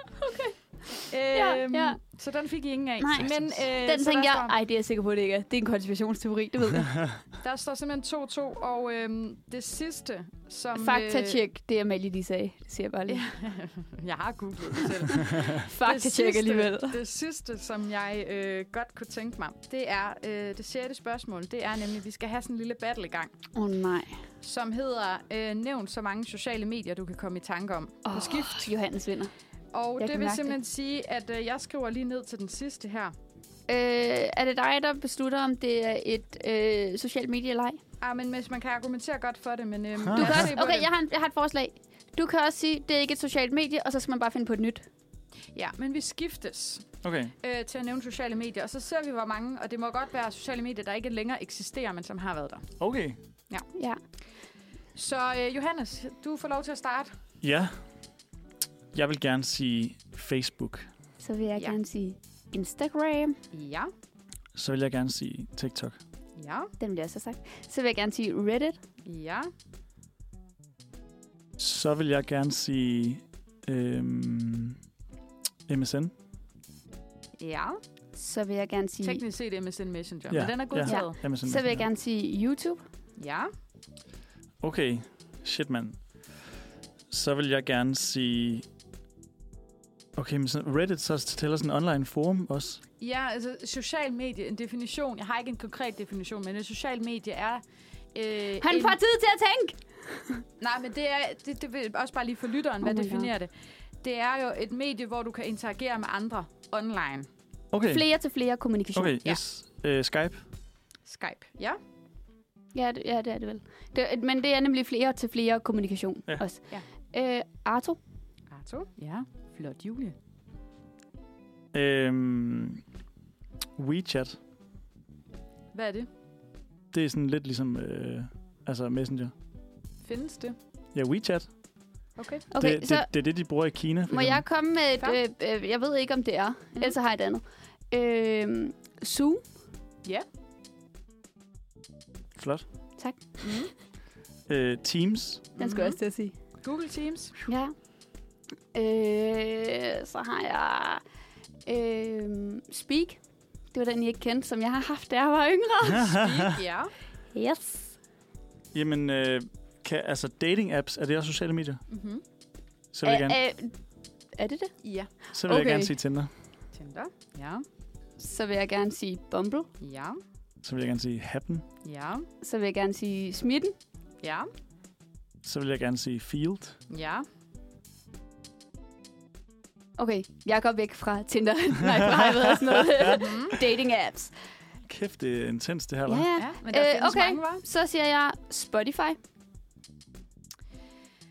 [SPEAKER 2] Ja,
[SPEAKER 4] Øhm,
[SPEAKER 2] ja.
[SPEAKER 4] Så den fik I ingen af.
[SPEAKER 2] Nej.
[SPEAKER 4] Men, øh,
[SPEAKER 2] Den
[SPEAKER 4] så
[SPEAKER 2] tænker
[SPEAKER 4] der,
[SPEAKER 2] jeg,
[SPEAKER 4] står,
[SPEAKER 2] ej, det er jeg sikker på, det ikke er. Det er en konspirationsteori, det ved jeg.
[SPEAKER 4] der står simpelthen 2-2, og øhm, det sidste, som...
[SPEAKER 2] Faktatjek, det er Amalie lige sagde. Det siger jeg bare lige.
[SPEAKER 4] Øh, jeg har googlet det selv. Det
[SPEAKER 2] Faktatjek
[SPEAKER 4] sidste-
[SPEAKER 2] alligevel.
[SPEAKER 4] Det sidste, som jeg øh, godt kunne tænke mig, det er øh, det sjette spørgsmål. Det er nemlig, at vi skal have sådan en lille battle i gang,
[SPEAKER 2] Åh oh, nej.
[SPEAKER 4] som hedder, øh, nævn så mange sociale medier, du kan komme i tanke om på
[SPEAKER 2] Åh.
[SPEAKER 4] skift.
[SPEAKER 2] Johannes vinder.
[SPEAKER 4] Og
[SPEAKER 2] jeg
[SPEAKER 4] det
[SPEAKER 2] kan
[SPEAKER 4] vil
[SPEAKER 2] mærke
[SPEAKER 4] simpelthen det. sige, at øh, jeg skriver lige ned til den sidste her.
[SPEAKER 2] Øh, er det dig, der beslutter, om det er et øh, socialt medie eller ej?
[SPEAKER 4] Ah, men hvis man kan argumentere godt for det, men... Øhm,
[SPEAKER 3] Du
[SPEAKER 2] Du
[SPEAKER 4] lad
[SPEAKER 2] kan
[SPEAKER 4] os
[SPEAKER 2] også,
[SPEAKER 4] se på
[SPEAKER 2] okay,
[SPEAKER 4] det.
[SPEAKER 2] jeg har, en, jeg har et forslag. Du kan også sige, det er ikke et socialt medie, og så skal man bare finde på et nyt.
[SPEAKER 4] Ja, men vi skiftes.
[SPEAKER 3] Okay.
[SPEAKER 4] øh, til at nævne sociale medier, og så ser vi, hvor mange, og det må godt være sociale medier, der ikke længere eksisterer, men som har været der.
[SPEAKER 3] Okay.
[SPEAKER 2] Ja.
[SPEAKER 4] Så øh, Johannes, du får lov til at starte.
[SPEAKER 3] Ja. Jeg vil gerne sige Facebook.
[SPEAKER 2] Så vil jeg ja.
[SPEAKER 4] Ja.
[SPEAKER 2] gerne sige Instagram.
[SPEAKER 4] Ja,
[SPEAKER 3] Så vil jeg gerne sige TikTok.
[SPEAKER 4] ja,
[SPEAKER 2] Den vil jeg også have sagt. Så vil jeg gerne sige Reddit.
[SPEAKER 4] ja,
[SPEAKER 3] Så vil jeg gerne sige øhm, MSN.
[SPEAKER 4] Ja.
[SPEAKER 2] Så vil jeg gerne sige...
[SPEAKER 4] Teknisk set MSN Messenger,
[SPEAKER 3] Ja,
[SPEAKER 4] men den er godtaget.
[SPEAKER 3] MSN
[SPEAKER 2] Så vil jeg gerne sige YouTube.
[SPEAKER 4] Ja.
[SPEAKER 3] Okay, shit mand. Så vil jeg gerne sige... Okay, men sådan Reddit så tæller sådan en online forum også.
[SPEAKER 4] Ja, altså social medie, en definition. Jeg har ikke en konkret definition, men et social medie er... Øh,
[SPEAKER 2] Han
[SPEAKER 4] en-
[SPEAKER 2] får tid til at tænke!
[SPEAKER 4] Nej, men det er det, det vil også bare lige for lytteren,
[SPEAKER 2] Oh
[SPEAKER 4] oh hvad
[SPEAKER 2] my
[SPEAKER 4] definerer det. Det er jo et medie, hvor du kan interagere med andre online.
[SPEAKER 3] Okay,
[SPEAKER 2] Flere til flere kommunikation.
[SPEAKER 3] okay
[SPEAKER 4] Ja.
[SPEAKER 3] yes. Øh, Skype.
[SPEAKER 4] Skype, ja.
[SPEAKER 2] Ja, det, ja, det er det vel. Det, er- men det er nemlig flere til flere kommunikation
[SPEAKER 3] Ja.
[SPEAKER 2] ja. også.
[SPEAKER 4] Ja.
[SPEAKER 2] Øh, Arto,
[SPEAKER 4] Arto? Ja, flot Julie.
[SPEAKER 3] Øhm, WeChat.
[SPEAKER 4] Hvad er det?
[SPEAKER 3] Det er sådan lidt ligesom øh, altså Messenger.
[SPEAKER 4] Findes det?
[SPEAKER 3] Ja, WeChat.
[SPEAKER 4] Okay.
[SPEAKER 2] okay,
[SPEAKER 3] det,
[SPEAKER 2] så
[SPEAKER 3] det, det er det, de bruger i Kina. for
[SPEAKER 2] må
[SPEAKER 3] eksempel.
[SPEAKER 2] jeg komme med et...
[SPEAKER 4] Klar.
[SPEAKER 2] Øh, øh, jeg ved ikke, om det er. Mm.
[SPEAKER 4] Mhm.
[SPEAKER 2] Ellers så har jeg et andet. Øh, Zoom.
[SPEAKER 3] Flot.
[SPEAKER 2] Tak.
[SPEAKER 4] Mm.
[SPEAKER 3] Øh, Teams.
[SPEAKER 2] Den
[SPEAKER 4] Mhm.
[SPEAKER 2] skal jeg
[SPEAKER 4] Mm-hmm.
[SPEAKER 2] også til at sige.
[SPEAKER 4] Google Teams.
[SPEAKER 2] Ja. Øh, så har jeg... Øh, Speak. Det var den, I ikke kendte, som jeg har haft, da jeg var yngre.
[SPEAKER 4] Speak, ja.
[SPEAKER 2] Yes.
[SPEAKER 3] Jamen, øh, kan, altså dating-apps, er det også sociale medier?
[SPEAKER 4] Mm-hmm.
[SPEAKER 3] Så vil, jeg, gerne,
[SPEAKER 2] Øh, øh, er det det?
[SPEAKER 4] Ja.
[SPEAKER 3] så vil okay. jeg
[SPEAKER 2] okay.
[SPEAKER 3] gerne sige Tinder.
[SPEAKER 4] Tinder. Ja.
[SPEAKER 2] Så vil jeg gerne sige Bumble.
[SPEAKER 4] Ja.
[SPEAKER 3] Så vil jeg gerne sige Happen.
[SPEAKER 4] Ja.
[SPEAKER 2] Så vil jeg gerne sige Smitten.
[SPEAKER 4] Ja.
[SPEAKER 3] Så vil jeg gerne sige Field.
[SPEAKER 4] Ja.
[SPEAKER 2] Okay, jeg går væk fra Tinder. Nej, fra hvad er sådan noget.
[SPEAKER 4] Mm-hmm.
[SPEAKER 2] Dating apps.
[SPEAKER 3] Kæft, det er intens det her, hva'?
[SPEAKER 2] Ja, ja.
[SPEAKER 4] ja. Men der
[SPEAKER 2] Øh,
[SPEAKER 4] findes
[SPEAKER 2] okay.
[SPEAKER 4] mange, var.
[SPEAKER 2] Så siger jeg Spotify.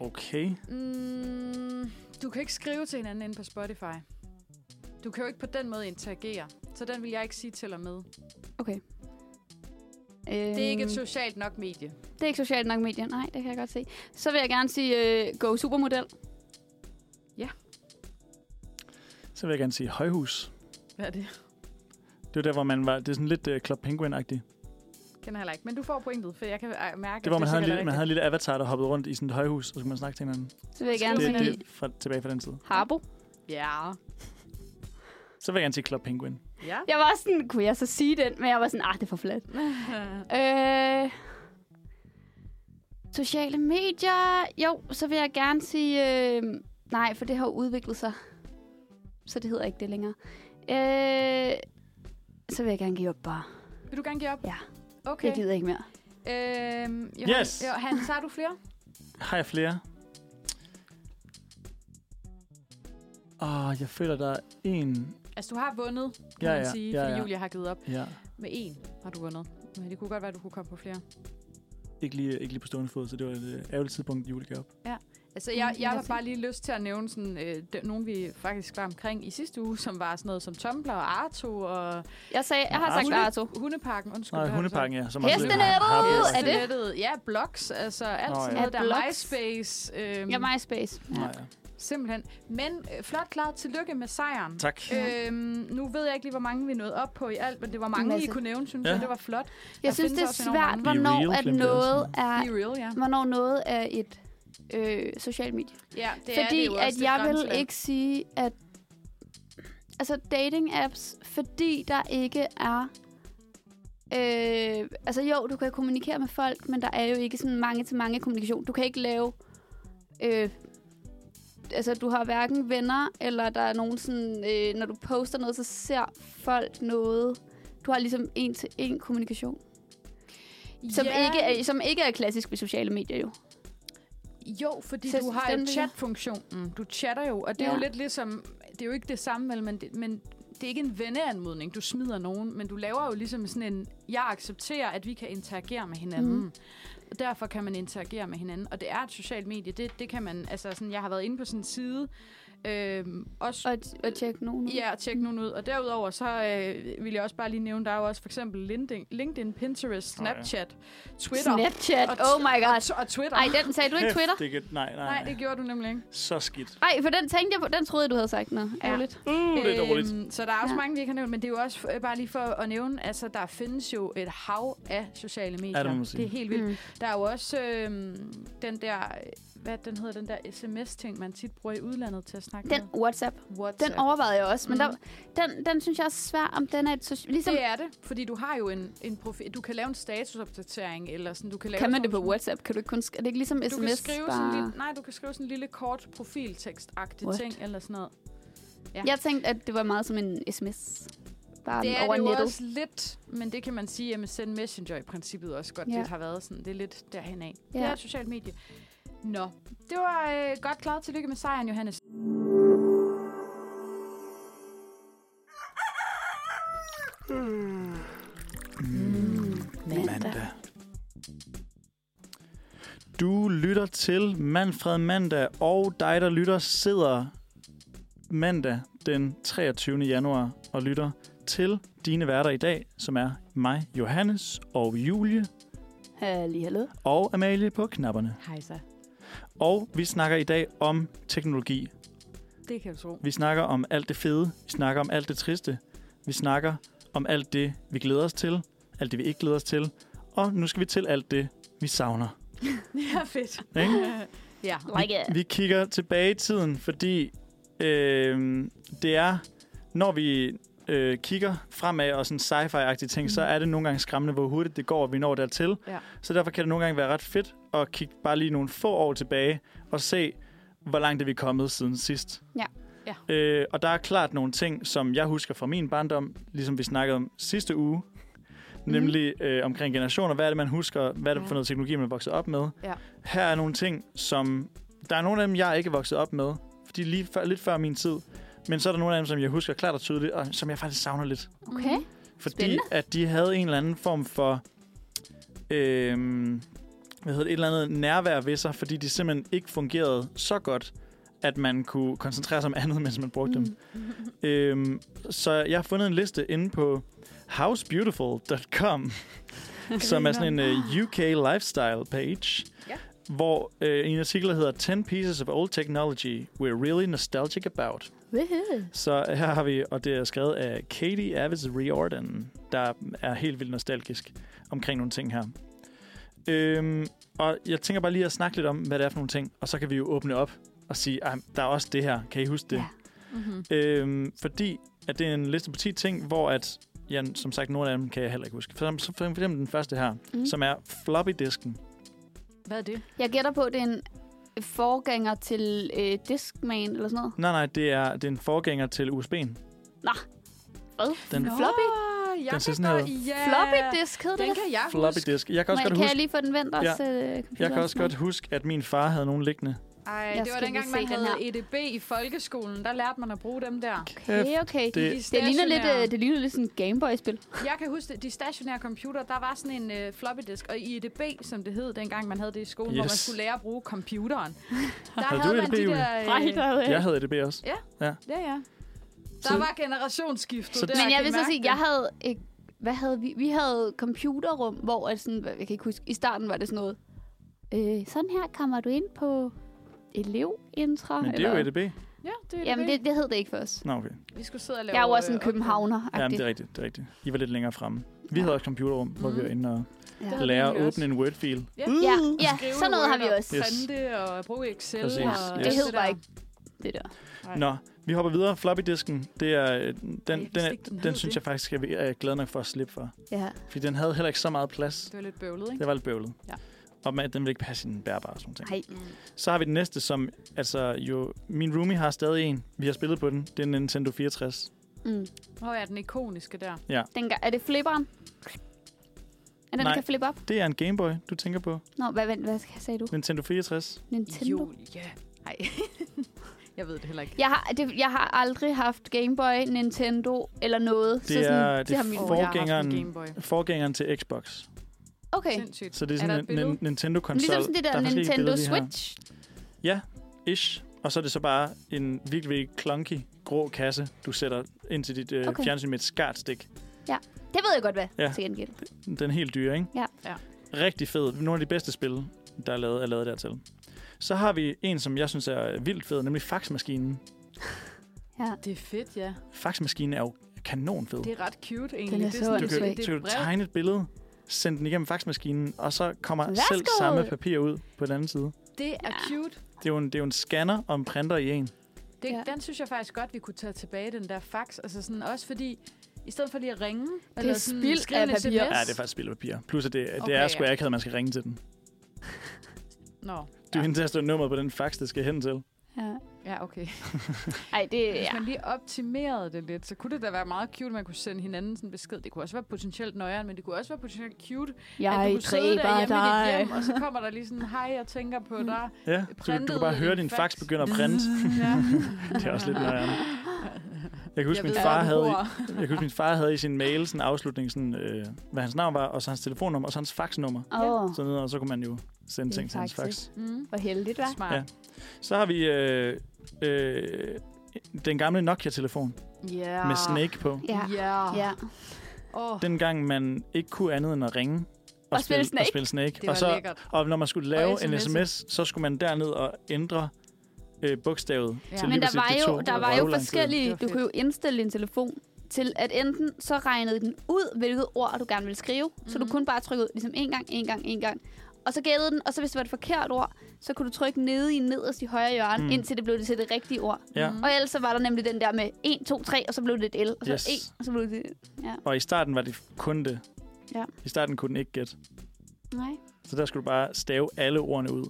[SPEAKER 3] Okay.
[SPEAKER 4] Mm, du kan ikke skrive til hinanden inde på Spotify. Du kan jo ikke på den måde interagere. Så den vil jeg ikke sige til og med. Det er ikke
[SPEAKER 2] Øhm,
[SPEAKER 4] et socialt nok medie.
[SPEAKER 2] det er ikke socialt nok medier. Nej, det kan jeg godt se. Så vil jeg gerne sige øh, Go Supermodel.
[SPEAKER 3] Så vil jeg gerne sige Højhus.
[SPEAKER 4] Hvad er det?
[SPEAKER 3] Det er der, hvor man var... Det er sådan lidt uh, Club Penguin-agtigt.
[SPEAKER 4] Kender jeg heller ikke. Men du får pointet, for jeg kan øh, mærke,
[SPEAKER 3] Det var, man havde, en
[SPEAKER 4] sikkert
[SPEAKER 3] lille, man
[SPEAKER 4] rigtigt.
[SPEAKER 3] havde en lille avatar, der hoppede rundt i sådan et højhus, og så kunne man snakke til hinanden.
[SPEAKER 2] Så vil jeg gerne
[SPEAKER 4] Skriv
[SPEAKER 2] sige
[SPEAKER 4] med
[SPEAKER 3] Det, det er fra, tilbage fra den tid.
[SPEAKER 2] Harbo.
[SPEAKER 4] Ja.
[SPEAKER 3] Så vil jeg gerne sige Club Penguin.
[SPEAKER 4] Ja.
[SPEAKER 2] Jeg var også sådan, kunne jeg så sige den? Men jeg var sådan, ah, det er for fladt. Øh, sociale medier. Jo, så vil jeg gerne sige... Øh, nej, for det har jo udviklet sig. Så det hedder ikke det længere. Øh, så vil jeg gerne give op bare.
[SPEAKER 4] vil du gerne give op?
[SPEAKER 2] Ja. Okay.
[SPEAKER 4] Okay.
[SPEAKER 2] Jeg gider ikke mere.
[SPEAKER 4] Øhm, Johan,
[SPEAKER 3] Yes.
[SPEAKER 4] Johan, så har du flere?
[SPEAKER 3] Har jeg flere? Åh, oh, jeg føler, der er en...
[SPEAKER 4] Altså, du har vundet, kan
[SPEAKER 3] Ja,
[SPEAKER 4] man
[SPEAKER 3] ja,
[SPEAKER 4] sige,
[SPEAKER 3] ja,
[SPEAKER 4] fordi
[SPEAKER 3] ja.
[SPEAKER 4] Julia har givet op.
[SPEAKER 3] Ja,
[SPEAKER 4] Med en har du vundet. Men det kunne godt være, at du kunne komme på flere.
[SPEAKER 3] ikke lige, ikke lige på stående fod, så det var et øh, ærgerligt tidspunkt, Julie gav op.
[SPEAKER 4] Altså,
[SPEAKER 2] Mm,
[SPEAKER 4] jeg,
[SPEAKER 2] det kan
[SPEAKER 4] jeg har
[SPEAKER 2] jeg se.
[SPEAKER 4] bare lige lyst til at nævne sådan, øh, d- nogle, vi faktisk var omkring i sidste uge, som var sådan noget som Tumblr og Arto og
[SPEAKER 2] Jeg, sagde, jeg har sagt
[SPEAKER 4] Arto.
[SPEAKER 2] Arto.
[SPEAKER 4] Hundeparken. Undskyld,
[SPEAKER 3] Nej,
[SPEAKER 4] hvad var det så?
[SPEAKER 3] hundepakken, ja. Som
[SPEAKER 2] Hestenettet!
[SPEAKER 3] har-
[SPEAKER 2] Er det-
[SPEAKER 4] Øh, Internettet, ja, blogs, altså alt
[SPEAKER 3] Nå,
[SPEAKER 4] sådan
[SPEAKER 3] ja.
[SPEAKER 4] noget
[SPEAKER 2] Ja,
[SPEAKER 4] der,
[SPEAKER 2] blogs.
[SPEAKER 4] MySpace, øhm,
[SPEAKER 2] Ja, MySpace. Ja.
[SPEAKER 3] Nej, ja.
[SPEAKER 4] simpelthen. Men øh, flot klaret, tillykke med sejren.
[SPEAKER 3] Tak.
[SPEAKER 4] Øhm, nu ved jeg ikke lige, hvor mange vi nåede op på i alt, men det var mange, I
[SPEAKER 2] masse.
[SPEAKER 4] kunne nævne, synes
[SPEAKER 3] Ja.
[SPEAKER 4] ja. jeg. Det var flot.
[SPEAKER 2] Jeg
[SPEAKER 4] Der
[SPEAKER 2] synes, det
[SPEAKER 4] findes
[SPEAKER 2] er
[SPEAKER 4] også enormt
[SPEAKER 2] svært,
[SPEAKER 4] mange.
[SPEAKER 2] hvornår,
[SPEAKER 3] Be real,
[SPEAKER 2] at
[SPEAKER 3] glemte jeg
[SPEAKER 2] noget
[SPEAKER 3] også.
[SPEAKER 2] er,
[SPEAKER 4] Be real, ja.
[SPEAKER 2] hvornår noget er et øh, socialt medie.
[SPEAKER 4] ja det er
[SPEAKER 2] fordi
[SPEAKER 4] det jo også,
[SPEAKER 2] at
[SPEAKER 4] det
[SPEAKER 2] jeg
[SPEAKER 4] grænseland.
[SPEAKER 2] vil ikke sige, at altså dating apps, fordi der ikke er øh, altså jo, du kan kommunikere med folk, men der er jo ikke sådan mange til mange kommunikation. Du kan ikke lave øh, altså du har hverken venner, eller der er nogen sådan, øh, når du poster noget, så ser folk noget. Du har ligesom en til en kommunikation, som,
[SPEAKER 4] Ja,
[SPEAKER 2] ikke er, som ikke er klassisk ved sociale medier jo.
[SPEAKER 4] Jo, fordi
[SPEAKER 2] Så
[SPEAKER 4] du har
[SPEAKER 2] den
[SPEAKER 4] jo
[SPEAKER 2] vil jeg-
[SPEAKER 4] chat-funktionen. Du chatter jo, og det er jo
[SPEAKER 2] Ja.
[SPEAKER 4] lidt ligesom... Det er jo ikke det samme, vel, men, det, men det er ikke en venneanmodning. Du smider nogen, men du laver jo ligesom sådan en... Jeg accepterer, at vi kan interagere med hinanden.
[SPEAKER 2] Mhm.
[SPEAKER 4] Mm. Og derfor kan man interagere med hinanden. Og det er et socialt medie. Det, det kan man... Altså, sådan, jeg har været inde på sådan en side... Øhm, også
[SPEAKER 2] Og, og tjekke nogen. ud.
[SPEAKER 4] Ja, og tjek nogen ud. Og derudover, så øh, vil jeg også bare lige nævne, der er jo også for eksempel LinkedIn, LinkedIn Pinterest,
[SPEAKER 3] Nå ja.
[SPEAKER 4] Snapchat, Twitter.
[SPEAKER 2] Snapchat.
[SPEAKER 4] Og
[SPEAKER 2] Oh my god.
[SPEAKER 4] og, og Twitter.
[SPEAKER 2] Ej, den sagde du ikke Twitter?
[SPEAKER 3] Det kan, nej, nej,
[SPEAKER 4] Nej, det gjorde du nemlig ikke.
[SPEAKER 3] Så skidt.
[SPEAKER 2] Ej, for den tænkte jeg på. Den troede jeg, du havde sagt noget.
[SPEAKER 4] Ja.
[SPEAKER 2] Ærgerligt.
[SPEAKER 3] Uh, det er dårligt.
[SPEAKER 4] Øhm, så der er
[SPEAKER 2] Ja.
[SPEAKER 4] også ja. mange, vi ikke har nævnt, men det er jo også øh, bare lige for at nævne, altså der findes jo et hav af sociale medier.
[SPEAKER 3] Ja, det må man sige.
[SPEAKER 4] det er helt vildt.
[SPEAKER 2] Mm.
[SPEAKER 4] Der er jo også øhm, den der, øh, hvad den hedder, den der sms-ting, man tit bruger i udlandet til at snakke
[SPEAKER 2] Den WhatsApp,
[SPEAKER 4] med. WhatsApp.
[SPEAKER 2] den overvejede jeg også, men
[SPEAKER 4] Mm.
[SPEAKER 2] der, den, den synes jeg er svær, om den er et soci- ligesom,
[SPEAKER 4] Det er det, fordi du har jo en, en profil. Du kan lave en statusopdatering, eller sådan, du kan lave
[SPEAKER 2] Kan man det
[SPEAKER 4] sådan
[SPEAKER 2] på
[SPEAKER 4] nogle-
[SPEAKER 2] WhatsApp? Kan du ikke kun sk- er det ikke ligesom sms?
[SPEAKER 4] Du kan skrive
[SPEAKER 2] bare...
[SPEAKER 4] sådan en lille, nej, du kan skrive sådan en lille kort profiltekstagtig
[SPEAKER 2] What?
[SPEAKER 4] ting, eller sådan noget.
[SPEAKER 2] Ja. Jeg tænkte, at det var meget som en sms. Bare
[SPEAKER 4] det
[SPEAKER 2] det
[SPEAKER 4] er
[SPEAKER 2] over
[SPEAKER 4] det jo
[SPEAKER 2] nettet.
[SPEAKER 4] også lidt, men det kan man sige, at MSN Messenger i princippet også godt
[SPEAKER 2] Ja.
[SPEAKER 4] ja. lidt har været sådan. Det er lidt derhen af.
[SPEAKER 2] Ja.
[SPEAKER 4] Ja. Det er et socialt medie. Nå, det var øh, godt klaret. Tillykke med sejren, Johannes.
[SPEAKER 3] mm, Mandag. Du lytter til Manfred Mandag, og dig, der lytter, sidder mandag den 23. januar og lytter til dine værter i dag, som er mig, Johannes og Julie
[SPEAKER 2] Halli, hallo.
[SPEAKER 3] og Amalie på knapperne.
[SPEAKER 4] Hej så.
[SPEAKER 3] Og vi snakker i dag om teknologi.
[SPEAKER 4] Det kan du tro.
[SPEAKER 3] Vi snakker om alt det fede, vi snakker om alt det triste, vi snakker om alt det, vi glæder os til, alt det, vi ikke glæder os til, og nu skal vi til alt det, vi savner.
[SPEAKER 4] Ja, fedt.
[SPEAKER 3] Ikke?
[SPEAKER 4] ja.
[SPEAKER 2] Like it.
[SPEAKER 3] Vi kigger tilbage i tiden, fordi øh, det er, når vi øh, kigger fremad og sådan sci-fi-agtige ting, mm. så er det nogle gange skræmmende, hvor hurtigt det går, og vi når dertil.
[SPEAKER 4] Ja.
[SPEAKER 3] Så derfor kan det nogle gange være ret fedt at kigge bare lige nogle få år tilbage og se, hvor langt er vi kommet siden sidst.
[SPEAKER 2] Ja.
[SPEAKER 3] ja. Øh, og der er klart nogle ting, som jeg husker fra min barndom, ligesom vi snakkede om sidste uge, mm. nemlig øh, omkring generationer. Hvad er det, man husker? Hvad er det
[SPEAKER 4] Ja.
[SPEAKER 3] for noget teknologi, man er vokset op med?
[SPEAKER 4] Ja.
[SPEAKER 3] Her er nogle ting, som... Der er nogle af dem, jeg ikke er vokset op med, fordi lige før, lidt før min tid. Men så er der nogle af dem, som jeg husker klart og tydeligt, og som jeg faktisk savner lidt.
[SPEAKER 2] Okay.
[SPEAKER 3] Fordi
[SPEAKER 2] Spændende.
[SPEAKER 3] at de havde en eller anden form for... Øhm, hvad hedder det, et eller andet nærvær ved sig, fordi de simpelthen ikke fungerede så godt, at man kunne koncentrere sig om andet, mens man brugte mm.
[SPEAKER 4] Mhm.
[SPEAKER 3] dem. Øhm, så jeg har fundet en liste inde på housebeautiful.com, som er sådan en uh, UK lifestyle page,
[SPEAKER 4] Ja.
[SPEAKER 3] hvor uh, en artikel der hedder 10 Pieces of Old Technology We're Really Nostalgic About.
[SPEAKER 2] Mm.
[SPEAKER 3] Så her har vi, og det er skrevet af Katie Avis Riordan, der er helt vildt nostalgisk omkring nogle ting her. Øhm, og jeg tænker bare lige at snakke lidt om, hvad det er for nogle ting, og så kan vi jo åbne op og sige, "Ej, der er også det her, kan I huske det?
[SPEAKER 2] Ja.
[SPEAKER 4] Mm-hmm.
[SPEAKER 3] Øhm, fordi at det er en liste på 10 ting, hvor at, ja, som sagt, nogle af dem kan jeg heller ikke huske. For, for, for eksempel den første her,
[SPEAKER 2] Mm.
[SPEAKER 3] mm. som er floppy-disken.
[SPEAKER 4] Hvad er det?
[SPEAKER 2] Jeg gætter på, at det er en forgænger til øh, Discman eller sådan noget.
[SPEAKER 3] Nej, nej, det er, det er en forgænger til USB'en.
[SPEAKER 2] Hvad?
[SPEAKER 3] Den
[SPEAKER 4] Nå,
[SPEAKER 2] Floppy?
[SPEAKER 4] Jeg
[SPEAKER 3] Den ser
[SPEAKER 4] kan
[SPEAKER 3] sådan
[SPEAKER 4] godt,
[SPEAKER 3] her
[SPEAKER 4] ja.
[SPEAKER 2] Floppy disk hed det.
[SPEAKER 4] Øh, Den kan jeg huske.
[SPEAKER 3] floppy-disk. Jeg kan også
[SPEAKER 2] Må-
[SPEAKER 3] godt
[SPEAKER 2] kan jeg
[SPEAKER 3] huske,
[SPEAKER 2] lige få den vendt også? Ja.
[SPEAKER 3] jeg kan også godt huske, at min far havde nogle liggende.
[SPEAKER 4] Ej,
[SPEAKER 2] Jeg
[SPEAKER 4] det var
[SPEAKER 2] skal
[SPEAKER 4] dengang,
[SPEAKER 2] lige
[SPEAKER 4] man
[SPEAKER 2] se den
[SPEAKER 4] havde EDB i folkeskolen. Der lærte man at bruge dem der.
[SPEAKER 3] Kæft,
[SPEAKER 2] Okay, okay.
[SPEAKER 3] det-
[SPEAKER 4] De
[SPEAKER 2] Det ligner lidt,
[SPEAKER 4] stationære.
[SPEAKER 2] øh, det ligner lidt sådan en Gameboy-spil.
[SPEAKER 4] Jeg kan huske, det, de stationære computer, der var sådan en øh, floppy disk, og i EDB, som det hed, dengang man havde det i skolen, yes. hvor man
[SPEAKER 3] Yes.
[SPEAKER 4] skulle lære at bruge computeren. Der
[SPEAKER 3] Havde du EDB, Julie?
[SPEAKER 4] der... Øh,
[SPEAKER 3] Jeg havde EDB også.
[SPEAKER 4] ja, ja. Der
[SPEAKER 3] Så-
[SPEAKER 4] var generationsskiftet.
[SPEAKER 3] Så-
[SPEAKER 4] der,
[SPEAKER 2] Men jeg
[SPEAKER 4] kan
[SPEAKER 2] vil så
[SPEAKER 4] mærke
[SPEAKER 2] sige,
[SPEAKER 4] det.
[SPEAKER 2] jeg havde... Ikke, hvad havde vi? Vi havde computerrum, hvor at sådan, jeg kan ikke huske, i starten var det sådan noget. Øh, sådan her kommer du ind på elevintra.
[SPEAKER 3] Men det er jo EDB.
[SPEAKER 4] Ja, det er EDB.
[SPEAKER 2] Jamen, det, det hed det ikke for os.
[SPEAKER 3] Nå, okay.
[SPEAKER 4] Vi skulle sidde og lave...
[SPEAKER 2] Jeg er jo også en
[SPEAKER 4] øh, opgave.
[SPEAKER 2] københavner
[SPEAKER 3] Jamen, det er rigtigt, det er rigtigt. I var lidt længere fremme. Vi
[SPEAKER 2] Ja.
[SPEAKER 3] ja. havde også computerrum, hvor vi
[SPEAKER 4] Mhm.
[SPEAKER 3] var inde og
[SPEAKER 4] Det havde vi
[SPEAKER 3] lære at
[SPEAKER 4] nemlig
[SPEAKER 3] åbne en Word-fil.
[SPEAKER 4] Ja.
[SPEAKER 3] Uh!
[SPEAKER 2] Ja, ja
[SPEAKER 4] Skrive
[SPEAKER 2] sådan noget har
[SPEAKER 4] Word
[SPEAKER 2] vi
[SPEAKER 4] og
[SPEAKER 2] også.
[SPEAKER 3] Yes.
[SPEAKER 4] Printe og bruge Excel.
[SPEAKER 3] Præcis,
[SPEAKER 4] Og
[SPEAKER 3] yes.
[SPEAKER 2] Det hed
[SPEAKER 4] der.
[SPEAKER 2] bare ikke det der.
[SPEAKER 4] Nej.
[SPEAKER 3] Nå, vi hopper videre. Floppy-disken, det er, øh, den, den,
[SPEAKER 4] vidste
[SPEAKER 3] den,
[SPEAKER 4] ikke, den
[SPEAKER 3] den,
[SPEAKER 4] hed
[SPEAKER 3] den synes
[SPEAKER 4] det.
[SPEAKER 3] jeg faktisk, jeg er glad nok for at slippe for.
[SPEAKER 2] Ja.
[SPEAKER 3] Fordi den havde heller ikke så meget plads.
[SPEAKER 4] Det var lidt bøvlet, ikke?
[SPEAKER 3] Det var lidt bøvlet.
[SPEAKER 4] Ja.
[SPEAKER 3] Og man, den ville ikke passe i den bærbare og sådan noget.
[SPEAKER 2] Ej.
[SPEAKER 3] Så har vi den næste, som altså jo... Min roomie har stadig en. Vi har spillet på den. Det er en Nintendo 64.
[SPEAKER 2] Mm.
[SPEAKER 4] Hvor er den ikoniske der?
[SPEAKER 2] Den gør, er det flipperen? Er den, der
[SPEAKER 3] Nej.
[SPEAKER 2] kan flippe op?
[SPEAKER 3] Det er en Game Boy, du tænker på.
[SPEAKER 2] Nå, hvad, hvad, hvad sagde du?
[SPEAKER 3] Nintendo 64.
[SPEAKER 2] Nintendo?
[SPEAKER 4] Julia. Nej. jeg ved det heller ikke.
[SPEAKER 2] Jeg har, det, jeg har aldrig haft Game Boy, Nintendo eller noget. så
[SPEAKER 3] Det
[SPEAKER 2] sådan,
[SPEAKER 3] er- det
[SPEAKER 2] det har
[SPEAKER 3] er
[SPEAKER 2] min...
[SPEAKER 3] for-
[SPEAKER 4] Åh, jeg har haft en
[SPEAKER 3] Forgængeren-
[SPEAKER 4] Gameboy.
[SPEAKER 3] Forgængeren til Xbox.
[SPEAKER 2] Okay.
[SPEAKER 4] Sindssygt.
[SPEAKER 3] Så det er
[SPEAKER 4] der
[SPEAKER 3] sådan
[SPEAKER 4] et
[SPEAKER 3] en,
[SPEAKER 4] billede?
[SPEAKER 3] en Nintendo-konsol.
[SPEAKER 2] Ligesom sådan det der,
[SPEAKER 3] er faktisk ikke et
[SPEAKER 2] Nintendo
[SPEAKER 3] billede lige her.
[SPEAKER 2] Switch.
[SPEAKER 3] ish. Og så er det så bare en virkelig, virkelig clunky grå kasse, du sætter ind til dit øh,
[SPEAKER 2] Okay.
[SPEAKER 3] okay. fjernsyn med et skartstik.
[SPEAKER 2] Det ved jeg godt, hvad ja.
[SPEAKER 3] Ja.
[SPEAKER 2] til gengæld.
[SPEAKER 3] Den er helt dyre, ikke?
[SPEAKER 2] Ja.
[SPEAKER 4] Ja.
[SPEAKER 3] Rigtig fed. Nogle af de bedste spil, der er lavet, er lavet dertil. Så har vi en, som jeg synes er vildt fed, nemlig faxmaskinen.
[SPEAKER 4] Det er fedt, ja.
[SPEAKER 3] Faxmaskinen er jo kanonfed.
[SPEAKER 4] Det er ret cute, egentlig.
[SPEAKER 2] Den er
[SPEAKER 4] det
[SPEAKER 2] så
[SPEAKER 4] sådan-
[SPEAKER 3] Du kan,
[SPEAKER 2] åndssvagt.
[SPEAKER 4] det
[SPEAKER 3] så kan
[SPEAKER 4] er
[SPEAKER 3] du
[SPEAKER 4] et brev.
[SPEAKER 3] tegne et billede, sende den igennem faxmaskinen, og så kommer
[SPEAKER 2] Værsgo!
[SPEAKER 3] selv samme papir ud på den anden side.
[SPEAKER 4] Det er
[SPEAKER 2] Ja.
[SPEAKER 4] cute.
[SPEAKER 3] Det er, jo en, det er jo en scanner og en printer i en.
[SPEAKER 4] Det,
[SPEAKER 2] Ja.
[SPEAKER 4] ja. Den synes jeg faktisk godt, vi kunne tage tilbage, den der fax. Altså sådan, også fordi, i stedet for lige at ringe, eller sådan,
[SPEAKER 2] spild
[SPEAKER 4] skrive
[SPEAKER 2] af
[SPEAKER 4] en
[SPEAKER 2] papir.
[SPEAKER 4] SMS.
[SPEAKER 2] Ja,
[SPEAKER 3] Ja, det er faktisk spild af papir. Plus, at det, okay, det
[SPEAKER 4] Okay,
[SPEAKER 3] er sgu
[SPEAKER 4] ja.
[SPEAKER 3] ja. akavet, at man skal ringe til den.
[SPEAKER 4] Nå,
[SPEAKER 3] Du kan ja. nummeret på den fax, det skal hen til.
[SPEAKER 2] Ja.
[SPEAKER 4] ja, okay.
[SPEAKER 2] Ej, det
[SPEAKER 4] Hvis
[SPEAKER 2] ja.
[SPEAKER 4] man lige optimerede det lidt, så kunne det da være meget cute, at man kunne sende hinanden sådan en besked. Det kunne også være potentielt nøjeren, men det kunne også være potentielt cute, at du
[SPEAKER 2] Jeg
[SPEAKER 4] kunne sidde
[SPEAKER 2] dræber
[SPEAKER 4] derhjemme i dit hjem,
[SPEAKER 2] dig.
[SPEAKER 4] og så kommer der lige sådan, hej, jeg tænker på dig.
[SPEAKER 3] Ja, du, du kan
[SPEAKER 4] Printet
[SPEAKER 3] bare høre
[SPEAKER 4] en
[SPEAKER 3] din fax
[SPEAKER 4] fax.
[SPEAKER 3] begynde at printe.
[SPEAKER 4] Ja.
[SPEAKER 3] Det er også lidt nøjere. Jeg kan huske,
[SPEAKER 4] Jeg
[SPEAKER 3] min
[SPEAKER 4] ved,
[SPEAKER 3] far
[SPEAKER 4] hvor du
[SPEAKER 3] havde,
[SPEAKER 4] bor.
[SPEAKER 3] jeg kan huske, min far havde i sin mail sådan en afslutning, sådan, øh, hvad hans navn var, og så hans telefonnummer, og så hans faxnummer.
[SPEAKER 2] Åh,
[SPEAKER 3] Sådan noget, og så kunne man jo sende
[SPEAKER 2] Det er
[SPEAKER 3] ting til hans fax.
[SPEAKER 2] faktisk-
[SPEAKER 4] Mm.
[SPEAKER 2] hvor heldigt, hva'?
[SPEAKER 4] Smart.
[SPEAKER 3] Ja. Så har vi øh, øh, den gamle Nokia-telefon
[SPEAKER 4] Yeah.
[SPEAKER 3] med Snake på.
[SPEAKER 2] Ja.
[SPEAKER 4] Yeah.
[SPEAKER 2] Ja.
[SPEAKER 4] Oh,
[SPEAKER 3] Dengang man ikke kunne andet end at ringe
[SPEAKER 2] Og spille Snake.
[SPEAKER 3] Og, spille snake.
[SPEAKER 4] det var
[SPEAKER 3] og, så,
[SPEAKER 4] lækkert.
[SPEAKER 3] og når man skulle lave
[SPEAKER 4] Og
[SPEAKER 3] en
[SPEAKER 4] sms'e.
[SPEAKER 3] sms, så skulle man derned og ændre øh, bogstavet.
[SPEAKER 4] Ja.
[SPEAKER 3] Til
[SPEAKER 2] Men
[SPEAKER 3] lige
[SPEAKER 2] der
[SPEAKER 3] præcis
[SPEAKER 2] var
[SPEAKER 3] det
[SPEAKER 2] jo,
[SPEAKER 3] tog,
[SPEAKER 2] der var
[SPEAKER 3] var
[SPEAKER 2] jo
[SPEAKER 3] lang tid.
[SPEAKER 4] Det
[SPEAKER 2] forskellige.
[SPEAKER 4] var
[SPEAKER 2] Du kunne jo indstille din telefon til, at enten så regnede den ud, hvilket ord du gerne ville skrive, mm-hmm. så du
[SPEAKER 4] Mhm.
[SPEAKER 2] kun bare trykkede ud ligesom en gang, en gang, en gang. Og så gættede den, og så hvis det var et forkert ord, så kunne du trykke nede i nederst i højre hjørne,
[SPEAKER 3] Mm.
[SPEAKER 2] mm. indtil det blev det til det rigtige ord.
[SPEAKER 3] Ja.
[SPEAKER 4] Mm.
[SPEAKER 2] Og ellers så var der nemlig den der med 1, 2, 3, og så blev det et L, og så
[SPEAKER 3] Yes.
[SPEAKER 2] yes. 1, og så blev det...
[SPEAKER 3] Og i starten var det kun det.
[SPEAKER 2] Ja.
[SPEAKER 3] I starten kunne den ikke gætte.
[SPEAKER 2] Nej.
[SPEAKER 3] Så der skulle du bare stave alle ordene ud.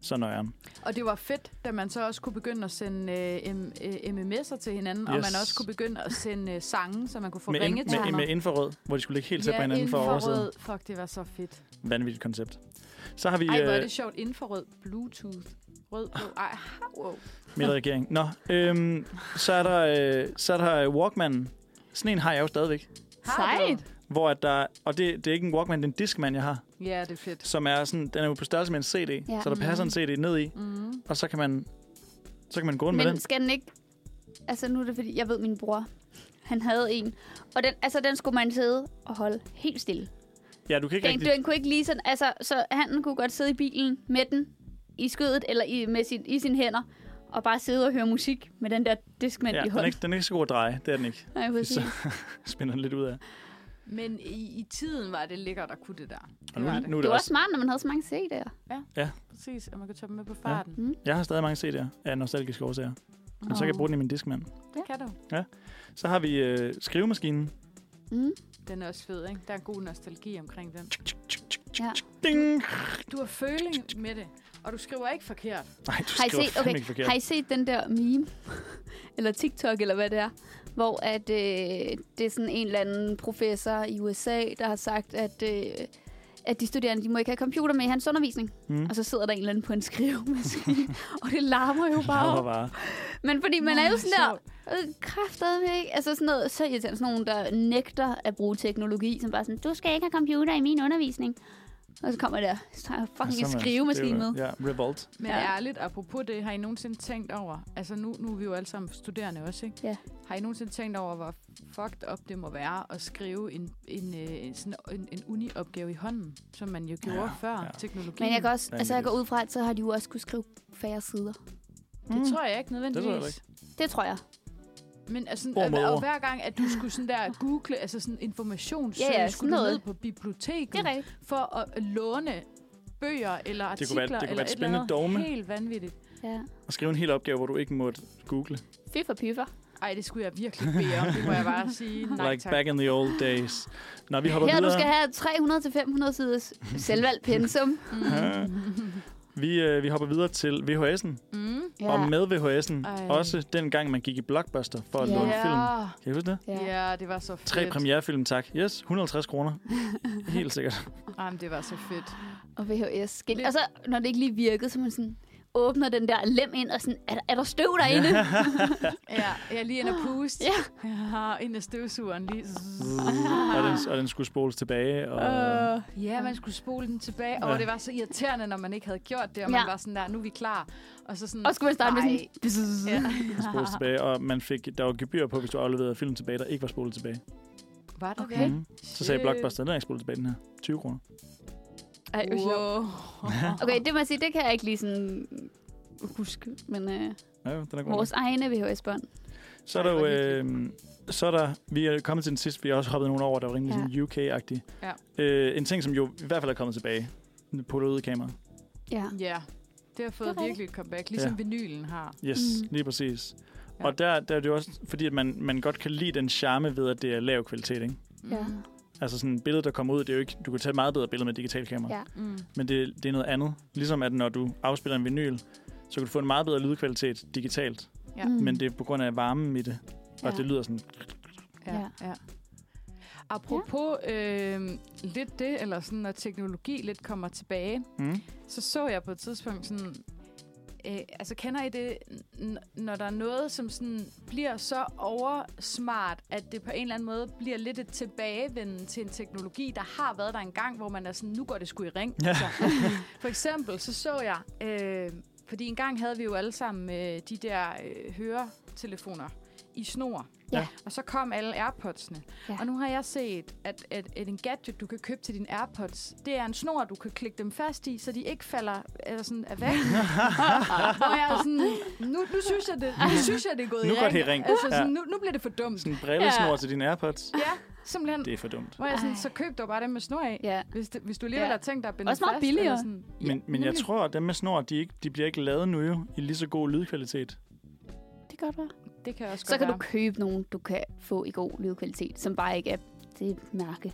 [SPEAKER 3] Så nøjeren.
[SPEAKER 4] Og det var fedt, da man så også kunne begynde at sende øh, M- øh, MMS'er til hinanden, yes. og
[SPEAKER 3] Yes.
[SPEAKER 4] man også kunne begynde at sende øh, sange, så man kunne få
[SPEAKER 3] Med, ind,
[SPEAKER 4] ringetoner.
[SPEAKER 3] med, med indforrød, hvor de skulle ligge helt tæt på hinanden for at oversætte.
[SPEAKER 4] infrarød. Fuck, det var så fedt.
[SPEAKER 3] Vanvittigt koncept. Så har vi
[SPEAKER 4] Ej, hvor er
[SPEAKER 3] øh,
[SPEAKER 4] det sjovt. Infrarød, Bluetooth, rød, blå. Ej, wow.
[SPEAKER 3] midterregering. Nå, øhm, så er der, øh, så er der Walkman. Sådan en har jeg jo stadigvæk.
[SPEAKER 4] Har du?
[SPEAKER 2] Sejt.
[SPEAKER 3] Hvor at der, og det, det er ikke en Walkman, det er en Discman, jeg har.
[SPEAKER 4] Ja, det er fedt.
[SPEAKER 3] Som er sådan, den er jo på størrelse med en CD.
[SPEAKER 2] Ja.
[SPEAKER 3] Så der passer en CD ned i,
[SPEAKER 4] Mm.
[SPEAKER 3] og så kan man, så kan man gå rundt med
[SPEAKER 2] Mhm. Men
[SPEAKER 3] den.
[SPEAKER 2] skal den ikke... Altså nu er det fordi, jeg ved min bror, han havde en. Og den, altså, den skulle man sidde og holde helt stille.
[SPEAKER 3] Ja, du kan ikke
[SPEAKER 2] Den,
[SPEAKER 3] rigtig...
[SPEAKER 2] den kunne ikke lige sådan, altså, så han kunne godt sidde i bilen med den i skødet, eller i, med sin, i sine hænder, og bare sidde og høre musik med den der diskmand
[SPEAKER 3] Ja,
[SPEAKER 2] i
[SPEAKER 3] den, er
[SPEAKER 2] hånden.
[SPEAKER 3] ikke, den er ikke så god at dreje. Det er den ikke.
[SPEAKER 2] Nej, præcis.
[SPEAKER 3] Så spænder den lidt ud af.
[SPEAKER 4] Men i, i tiden var det lækkert at kunne det der. Det
[SPEAKER 3] Og nu,
[SPEAKER 4] var det.
[SPEAKER 3] nu er
[SPEAKER 2] Det
[SPEAKER 3] det
[SPEAKER 2] var
[SPEAKER 3] også...
[SPEAKER 2] smart, når man havde så mange CD'er.
[SPEAKER 4] Præcis, og man kunne tage dem med på farten. Ja.
[SPEAKER 3] Jeg har stadig mange CD'er af nostalgiske årsager. Men så kan jeg bruge den i min diskmand.
[SPEAKER 4] Det kan du.
[SPEAKER 3] Så har vi øh, skrivemaskinen.
[SPEAKER 2] Mm.
[SPEAKER 4] Den er også fed, ikke? Der er en god nostalgi omkring den.
[SPEAKER 2] Ja.
[SPEAKER 3] Ding!
[SPEAKER 4] Du har føling med det, og du skriver ikke forkert.
[SPEAKER 3] Nej, du
[SPEAKER 2] Har I,
[SPEAKER 3] skriver
[SPEAKER 2] set,
[SPEAKER 3] fandme
[SPEAKER 2] okay,
[SPEAKER 3] ikke forkert.
[SPEAKER 2] har I set den der meme? eller TikTok, eller hvad det er? Hvor at, øh, det er sådan en eller anden professor i USA, der har sagt, at, øh, at de studerende de må ikke have computer med i hans undervisning.
[SPEAKER 3] Mm.
[SPEAKER 2] Og så sidder der en eller anden på en skrivemaskine, og det larmer jo bare.
[SPEAKER 3] Larmer bare.
[SPEAKER 2] Men fordi man er jo sådan der,
[SPEAKER 4] sjovt.
[SPEAKER 2] kræftede ikke. Øh, Altså sådan noget, så irriterende. Sådan nogen, der nægter at bruge teknologi, som bare sådan, du skal ikke have computer i min undervisning. Og så kommer der, så har jeg fucking
[SPEAKER 3] Og så
[SPEAKER 2] en
[SPEAKER 3] er-
[SPEAKER 2] skrivemaskine
[SPEAKER 3] det er
[SPEAKER 2] med.
[SPEAKER 3] jo- Ja, revolt.
[SPEAKER 4] Men
[SPEAKER 2] Ja.
[SPEAKER 4] ja. ærligt, apropos det, har I nogensinde tænkt over, altså nu, nu er vi jo alle sammen studerende også, ikke?
[SPEAKER 2] Ja.
[SPEAKER 4] Har I nogensinde tænkt over, hvor fucked up det må være at skrive en, en, øh, en, sådan en, en uni-opgave i hånden, som man jo gjorde
[SPEAKER 3] Ja,
[SPEAKER 4] ja, før
[SPEAKER 3] ja.
[SPEAKER 4] ja. teknologien?
[SPEAKER 2] Men jeg, kan også,
[SPEAKER 3] Vanvittigt.
[SPEAKER 2] altså jeg går ud fra, at så har de jo også kunne skrive færre sider.
[SPEAKER 4] Det tror jeg ikke nødvendigvis.
[SPEAKER 3] Det tror jeg ikke.
[SPEAKER 2] Det tror jeg.
[SPEAKER 4] Men altså,
[SPEAKER 3] Ord
[SPEAKER 4] og,
[SPEAKER 3] mod
[SPEAKER 4] og
[SPEAKER 3] ord.
[SPEAKER 4] hver gang, at du skulle sådan der google, altså sådan informationssøg,
[SPEAKER 2] Ja, ja,
[SPEAKER 4] skulle
[SPEAKER 2] sådan
[SPEAKER 4] du ned
[SPEAKER 2] noget.
[SPEAKER 4] på biblioteket
[SPEAKER 2] Det er rigtigt.
[SPEAKER 4] for at øh, låne bøger eller
[SPEAKER 3] Det
[SPEAKER 4] artikler
[SPEAKER 3] kunne være- det kunne
[SPEAKER 4] eller
[SPEAKER 3] være et
[SPEAKER 4] et
[SPEAKER 3] spændende
[SPEAKER 4] eller
[SPEAKER 3] dogme.
[SPEAKER 4] andet. Helt vanvittigt.
[SPEAKER 2] Ja.
[SPEAKER 3] Og skrive en hel opgave, hvor du ikke måtte google.
[SPEAKER 2] Fy for pyffer.
[SPEAKER 4] Ej, det skulle jeg virkelig bede om, det må jeg bare sige. Nej,
[SPEAKER 3] like
[SPEAKER 4] tak.
[SPEAKER 3] back in the old days. Når vi hopper
[SPEAKER 2] Her du
[SPEAKER 3] videre.
[SPEAKER 2] skal have 300-500 siders selvvalgt pensum.
[SPEAKER 3] vi, øh, vi hopper videre til VHS'en.
[SPEAKER 4] Mm.
[SPEAKER 3] Ja. Og med VHS'en.
[SPEAKER 4] Ej.
[SPEAKER 3] Også dengang, man gik i Blockbuster for at
[SPEAKER 2] Ja.
[SPEAKER 3] låne film. Kan I huske det?
[SPEAKER 2] Ja.
[SPEAKER 4] Ja. ja, det var så fedt.
[SPEAKER 3] Tre premierefilm, tak. Yes, 150 kroner. Helt sikkert.
[SPEAKER 4] Jamen, det var så fedt.
[SPEAKER 2] Og VHS. Skæg. Og så, når det ikke lige virkede, så man sådan åbner den der lem ind, og sådan, er der, er der støv derinde?
[SPEAKER 4] Ja, jeg lige ind og puste.
[SPEAKER 2] Ah, Ja.
[SPEAKER 4] ja ind af støvsugeren lige.
[SPEAKER 3] og, den, og den skulle spoles tilbage. Og,
[SPEAKER 4] Øh, Ja, man skulle spole den tilbage. Og
[SPEAKER 3] Ja.
[SPEAKER 4] det var så irriterende, når man ikke havde gjort det. Og man
[SPEAKER 2] Ja.
[SPEAKER 4] var sådan der, nu er vi klar. Og så sådan,
[SPEAKER 2] Og så skulle man starte med
[SPEAKER 4] nej.
[SPEAKER 2] sådan... Ja.
[SPEAKER 4] Ja.
[SPEAKER 3] spoles tilbage, og man fik, der var gebyr på, hvis du afleverede film tilbage, der ikke var spolet tilbage.
[SPEAKER 4] Var det
[SPEAKER 2] Okay.
[SPEAKER 4] okay.
[SPEAKER 3] Mm. Så sagde Blockbuster, den er ikke spolet tilbage, den her. 20 kroner.
[SPEAKER 2] Ej, hvor sjovt.
[SPEAKER 4] Wow.
[SPEAKER 2] Okay, det må jeg sige, det kan jeg ikke lige sådan huske, men øh,
[SPEAKER 3] Ja, jo, den er god.
[SPEAKER 2] vores egne VHS-bånd.
[SPEAKER 3] Så er der jo, øh, så er der, vi er kommet til den sidste, vi har også hoppet nogle over, der var rimelig
[SPEAKER 2] Ja.
[SPEAKER 3] sådan UK-agtig.
[SPEAKER 4] Ja.
[SPEAKER 3] Øh, en ting, som jo i hvert fald er kommet tilbage, Polaroid-kamera.
[SPEAKER 2] Ja.
[SPEAKER 4] Ja, Det har fået
[SPEAKER 2] Det er
[SPEAKER 4] virkelig et comeback, ligesom
[SPEAKER 3] Ja.
[SPEAKER 4] vinylen har.
[SPEAKER 3] Yes,
[SPEAKER 2] Mm.
[SPEAKER 3] mm. lige præcis.
[SPEAKER 4] Ja.
[SPEAKER 3] Ja. Og der, der er det jo også, fordi at man, man godt kan lide den charme ved, at det er lav kvalitet, ikke?
[SPEAKER 2] Ja.
[SPEAKER 4] Mm.
[SPEAKER 3] Altså sådan et billede, der kommer ud, det er jo ikke, du kan tage meget bedre billeder med digital kamera,
[SPEAKER 2] Ja.
[SPEAKER 3] ja.
[SPEAKER 4] Mm.
[SPEAKER 3] men det, det er noget andet. Ligesom at når du afspiller en vinyl, så kan du få en meget bedre lydkvalitet digitalt,
[SPEAKER 4] Ja,
[SPEAKER 3] mm. men det er på grund af varmen i det, og
[SPEAKER 2] Ja.
[SPEAKER 3] det lyder sådan,
[SPEAKER 4] Ja, ja. Apropos øh, lidt det, eller sådan, når teknologi lidt kommer tilbage,
[SPEAKER 3] mm,
[SPEAKER 4] så så jeg på et tidspunkt sådan... Øh, altså, kender I det, n- når der er noget, som sådan bliver så oversmart, at det på en eller anden måde bliver lidt et tilbagevenden til en teknologi, der har været der engang, hvor man er sådan, nu går det sgu i ring.
[SPEAKER 3] Ja.
[SPEAKER 4] Altså, for eksempel, så så jeg... Øh, fordi engang havde vi jo alle sammen øh, de der øh, høretelefoner i snor.
[SPEAKER 2] Ja.
[SPEAKER 4] Og så kom alle AirPods'ene.
[SPEAKER 2] Ja.
[SPEAKER 4] Ja. Og nu har jeg set, at, at, at en gadget, du kan købe til dine AirPods, det er en snor, du kan klikke dem fast i, så de ikke falder eller sådan, er væk. Hvor jeg er sådan, nu, nu, synes jeg det, nu synes jeg, det er gået
[SPEAKER 3] Nu
[SPEAKER 4] i
[SPEAKER 3] går
[SPEAKER 4] ring.
[SPEAKER 3] det i ring.
[SPEAKER 4] Altså,
[SPEAKER 3] Ja.
[SPEAKER 4] sådan, nu, nu bliver det for dumt.
[SPEAKER 3] sådan en brillesnor
[SPEAKER 4] Ja.
[SPEAKER 3] ja. til dine AirPods.
[SPEAKER 4] Ja, simpelthen.
[SPEAKER 3] Det er for dumt.
[SPEAKER 4] Hvor jeg er sådan,
[SPEAKER 2] Ej.
[SPEAKER 4] så køb dog bare dem med snor af.
[SPEAKER 2] ja.
[SPEAKER 4] Hvis, det, hvis du alligevel
[SPEAKER 2] Ja.
[SPEAKER 4] har tænkt dig at binde
[SPEAKER 2] Også
[SPEAKER 4] dem
[SPEAKER 2] meget
[SPEAKER 4] fast.
[SPEAKER 2] billigere.
[SPEAKER 4] eller Sådan,
[SPEAKER 3] Men, men jeg
[SPEAKER 4] nemlig.
[SPEAKER 3] tror, at dem med snor, de, ikke, de bliver ikke lavet nu jo, i lige så god lydkvalitet.
[SPEAKER 2] Det kan godt være.
[SPEAKER 4] Det kan også
[SPEAKER 2] Så
[SPEAKER 4] godt
[SPEAKER 2] kan
[SPEAKER 4] være.
[SPEAKER 2] du købe nogen, du kan få i god lydkvalitet, som bare ikke er det mærke.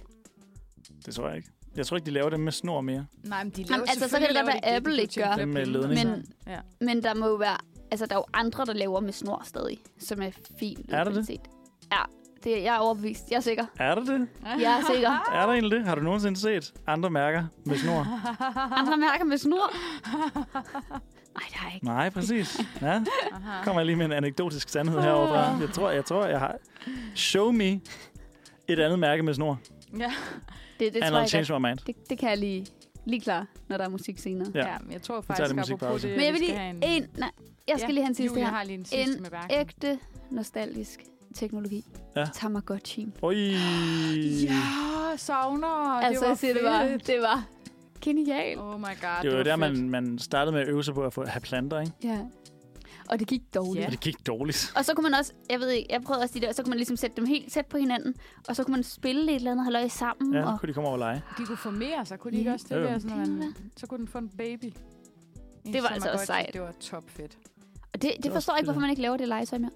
[SPEAKER 3] Det tror jeg ikke. Jeg tror ikke, de laver dem med snor mere.
[SPEAKER 4] Nej, men de laver
[SPEAKER 2] Jamen, altså, så kan
[SPEAKER 4] selvfølgelig
[SPEAKER 2] det godt
[SPEAKER 4] laver
[SPEAKER 2] være,
[SPEAKER 4] de det,
[SPEAKER 2] Apple
[SPEAKER 4] de
[SPEAKER 2] ikke
[SPEAKER 4] kunne tjene
[SPEAKER 3] gør.
[SPEAKER 4] flere
[SPEAKER 3] Med
[SPEAKER 4] penge,
[SPEAKER 3] ledning.
[SPEAKER 4] altså.
[SPEAKER 2] Men-
[SPEAKER 4] ja.
[SPEAKER 2] Men der må jo være... Altså, der er jo andre, der laver med snor stadig, som er fin
[SPEAKER 3] der det?
[SPEAKER 2] lydkvalitet. Ja, det, jeg er overbevist. Jeg er sikker.
[SPEAKER 3] Er der det?
[SPEAKER 2] Jeg er sikker.
[SPEAKER 3] Er der egentlig det? Har du nogensinde set andre mærker med snor?
[SPEAKER 2] Andre mærker med snor. Nej, det har jeg ikke.
[SPEAKER 3] Nej, præcis. Ja. Kommer jeg lige med en anekdotisk sandhed herovre. fra. Jeg tror, jeg tror, jeg har... Show me et andet mærke med snor.
[SPEAKER 4] Ja.
[SPEAKER 2] Det,
[SPEAKER 3] Det
[SPEAKER 2] det tror
[SPEAKER 3] And
[SPEAKER 2] jeg
[SPEAKER 3] I'll
[SPEAKER 2] ikke.
[SPEAKER 3] change my mind.
[SPEAKER 2] Det, det kan jeg lige, lige klar, når der er musik senere.
[SPEAKER 3] Ja.
[SPEAKER 4] Ja. ja, men jeg tror
[SPEAKER 3] tager
[SPEAKER 4] faktisk,
[SPEAKER 3] lidt
[SPEAKER 4] det apropos
[SPEAKER 3] musikpause.
[SPEAKER 4] det,
[SPEAKER 2] Men jeg vil
[SPEAKER 4] vi skal
[SPEAKER 2] lige...
[SPEAKER 4] have en...
[SPEAKER 2] En, nej, jeg skal lige have en sidste
[SPEAKER 4] Julie
[SPEAKER 2] her.
[SPEAKER 4] har lige en sidste
[SPEAKER 2] En
[SPEAKER 4] med værken.
[SPEAKER 2] Ægte, nostalgisk teknologi.
[SPEAKER 3] Ja.
[SPEAKER 2] Tamagotchi.
[SPEAKER 3] Oj.
[SPEAKER 4] Ja, savner.
[SPEAKER 2] Altså,
[SPEAKER 4] det var
[SPEAKER 2] jeg siger, det var,
[SPEAKER 4] fedt.
[SPEAKER 2] det var genialt.
[SPEAKER 4] Oh my god,
[SPEAKER 3] Det var jo der,
[SPEAKER 4] fedt.
[SPEAKER 3] man, man startede med at øve sig på at få, have planter, ikke?
[SPEAKER 2] Ja. Og det gik dårligt.
[SPEAKER 4] Ja.
[SPEAKER 3] Ja. Og det gik dårligt.
[SPEAKER 2] Og så kunne man også, jeg ved ikke, jeg prøvede også de der, så kunne man ligesom sætte dem helt tæt på hinanden, og så kunne man spille et eller andet halvøj
[SPEAKER 4] Mm.
[SPEAKER 2] sammen.
[SPEAKER 3] Ja,
[SPEAKER 2] og,
[SPEAKER 3] nu kunne de komme over og lege.
[SPEAKER 4] De kunne formere sig, kunne de ikke
[SPEAKER 2] Ja.
[SPEAKER 4] også det?
[SPEAKER 3] Jo,
[SPEAKER 4] Der,
[SPEAKER 3] jo.
[SPEAKER 4] sådan, at man, så kunne den få en baby. En
[SPEAKER 2] Det var altså også
[SPEAKER 4] Tamagotchi.
[SPEAKER 2] sejt.
[SPEAKER 4] Det var top fedt.
[SPEAKER 2] og det, det
[SPEAKER 3] var
[SPEAKER 2] forstår jeg ikke,
[SPEAKER 3] også
[SPEAKER 2] hvorfor man ikke laver det legetøj mere.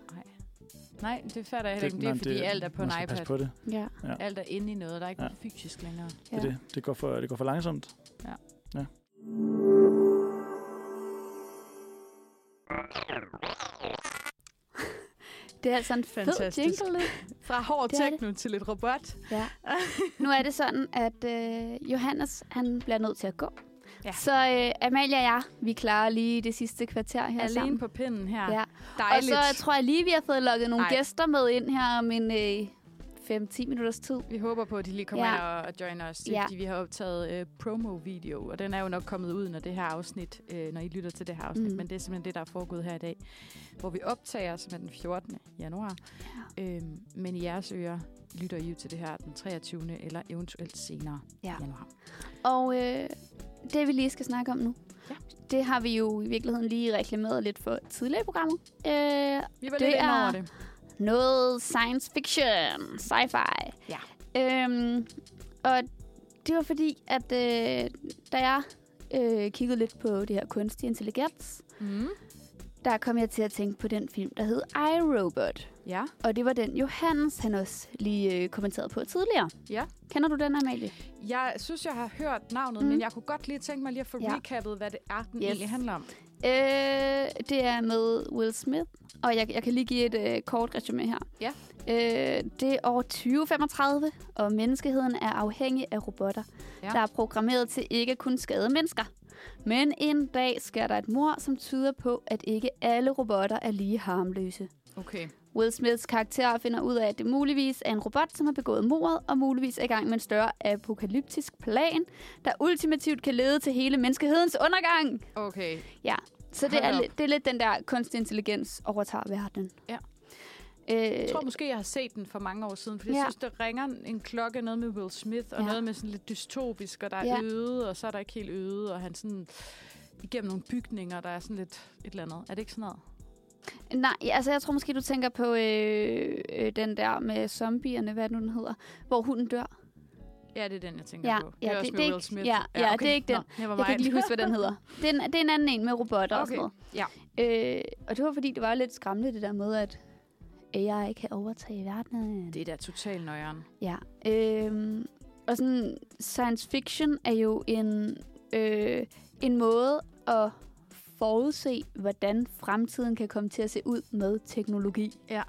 [SPEAKER 4] Nej, det fatter jeg heller ikke. men Det er,
[SPEAKER 3] nej,
[SPEAKER 4] fordi alt er på en
[SPEAKER 3] man skal
[SPEAKER 4] iPad.
[SPEAKER 3] Passe på det.
[SPEAKER 2] Ja.
[SPEAKER 4] Alt er inde i noget, der er ikke
[SPEAKER 3] Ja.
[SPEAKER 4] noget fysisk længere.
[SPEAKER 3] Ja. Det, er det. det, går for, det går for langsomt.
[SPEAKER 4] Ja.
[SPEAKER 3] ja.
[SPEAKER 2] Det er altså en fed
[SPEAKER 4] Fantastisk.
[SPEAKER 2] jingle. det.
[SPEAKER 4] Fra hård
[SPEAKER 2] Det er det.
[SPEAKER 4] til lidt robot.
[SPEAKER 2] Ja. Nu er det sådan, at øh, Johannes han bliver nødt til at gå.
[SPEAKER 4] Ja.
[SPEAKER 2] Så øh, Amalie og jeg, vi klarer lige det sidste kvarter her
[SPEAKER 4] Alene
[SPEAKER 2] sammen.
[SPEAKER 4] på pinden her.
[SPEAKER 2] Ja. Og
[SPEAKER 4] Dejligt.
[SPEAKER 2] så tror jeg lige, vi har fået lukket nogle
[SPEAKER 4] Ej.
[SPEAKER 2] Ej. gæster med ind her om en øh, 5-10 minutters tid.
[SPEAKER 4] Vi håber på, at de lige kommer
[SPEAKER 2] Ja.
[SPEAKER 4] ja. ind og- og joiner os,
[SPEAKER 2] Ja.
[SPEAKER 4] ja. fordi vi har optaget øh, promo-video, og den er jo nok kommet ud, når det her afsnit, øh, når I lytter til det her afsnit,
[SPEAKER 2] Mm.
[SPEAKER 4] mm. men det er simpelthen det, der er foregået her i dag, hvor vi optager simpelthen den 14. januar, øhm, men i jeres ører lytter I jo til det her den 23. eller eventuelt senere
[SPEAKER 2] Ja.
[SPEAKER 4] ja. januar.
[SPEAKER 2] Og øh, det, vi lige skal snakke om nu, ja.
[SPEAKER 4] Ja.
[SPEAKER 2] det har vi jo i virkeligheden lige reklameret lidt for tidligere i programmet. Øh,
[SPEAKER 4] Vi var
[SPEAKER 2] Det
[SPEAKER 4] det lidt
[SPEAKER 2] er-
[SPEAKER 4] er... over det.
[SPEAKER 2] noget science fiction, sci-fi.
[SPEAKER 4] Ja.
[SPEAKER 2] Øhm, og det var fordi, at øh, da jeg øh, kiggede lidt på det her kunstig intelligens,
[SPEAKER 4] Mm.
[SPEAKER 2] der kom jeg til at tænke på den film, der hed iRobot.
[SPEAKER 4] Ja.
[SPEAKER 2] Og det var den Johannes, han også lige øh, kommenterede på tidligere.
[SPEAKER 4] Ja.
[SPEAKER 2] Kender du den, Amalie?
[SPEAKER 4] Jeg synes, jeg har hørt navnet,
[SPEAKER 2] Mm.
[SPEAKER 4] mm. men jeg kunne godt lige tænke mig lige at få
[SPEAKER 2] Ja.
[SPEAKER 4] ja. recappet, hvad det er, den
[SPEAKER 2] Yes.
[SPEAKER 4] yes. egentlig handler om.
[SPEAKER 2] Øh, det er med Will Smith, og jeg, jeg kan lige give et øh, kort resume her.
[SPEAKER 4] Ja.
[SPEAKER 2] Øh, det er år 2035, og menneskeheden er afhængig af robotter, ja.
[SPEAKER 4] Ja.
[SPEAKER 2] der er programmeret til ikke kun skade mennesker. Men en dag sker der et mor, som tyder på, at ikke alle robotter er lige harmløse.
[SPEAKER 4] Okay.
[SPEAKER 2] Will Smiths karakter finder ud af, at det muligvis er en robot, som har begået mordet, og muligvis er i gang med en større apokalyptisk plan, der ultimativt kan lede til hele menneskehedens undergang.
[SPEAKER 4] Okay.
[SPEAKER 2] Så det
[SPEAKER 4] Hold
[SPEAKER 2] er,
[SPEAKER 4] op.
[SPEAKER 2] lidt- det er lidt den der kunstig intelligens overtager verden.
[SPEAKER 4] Ja.
[SPEAKER 2] Øh,
[SPEAKER 4] Jeg tror måske, jeg har set den for mange år siden, for ja.
[SPEAKER 2] Ja.
[SPEAKER 4] jeg synes, det ringer en klokke, noget med Will Smith, og
[SPEAKER 2] Ja.
[SPEAKER 4] ja. noget med sådan lidt dystopisk, og der er
[SPEAKER 2] Ja.
[SPEAKER 4] ja. øde, og så er der ikke helt øde, og han sådan igennem nogle bygninger, der er sådan lidt et eller andet. Er det ikke sådan noget?
[SPEAKER 2] nej, ja, altså jeg tror måske, du tænker på øh, øh, den der med zombierne, hvad er det nu den hedder, hvor hunden dør.
[SPEAKER 4] Ja, det er den, jeg tænker
[SPEAKER 2] Ja,
[SPEAKER 4] på.
[SPEAKER 2] ja,
[SPEAKER 4] det er også
[SPEAKER 2] det-
[SPEAKER 4] med
[SPEAKER 2] det er
[SPEAKER 4] Will
[SPEAKER 2] ikke-
[SPEAKER 4] Smith.
[SPEAKER 2] ja, ja, det er ikke den.
[SPEAKER 4] Nå, never
[SPEAKER 2] Jeg kan
[SPEAKER 4] mind.
[SPEAKER 2] ikke lige huske, hvad den hedder. Det er, en, det er en anden en med robotter okay. og sådan noget.
[SPEAKER 4] Okay. Ja.
[SPEAKER 2] Øh, og det var, fordi det var lidt skræmmende, det der med, at AI kan overtage verden.
[SPEAKER 4] Det er da totalt nøjeren.
[SPEAKER 2] Ja. Øhm, og sådan, science fiction er jo en, øh, en måde at forudse, hvordan fremtiden kan komme til at se ud med teknologi.
[SPEAKER 4] Ja.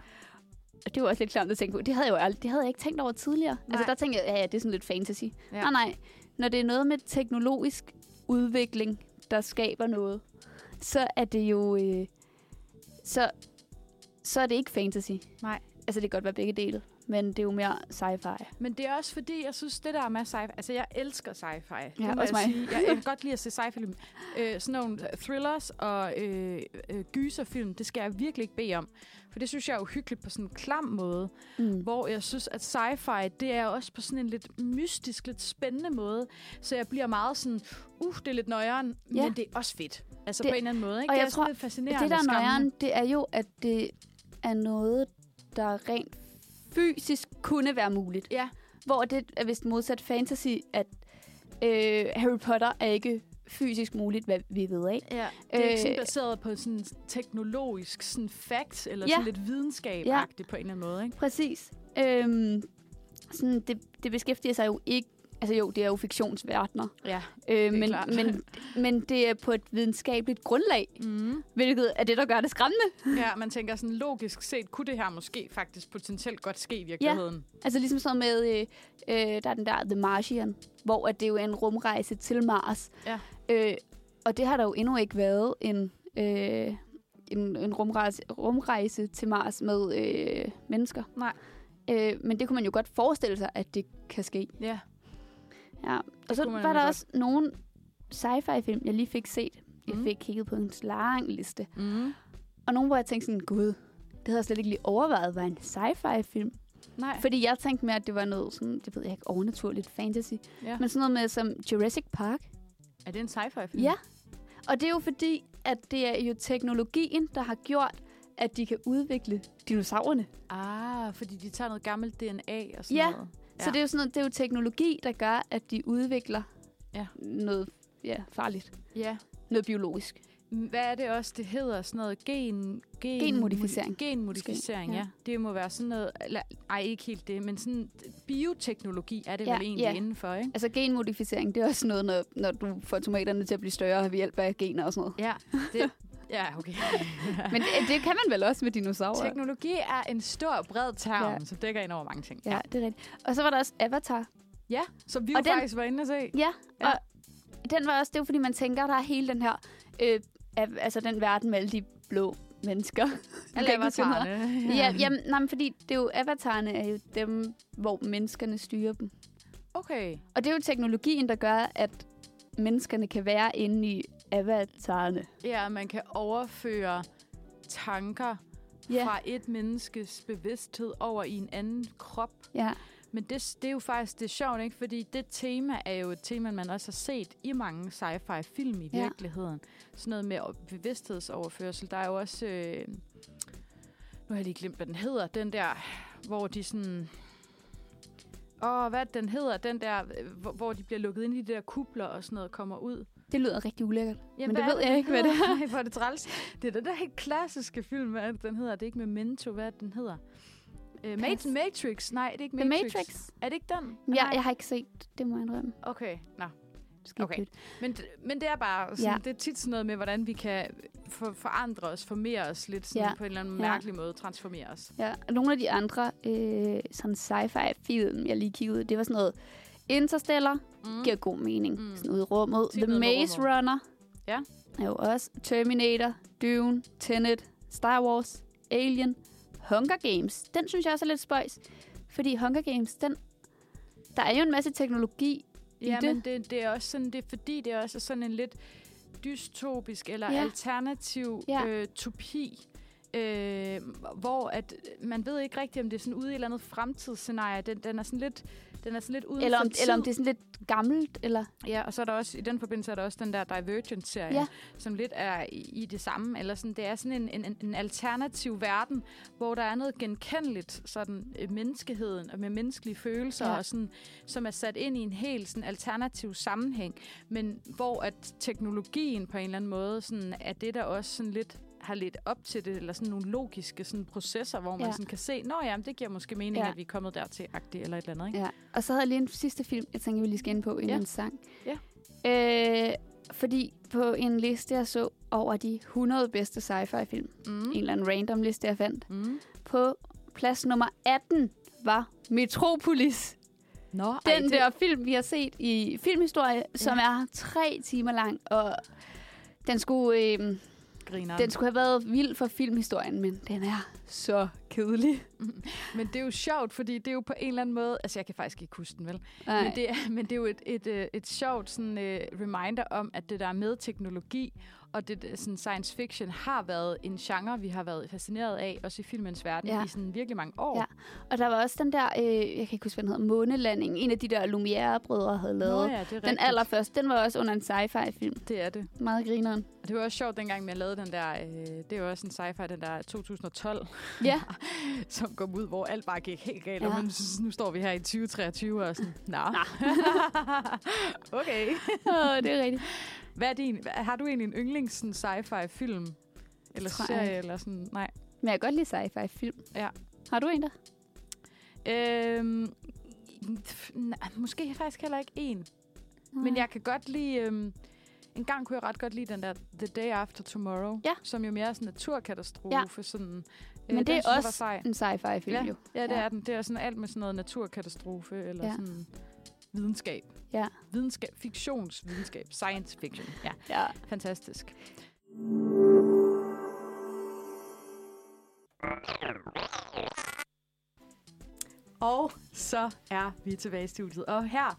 [SPEAKER 2] Og det var også lidt klamt at tænke på. Det havde jeg jo ald- det havde jeg ikke tænkt over tidligere. Nej.
[SPEAKER 4] Nej.
[SPEAKER 2] Altså der tænkte jeg, ja, ja, det er sådan lidt fantasy.
[SPEAKER 4] Ja.
[SPEAKER 2] Ja. Nej, nej. Når det er noget med teknologisk udvikling, der skaber noget, så er det jo... Øh, så, så er det ikke fantasy.
[SPEAKER 4] Nej.
[SPEAKER 2] Altså det kan godt være begge dele, men det er jo mere sci-fi.
[SPEAKER 4] Men det er også fordi, jeg synes, det der med sci-fi... Altså, jeg elsker sci-fi. Det
[SPEAKER 2] også
[SPEAKER 4] må jeg,
[SPEAKER 2] mig.
[SPEAKER 4] sige. jeg, jeg kan godt lide at se sci-fi-film. Øh, sådan nogle thrillers og øh, øh, gyserfilm, det skal jeg virkelig ikke bede om. For det synes jeg er uhyggeligt på sådan en klam måde.
[SPEAKER 2] Mm.
[SPEAKER 4] Hvor jeg synes, at sci-fi, det er også på sådan en lidt mystisk, lidt spændende måde. Så jeg bliver meget sådan, uh, det er lidt nøjeren, ja.
[SPEAKER 2] Ja.
[SPEAKER 4] men det er også fedt. Altså det,
[SPEAKER 2] Det-
[SPEAKER 4] på en eller anden måde, ikke?
[SPEAKER 2] og
[SPEAKER 4] det er
[SPEAKER 2] jeg
[SPEAKER 4] også
[SPEAKER 2] tror,
[SPEAKER 4] lidt fascinerende.
[SPEAKER 2] Det, der er
[SPEAKER 4] skræmmende.
[SPEAKER 2] nøjeren, det er jo, at det er noget, der rent fysisk kunne være muligt.
[SPEAKER 4] Ja.
[SPEAKER 2] Hvor det er vist modsat fantasy, at øh, Harry Potter er ikke fysisk muligt, hvad vi ved af.
[SPEAKER 4] Ja, det er øh, ikke sådan
[SPEAKER 2] Øh,
[SPEAKER 4] baseret på sådan teknologisk sådan fact, eller ja,
[SPEAKER 2] Ja.
[SPEAKER 4] sådan lidt videnskab ja.
[SPEAKER 2] Ja.
[SPEAKER 4] på en eller anden måde, ikke?
[SPEAKER 2] Præcis. Øhm, sådan, det, det beskæftiger sig jo ikke... Altså jo, det er jo fiktionsverdener.
[SPEAKER 4] Ja,
[SPEAKER 2] Øh, men,
[SPEAKER 4] klart.
[SPEAKER 2] men, men det er på et videnskabeligt grundlag,
[SPEAKER 4] Mm.
[SPEAKER 2] hvilket er det, der gør det skræmmende.
[SPEAKER 4] Ja, man tænker sådan logisk set, kunne det her måske faktisk potentielt godt ske i virkeligheden?
[SPEAKER 2] Altså ligesom sådan noget med, øh, øh, der er den der The Martian, hvor at det jo er en rumrejse til Mars.
[SPEAKER 4] Ja.
[SPEAKER 2] Øh, og det har der jo endnu ikke været en, øh, en, en rumrejse, rumrejse til Mars med øh, mennesker.
[SPEAKER 4] Nej.
[SPEAKER 2] Øh, men det kunne man jo godt forestille sig, at det kan ske.
[SPEAKER 4] Ja.
[SPEAKER 2] Ja. Og så
[SPEAKER 4] kunne man
[SPEAKER 2] var der
[SPEAKER 4] nemlig
[SPEAKER 2] også nogle sci-fi-film, jeg lige fik set. Jeg
[SPEAKER 4] Mm.
[SPEAKER 2] fik kigget på en lang liste.
[SPEAKER 4] Mm.
[SPEAKER 2] Og nogle, hvor jeg tænkte sådan, gud, det havde jeg slet ikke lige overvejet, var en sci-fi-film.
[SPEAKER 4] Nej.
[SPEAKER 2] Fordi jeg tænkte mere, at det var noget sådan, det ved jeg ikke, overnaturligt fantasy.
[SPEAKER 4] Ja.
[SPEAKER 2] Men sådan noget med som Jurassic Park.
[SPEAKER 4] Er det en sci-fi film?
[SPEAKER 2] Ja. Og det er jo fordi, at det er jo teknologien, der har gjort, at de kan udvikle dinosaurerne. Ja.
[SPEAKER 4] Ah, fordi de tager noget gammelt DNA og sådan
[SPEAKER 2] Ja.
[SPEAKER 4] noget.
[SPEAKER 2] Så det er jo sådan noget, det er jo teknologi, der gør, at de udvikler
[SPEAKER 4] Ja.
[SPEAKER 2] noget ja, farligt.
[SPEAKER 4] Ja.
[SPEAKER 2] Noget biologisk.
[SPEAKER 4] Hvad er det også, det hedder? Sådan noget gen... gen
[SPEAKER 2] Genmodificering.
[SPEAKER 4] Genmodificering,
[SPEAKER 2] Måske,
[SPEAKER 4] ja.
[SPEAKER 2] ja.
[SPEAKER 4] ja. Det må være sådan noget... Eller, ej, ikke helt det, men sådan bioteknologi er det
[SPEAKER 2] Ja,
[SPEAKER 4] vel egentlig
[SPEAKER 2] ja.
[SPEAKER 4] indenfor, ikke?
[SPEAKER 2] Altså genmodificering, det er også noget, når, når du får tomaterne til at blive større ved hjælp af gener og sådan noget.
[SPEAKER 4] Ja, det, ja okay.
[SPEAKER 2] Men det, det kan man vel også med dinosaurer?
[SPEAKER 4] Teknologi er en stor, bred term, ja.
[SPEAKER 2] Ja.
[SPEAKER 4] som dækker ind over mange ting.
[SPEAKER 2] ja, det er rigtigt. Og så var der også Avatar.
[SPEAKER 4] ja som vi
[SPEAKER 2] Og
[SPEAKER 4] jo
[SPEAKER 2] den-
[SPEAKER 4] faktisk var inde og se.
[SPEAKER 2] Ja,
[SPEAKER 4] Ja.
[SPEAKER 2] ja. og den var også, det er jo fordi, man tænker, der er hele den her, øh, af- altså den verden med alle de blå mennesker. Jeg kan ikke huske, hvad den hedder. Ja, jamen, nej, men fordi det er jo, avatarerne er jo dem, hvor menneskerne styrer dem.
[SPEAKER 4] Okay.
[SPEAKER 2] Og det er jo teknologien, der gør, at menneskerne kan være inde i avatarerne.
[SPEAKER 4] Ja, man kan overføre tanker ja. fra et menneskes bevidsthed over i en anden krop.
[SPEAKER 2] ja.
[SPEAKER 4] Men det, det er jo faktisk det er sjovt, ikke? Fordi det tema er jo et tema, man også har set i mange sci-fi-film i
[SPEAKER 2] Ja.
[SPEAKER 4] virkeligheden. Sådan noget med o- bevidsthedsoverførsel. Der er jo også... Øh, nu har jeg lige glemt, hvad den hedder. Den der, hvor de sådan... Åh, hvad er det, den hedder? Den der, øh, hvor, hvor de bliver lukket ind i de der kubler og sådan noget kommer ud.
[SPEAKER 2] Det lyder rigtig ulækkert.
[SPEAKER 4] Ja,
[SPEAKER 2] Men det ved jeg ikke, hvad det
[SPEAKER 4] er. Nej, hvor er det træls. Det er den der helt klassiske film, hvad er det, den hedder. Det er ikke Memento, hvad er det, den hedder? Øh,
[SPEAKER 2] Pas.
[SPEAKER 4] Ma- Matrix, nej, det er ikke
[SPEAKER 2] The
[SPEAKER 4] Matrix.
[SPEAKER 2] Matrix.
[SPEAKER 4] Er det ikke den?
[SPEAKER 2] Ja,
[SPEAKER 4] Nej.
[SPEAKER 2] jeg har ikke set, det må jeg indrømme.
[SPEAKER 4] Okay, nå.
[SPEAKER 2] Skidt
[SPEAKER 4] Okay.
[SPEAKER 2] pyt.
[SPEAKER 4] Men, men det er bare sådan, ja.
[SPEAKER 2] Ja.
[SPEAKER 4] det er tit sådan noget med, hvordan vi kan for, forandre os, formere os lidt sådan ja.
[SPEAKER 2] Ja.
[SPEAKER 4] på en eller anden ja.
[SPEAKER 2] Ja.
[SPEAKER 4] mærkelig måde, transformere os.
[SPEAKER 2] Ja, og nogle af de andre øh, sådan sci-fi-film, jeg lige kiggede, ud, det var sådan noget Interstellar,
[SPEAKER 4] Mm.
[SPEAKER 2] giver god mening.
[SPEAKER 4] Mm.
[SPEAKER 2] Mm. Sådan ud i rummet.
[SPEAKER 4] Sig
[SPEAKER 2] The
[SPEAKER 4] noget med
[SPEAKER 2] Maze
[SPEAKER 4] rummet.
[SPEAKER 2] Runner.
[SPEAKER 4] Ja.
[SPEAKER 2] Er jo også Terminator, Dune, Tenet, Star Wars, Alien, Hunger Games. Den synes jeg også er lidt spøjs. Fordi Hunger Games, den... Der er jo en masse teknologi. i
[SPEAKER 4] Ja,
[SPEAKER 2] det.
[SPEAKER 4] men det, det er også sådan, det er fordi, det er også sådan en lidt dystopisk eller ja.
[SPEAKER 2] Ja.
[SPEAKER 4] alternativ ja.
[SPEAKER 2] Ja.
[SPEAKER 4] øh, topi øh, hvor at man ved ikke rigtigt, om det er sådan ude i et eller andet fremtidsscenarie. Den, den er sådan lidt, den er sådan lidt uden
[SPEAKER 2] Eller
[SPEAKER 4] for
[SPEAKER 2] om,
[SPEAKER 4] tid.
[SPEAKER 2] eller om det er sådan lidt gammelt, eller...
[SPEAKER 4] Ja, og så er der også, i den forbindelse er der også den der Divergent-serie,
[SPEAKER 2] Ja.
[SPEAKER 4] ja. som lidt er i, i det samme, eller sådan, det er sådan en, en- en, en alternativ verden, hvor der er noget genkendeligt, sådan øh, menneskeheden og med menneskelige følelser,
[SPEAKER 2] Ja.
[SPEAKER 4] ja. og sådan, som er sat ind i en helt sådan alternativ sammenhæng, men hvor at teknologien på en eller anden måde sådan, er det, der også sådan lidt har lidt op til det, eller sådan nogle logiske sådan processer, hvor man
[SPEAKER 2] Ja.
[SPEAKER 4] ja. sådan kan se, nå ja, men det giver måske mening,
[SPEAKER 2] Ja.
[SPEAKER 4] ja. at vi er kommet dertil, agtigt eller et eller andet, ikke?
[SPEAKER 2] Ja. Og så havde jeg lige en sidste film, jeg tænker, vi lige skal ind på, inden
[SPEAKER 4] Ja.
[SPEAKER 2] en sang.
[SPEAKER 4] Ja.
[SPEAKER 2] Øh, fordi på en liste, jeg så over de 100 bedste sci-fi-film, mm. en
[SPEAKER 4] Mm.
[SPEAKER 2] eller anden random liste, jeg fandt,
[SPEAKER 4] Mm.
[SPEAKER 2] på plads nummer 18 var Metropolis.
[SPEAKER 4] Nå, ej,
[SPEAKER 2] Den Ej,
[SPEAKER 4] det-
[SPEAKER 2] der film, vi har set i filmhistorie, som er tre timer lang, og den skulle, øh,
[SPEAKER 4] griner.
[SPEAKER 2] den skulle have været vild for filmhistorien, men den er så kedelig.
[SPEAKER 4] Men det er jo sjovt, fordi det er jo på en eller anden måde... Altså, jeg kan faktisk ikke huske den, vel?
[SPEAKER 2] Ej.
[SPEAKER 4] Men det, er, men det er jo et, et, øh, et sjovt sådan, uh, reminder om, at det der er med teknologi og det der sådan, science fiction har været en genre, vi har været fascineret af, også i filmens verden,
[SPEAKER 2] Ja.
[SPEAKER 4] ja. i sådan virkelig mange år.
[SPEAKER 2] Ja. Og der var også den der, øh, jeg kan ikke huske, hvad den hedder, Månelanding. En af de der Lumière-brødre havde lavet.
[SPEAKER 4] Nå ja, det er
[SPEAKER 2] den
[SPEAKER 4] rigtigt.
[SPEAKER 2] allerførste, den var også under en sci-fi-film.
[SPEAKER 4] Det er det.
[SPEAKER 2] Meget grineren.
[SPEAKER 4] Og det var også sjovt, dengang man lavede den der... Øh, det var også en sci-fi, den der 2012,
[SPEAKER 2] Ja,
[SPEAKER 4] som kom ud, hvor alt bare gik helt galt. Ja.
[SPEAKER 2] Ja.
[SPEAKER 4] Og man, synes, nu står vi her i 2023 og sådan... Nå. okay.
[SPEAKER 2] oh, det er rigtigt.
[SPEAKER 4] Hvad er din, hva- har du egentlig en yndlings sådan, sci-fi film? Eller
[SPEAKER 2] tror jeg
[SPEAKER 4] serie,
[SPEAKER 2] ikke.
[SPEAKER 4] eller sådan? Nej.
[SPEAKER 2] Men jeg kan godt lide sci-fi-film.
[SPEAKER 4] Ja.
[SPEAKER 2] Har du en der?
[SPEAKER 4] Øhm, pf, nej, måske faktisk heller ikke en. Men jeg kan godt lide... Øhm, en gang kunne jeg ret godt lide den der The Day After Tomorrow,
[SPEAKER 2] Ja.
[SPEAKER 4] som jo mere er sådan en naturkatastrofe. Ja. Sådan, øh,
[SPEAKER 2] Men det
[SPEAKER 4] den
[SPEAKER 2] er
[SPEAKER 4] synes jeg var
[SPEAKER 2] også-
[SPEAKER 4] sej.
[SPEAKER 2] En sci-fi-film jo.
[SPEAKER 4] Ja, det
[SPEAKER 2] Ja.
[SPEAKER 4] ja. er den. Det er sådan alt med sådan noget naturkatastrofe, eller
[SPEAKER 2] Ja.
[SPEAKER 4] ja. sådan videnskab.
[SPEAKER 2] Ja.
[SPEAKER 4] Videnskab, fiktionsvidenskab, science fiction. Ja,
[SPEAKER 2] Ja.
[SPEAKER 4] fantastisk. Og så er vi tilbage i studiet. Og her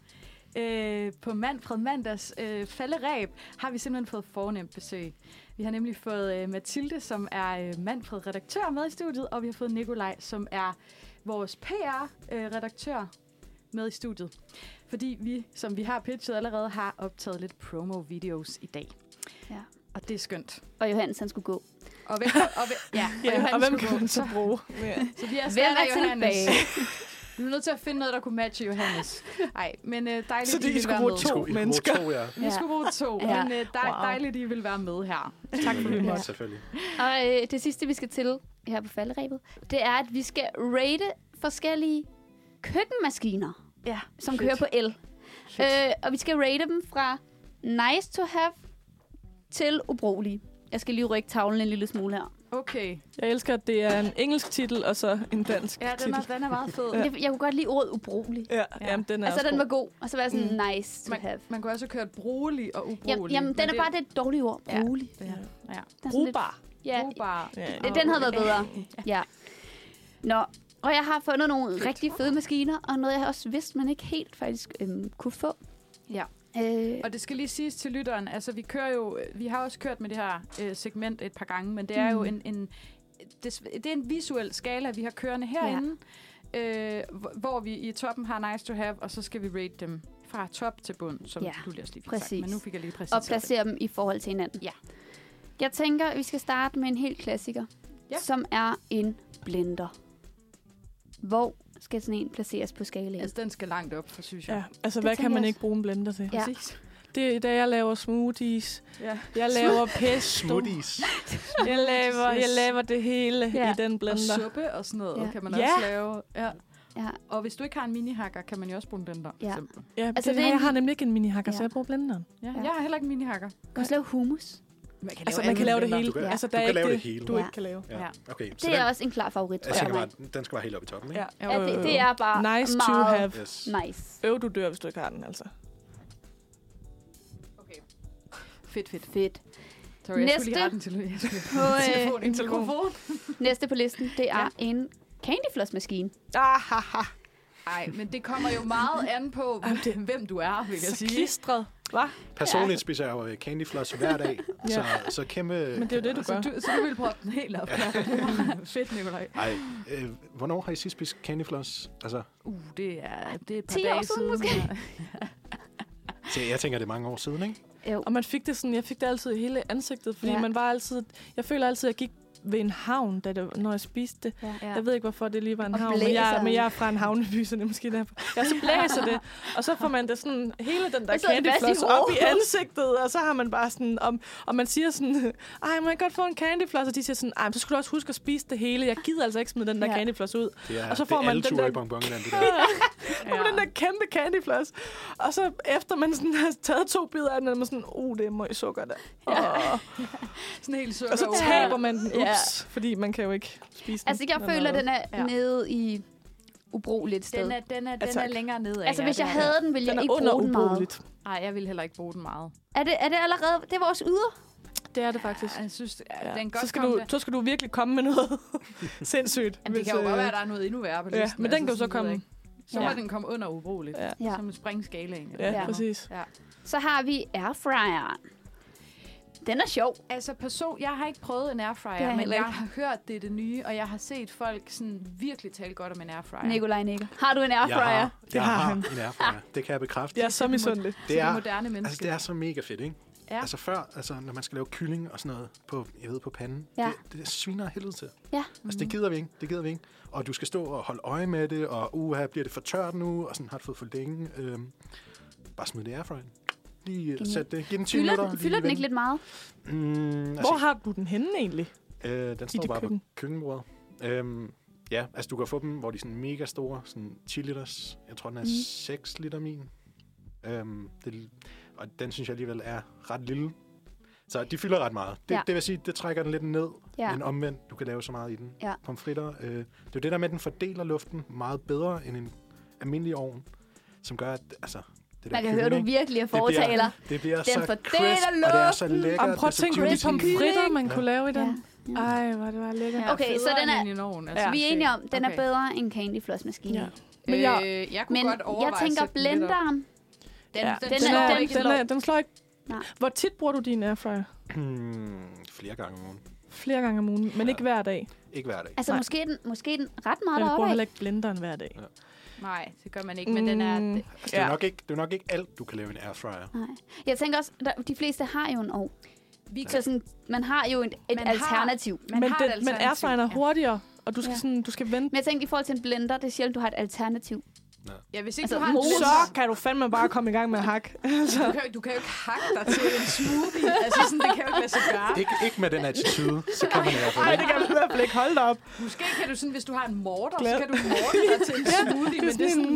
[SPEAKER 4] øh, på Manfred Mandags øh, falderæb har vi simpelthen fået fornemt besøg. Vi har nemlig fået øh, Mathilde, som er øh, Manfred-redaktør med i studiet, og vi har fået Nikolaj, som er vores PR-redaktør med i studiet. Fordi vi, som vi har pitchet allerede, har optaget lidt promo-videos i dag.
[SPEAKER 2] Ja.
[SPEAKER 4] Og det er skønt.
[SPEAKER 2] Og Johannes, han skulle gå.
[SPEAKER 4] Og hvem, og hvem, ja, og Johannes skulle gå. så
[SPEAKER 3] bruge?
[SPEAKER 4] så vi er
[SPEAKER 2] Hvem
[SPEAKER 4] stadig
[SPEAKER 2] er tilbage?
[SPEAKER 4] Vi er nødt til at finde noget, der kunne matche Johannes. Nej, men øh, dejligt,
[SPEAKER 5] Så
[SPEAKER 4] I
[SPEAKER 5] de
[SPEAKER 4] vil
[SPEAKER 5] skulle
[SPEAKER 4] være
[SPEAKER 5] bruge
[SPEAKER 4] med.
[SPEAKER 5] to mennesker.
[SPEAKER 3] To, ja.
[SPEAKER 4] Vi
[SPEAKER 2] Ja.
[SPEAKER 4] skulle bruge to,
[SPEAKER 2] Ja.
[SPEAKER 4] ja. men øh, dej,
[SPEAKER 3] Wow.
[SPEAKER 4] dejligt, I vil være med her. Tak for det.
[SPEAKER 5] Selvfølgelig,
[SPEAKER 2] Ja.
[SPEAKER 5] Selvfølgelig.
[SPEAKER 2] Og øh, det sidste, vi skal til her på falderæbet, det er, at vi skal rate forskellige køkkenmaskiner,
[SPEAKER 4] Ja,
[SPEAKER 2] som Shit. kører på el. Øh, og vi skal rate dem fra nice to have til ubrugelige. Jeg skal lige rykke tavlen en lille smule her.
[SPEAKER 4] Okay.
[SPEAKER 6] Jeg elsker, at det er en engelsk titel, og så en dansk
[SPEAKER 4] Ja, den
[SPEAKER 6] titel.
[SPEAKER 4] er, den er meget fed.
[SPEAKER 2] Jeg, jeg kunne godt lide ordet ubrugelig.
[SPEAKER 6] Ja, jamen, den er
[SPEAKER 2] Og så
[SPEAKER 6] også
[SPEAKER 2] Altså, den var
[SPEAKER 6] god.
[SPEAKER 2] god, og så var jeg sådan mm. nice to
[SPEAKER 4] Man,
[SPEAKER 2] have.
[SPEAKER 4] man kunne også have kørt brugelig og ubrugelig.
[SPEAKER 2] Jamen, jamen den
[SPEAKER 4] men
[SPEAKER 2] er bare det er et dårligt ord.
[SPEAKER 4] Ja.
[SPEAKER 2] Brugelig.
[SPEAKER 4] Ja, ja.
[SPEAKER 2] Den er sådan lidt-
[SPEAKER 6] Brugbar.
[SPEAKER 2] Ja,
[SPEAKER 4] Brugbar.
[SPEAKER 6] Ja.
[SPEAKER 2] den- den havde været bedre. Ja. Nå, og jeg har fundet nogle rigtig fede maskiner, og noget, jeg også vidste, man ikke helt faktisk øhm, kunne få.
[SPEAKER 4] Ja.
[SPEAKER 2] Øh,
[SPEAKER 4] Og det skal lige siges til lytteren, altså vi kører jo, vi har også kørt med det her øh, segment et par gange, men det er jo
[SPEAKER 2] Mm.
[SPEAKER 4] en, en det, det er en visuel skala, vi har kørende herinde, ja. øh, hvor- hvor vi i toppen har nice to have, og så skal vi rate dem fra top til bund, som
[SPEAKER 2] Ja,
[SPEAKER 4] ja, du lige også lige fik
[SPEAKER 2] præcis.
[SPEAKER 4] sagt. Men nu fik jeg lige præcis
[SPEAKER 2] og placere dem i forhold til hinanden.
[SPEAKER 4] Ja.
[SPEAKER 2] Jeg tænker, at vi skal starte med en helt klassiker, ja.
[SPEAKER 4] Ja.
[SPEAKER 2] som er en blender. Hvor skal sådan en placeres på skalaen?
[SPEAKER 4] Altså den skal langt op, for synes jeg.
[SPEAKER 6] Ja, altså
[SPEAKER 2] Det
[SPEAKER 6] hvad
[SPEAKER 2] tænker
[SPEAKER 6] kan man
[SPEAKER 2] jeg
[SPEAKER 6] ikke bruge en blender til?
[SPEAKER 2] Ja.
[SPEAKER 4] Præcis.
[SPEAKER 6] Det er da jeg laver smoothies,
[SPEAKER 4] Ja.
[SPEAKER 6] jeg laver pesto,
[SPEAKER 3] Smoothies.
[SPEAKER 6] jeg laver, jeg laver det hele
[SPEAKER 2] Ja.
[SPEAKER 6] ja. i den
[SPEAKER 4] Og
[SPEAKER 6] blender.
[SPEAKER 4] suppe og sådan noget
[SPEAKER 2] Ja.
[SPEAKER 4] ja. kan man
[SPEAKER 6] Ja.
[SPEAKER 4] også lave. Ja.
[SPEAKER 2] ja.
[SPEAKER 4] Og hvis du ikke har en minihakker, kan man jo også bruge en blender.
[SPEAKER 2] Ja.
[SPEAKER 4] Ja.
[SPEAKER 6] Ja,
[SPEAKER 2] Altså,
[SPEAKER 6] altså, det,
[SPEAKER 2] det er
[SPEAKER 6] det, jeg
[SPEAKER 2] en-
[SPEAKER 6] har nemlig ikke en minihakker,
[SPEAKER 2] Ja.
[SPEAKER 6] så jeg bruger blenderen.
[SPEAKER 4] Ja.
[SPEAKER 2] Ja.
[SPEAKER 4] Jeg har heller ikke en minihakker.
[SPEAKER 2] Du kan også lave hummus.
[SPEAKER 4] Man kan
[SPEAKER 6] Altså man kan lave det hele.
[SPEAKER 5] Du kan-
[SPEAKER 6] altså,
[SPEAKER 5] du kan
[SPEAKER 6] ikke
[SPEAKER 5] lave det hele.
[SPEAKER 6] Du
[SPEAKER 2] Ja.
[SPEAKER 6] ikke kan lave.
[SPEAKER 5] Ja.
[SPEAKER 4] Ja.
[SPEAKER 5] Okay, så
[SPEAKER 2] Det
[SPEAKER 5] den,
[SPEAKER 2] er også en klar favorit,
[SPEAKER 5] jeg
[SPEAKER 2] tror
[SPEAKER 5] tænker
[SPEAKER 2] jeg.
[SPEAKER 5] bare, den skal bare helt op i toppen, ikke?
[SPEAKER 6] Ja.
[SPEAKER 2] Ja, det, det er bare
[SPEAKER 6] Nice to
[SPEAKER 2] meget
[SPEAKER 6] have.
[SPEAKER 5] Yes.
[SPEAKER 2] nice.
[SPEAKER 6] Øv, du dør, hvis du ikke har den, altså.
[SPEAKER 4] Fedt, fedt.
[SPEAKER 2] Fedt.
[SPEAKER 4] Sorry, jeg skulle
[SPEAKER 2] Næste.
[SPEAKER 4] lige rette den til Louise.
[SPEAKER 2] På, øh,
[SPEAKER 4] en mikrofon.
[SPEAKER 2] næste på listen, det er ja. en candyfloss-maskine.
[SPEAKER 6] Ah, ha, ha.
[SPEAKER 4] Nej, men det kommer jo meget an på, hvem du er, vil jeg
[SPEAKER 6] Så
[SPEAKER 4] sige.
[SPEAKER 6] klistret. Hvad?
[SPEAKER 5] Personligt ja. spiser jeg jo øh, candyfloss hver dag,
[SPEAKER 6] Ja.
[SPEAKER 5] så, så kæmpe...
[SPEAKER 6] Men det er jo det, du
[SPEAKER 4] Så
[SPEAKER 6] gør.
[SPEAKER 4] du, så du vil prøve den helt op. Ja. Fedt, Nicolaj.
[SPEAKER 5] Ej, øh, hvornår har I sidst spist candyfloss? Altså,
[SPEAKER 4] Uh, det er, det er et par
[SPEAKER 2] 10 år
[SPEAKER 4] dage
[SPEAKER 2] siden
[SPEAKER 4] siden
[SPEAKER 2] måske.
[SPEAKER 4] her.
[SPEAKER 5] så jeg tænker, det er mange år siden, ikke?
[SPEAKER 2] Jo.
[SPEAKER 6] Og man fik det sådan, jeg fik det altid i hele ansigtet, fordi
[SPEAKER 2] Ja.
[SPEAKER 6] ja. man var altid, jeg føler altid, at jeg gik ved en havn, da det, når jeg spiste det.
[SPEAKER 2] Ja.
[SPEAKER 6] Jeg ved ikke, hvorfor det lige var en
[SPEAKER 2] Og
[SPEAKER 6] havn, men jeg,
[SPEAKER 2] blæseren.
[SPEAKER 6] men jeg er fra en havneby, så det er måske derfor. Ja, så blæser det, og så får man det sådan, hele den der
[SPEAKER 2] Og så er det fast i
[SPEAKER 6] candyfloss op i
[SPEAKER 2] hovedet.
[SPEAKER 6] ansigtet, og så har man bare sådan, om, og man siger sådan, ej, må jeg godt få en candyfloss? Og de siger sådan, ej, men så skulle du også huske at spise det hele. Jeg gider altså ikke smide den der
[SPEAKER 2] Ja.
[SPEAKER 6] ja. candyfloss ud.
[SPEAKER 5] Det er,
[SPEAKER 6] Og så får
[SPEAKER 5] det er
[SPEAKER 6] man
[SPEAKER 5] alle
[SPEAKER 6] den
[SPEAKER 5] ture
[SPEAKER 6] der-
[SPEAKER 5] i bonbonland, det der.
[SPEAKER 6] Ja. den der kæmpe candyfloss. Og så efter man sådan har taget to bidder af den, er man sådan, uh, det er møg sukker der. Ja. Og,
[SPEAKER 4] Sådan helt sukker.
[SPEAKER 6] og så
[SPEAKER 4] over.
[SPEAKER 6] taber man den, ups,
[SPEAKER 4] Ja.
[SPEAKER 6] fordi man kan jo ikke spise den.
[SPEAKER 2] Altså, jeg
[SPEAKER 6] Eller
[SPEAKER 2] føler,
[SPEAKER 6] noget.
[SPEAKER 2] den er
[SPEAKER 4] Ja.
[SPEAKER 2] nede i ubrugeligt sted.
[SPEAKER 4] Den er, den er,
[SPEAKER 6] Ja,
[SPEAKER 4] den er
[SPEAKER 6] tak.
[SPEAKER 4] længere ned.
[SPEAKER 2] altså, hvis jeg havde den, ville
[SPEAKER 6] den
[SPEAKER 2] jeg
[SPEAKER 6] er
[SPEAKER 2] ikke
[SPEAKER 6] under
[SPEAKER 2] bruge den meget.
[SPEAKER 6] ubrugeligt.
[SPEAKER 4] Nej, jeg ville heller ikke bruge den meget.
[SPEAKER 2] Er det, er det allerede... Det er vores yder.
[SPEAKER 6] Det er det faktisk.
[SPEAKER 4] Ja, Jeg synes, ja.
[SPEAKER 6] Ja.
[SPEAKER 4] Altså, den kan
[SPEAKER 6] så,
[SPEAKER 4] godt
[SPEAKER 6] skal
[SPEAKER 4] komme
[SPEAKER 6] du,
[SPEAKER 4] der.
[SPEAKER 6] så skal du virkelig komme med noget sindssygt.
[SPEAKER 4] Jamen, det
[SPEAKER 6] hvis,
[SPEAKER 4] kan jo godt
[SPEAKER 6] øh,
[SPEAKER 4] være, at der er noget endnu værre på listen. altså,
[SPEAKER 6] Ja, men den kan jo så
[SPEAKER 4] sådan ved
[SPEAKER 6] komme.
[SPEAKER 4] jeg ikke. Så må
[SPEAKER 6] Ja.
[SPEAKER 4] den komme under ubrugeligt.
[SPEAKER 6] Ja,
[SPEAKER 2] Ja.
[SPEAKER 4] Som et springskalaen.
[SPEAKER 6] ja,
[SPEAKER 2] Ja.
[SPEAKER 6] ja. præcis.
[SPEAKER 2] Så har vi airfryeren. Den er sjov.
[SPEAKER 4] Altså person, jeg har ikke prøvet en airfryer,
[SPEAKER 2] Det har jeg
[SPEAKER 4] jeg men
[SPEAKER 2] heller
[SPEAKER 4] jeg
[SPEAKER 2] ikke.
[SPEAKER 4] har hørt, det er det nye, og jeg har set folk sådan virkelig tale godt om en airfryer.
[SPEAKER 2] Nikolaj nikker. Har du en
[SPEAKER 5] Jeg har,
[SPEAKER 2] airfryer?
[SPEAKER 5] jeg
[SPEAKER 6] har
[SPEAKER 5] har
[SPEAKER 6] han.
[SPEAKER 5] en airfryer. Det kan jeg bekræfte.
[SPEAKER 6] Jeg er så misundelig.
[SPEAKER 5] Det
[SPEAKER 4] er
[SPEAKER 5] er,
[SPEAKER 4] moderne menneske.
[SPEAKER 5] altså, det er så mega fedt, ikke?
[SPEAKER 4] Ja.
[SPEAKER 5] Altså før, altså, når man skal lave kylling og sådan noget på, jeg ved, på panden,
[SPEAKER 2] Ja.
[SPEAKER 5] det, det sviner af helvede til.
[SPEAKER 2] Ja. Mhm.
[SPEAKER 5] Altså det gider vi ikke, det gider vi ikke. Og du skal stå og holde øje med det, og uha, bliver det for tørt nu, og sådan har det fået for længe. Øhm, bare smid det i airfryeren. Lige øh,
[SPEAKER 2] Genialt.
[SPEAKER 5] sæt det. Giv den 10
[SPEAKER 2] Fylder,
[SPEAKER 5] minutter.
[SPEAKER 2] den,
[SPEAKER 5] lige
[SPEAKER 2] fylder den
[SPEAKER 5] vend.
[SPEAKER 2] ikke lidt meget?
[SPEAKER 5] Mm,
[SPEAKER 6] Hvor
[SPEAKER 5] altså,
[SPEAKER 6] har du den henne egentlig?
[SPEAKER 5] øh, den står
[SPEAKER 6] dit
[SPEAKER 5] bare
[SPEAKER 6] køkken?
[SPEAKER 5] køkken. på køkkenbordet. Øhm, ja, altså du kan få dem, hvor de er sådan mega store, sådan 10 liters. Jeg tror, den er
[SPEAKER 2] Mhm.
[SPEAKER 6] Mm.
[SPEAKER 5] mm. 6 liter min. Øhm, det, og den synes jeg alligevel er ret lille. Så de fylder ret meget. Det,
[SPEAKER 2] Ja.
[SPEAKER 5] ja. det vil sige, det trækker den lidt ned.
[SPEAKER 2] Ja.
[SPEAKER 5] Ja. Men omvendt, du kan lave så meget i den.
[SPEAKER 2] Ja.
[SPEAKER 5] Pomfritter, øh, det er jo det der med, at den fordeler luften meget bedre end en almindelig ovn, som gør, at altså, det der
[SPEAKER 2] Man kan høre, du
[SPEAKER 5] kylling,
[SPEAKER 2] virkelig er
[SPEAKER 5] bliver-
[SPEAKER 2] fortaler.
[SPEAKER 5] det bliver
[SPEAKER 2] den
[SPEAKER 5] så
[SPEAKER 2] fordeler
[SPEAKER 5] crisp, og det er så
[SPEAKER 2] luften.
[SPEAKER 5] lækkert.
[SPEAKER 6] Om prøv at
[SPEAKER 5] det er
[SPEAKER 6] tænke
[SPEAKER 5] så
[SPEAKER 6] på de
[SPEAKER 5] juicy.
[SPEAKER 6] pomfritter, man
[SPEAKER 5] Ja.
[SPEAKER 6] kunne lave i den.
[SPEAKER 2] Ja.
[SPEAKER 6] Ej, hvor er det var lækkert.
[SPEAKER 4] Ja,
[SPEAKER 2] Okay, så
[SPEAKER 4] federe
[SPEAKER 2] den er-
[SPEAKER 4] end en ovn, altså.
[SPEAKER 2] Så vi er enige om, den er
[SPEAKER 4] Okay.
[SPEAKER 2] bedre end candyflossmaskinen.
[SPEAKER 6] Ja.
[SPEAKER 2] Ja.
[SPEAKER 6] Men jeg,
[SPEAKER 4] øh, jeg kunne
[SPEAKER 2] Men
[SPEAKER 4] godt overveje
[SPEAKER 2] jeg tænker
[SPEAKER 4] at sætte den lidt op.
[SPEAKER 2] blenderen.
[SPEAKER 4] Den,
[SPEAKER 6] ja,
[SPEAKER 4] den,
[SPEAKER 2] den
[SPEAKER 4] den,
[SPEAKER 2] er-
[SPEAKER 4] slår
[SPEAKER 2] den-
[SPEAKER 4] ikke
[SPEAKER 6] den,
[SPEAKER 4] lov.
[SPEAKER 6] er, den slår ikke.
[SPEAKER 2] Nej.
[SPEAKER 6] Hvor tit bruger du din airfryer?
[SPEAKER 5] Hmm, flere gange om ugen.
[SPEAKER 6] Flere gange om ugen, men
[SPEAKER 5] Ja.
[SPEAKER 6] ikke hver dag.
[SPEAKER 5] Ikke hver dag.
[SPEAKER 2] Altså,
[SPEAKER 6] Nej.
[SPEAKER 2] måske er den, måske er den ret meget
[SPEAKER 6] Men jeg bruger
[SPEAKER 2] deroppe.
[SPEAKER 6] heller
[SPEAKER 2] af.
[SPEAKER 6] ikke blenderen hver dag.
[SPEAKER 4] Nej, det gør man ikke, men den er...
[SPEAKER 6] Mm.
[SPEAKER 5] Altså, det, er jo nok ikke, det er jo nok ikke alt, du kan lave i en airfryer.
[SPEAKER 2] Nej. Jeg tænker også, der, de fleste har jo en ovn.
[SPEAKER 4] Vi
[SPEAKER 2] Så sådan, man har jo et, et
[SPEAKER 4] Man har-
[SPEAKER 2] alternativ.
[SPEAKER 4] man
[SPEAKER 6] men,
[SPEAKER 4] har
[SPEAKER 6] den,
[SPEAKER 4] et
[SPEAKER 6] men
[SPEAKER 4] alternativ.
[SPEAKER 6] airfryer er
[SPEAKER 4] Ja.
[SPEAKER 6] hurtigere, og du skal,
[SPEAKER 2] Ja.
[SPEAKER 6] sådan, du skal vente.
[SPEAKER 2] Men jeg tænkte, i forhold til en blender, det er sjældent, du har et alternativ.
[SPEAKER 4] Ja, hvis ikke
[SPEAKER 2] Altså,
[SPEAKER 4] du har en
[SPEAKER 2] mos.
[SPEAKER 4] blender,
[SPEAKER 6] Så kan du fandme bare komme i gang med at hakke.
[SPEAKER 4] du kan, jo- du kan jo ikke hakke dig til en smoothie. altså, sådan, det kan jo ikke lade sig gøre.
[SPEAKER 5] Ikke, ikke med den attitude, så kan man i hvert fald
[SPEAKER 6] Nej,
[SPEAKER 5] ikke.
[SPEAKER 6] det kan du i hvert fald ikke. Hold da op.
[SPEAKER 4] Måske kan du sådan, hvis du har en morter, så
[SPEAKER 6] Glad.
[SPEAKER 4] kan du morte dig til en smoothie, men det er sådan...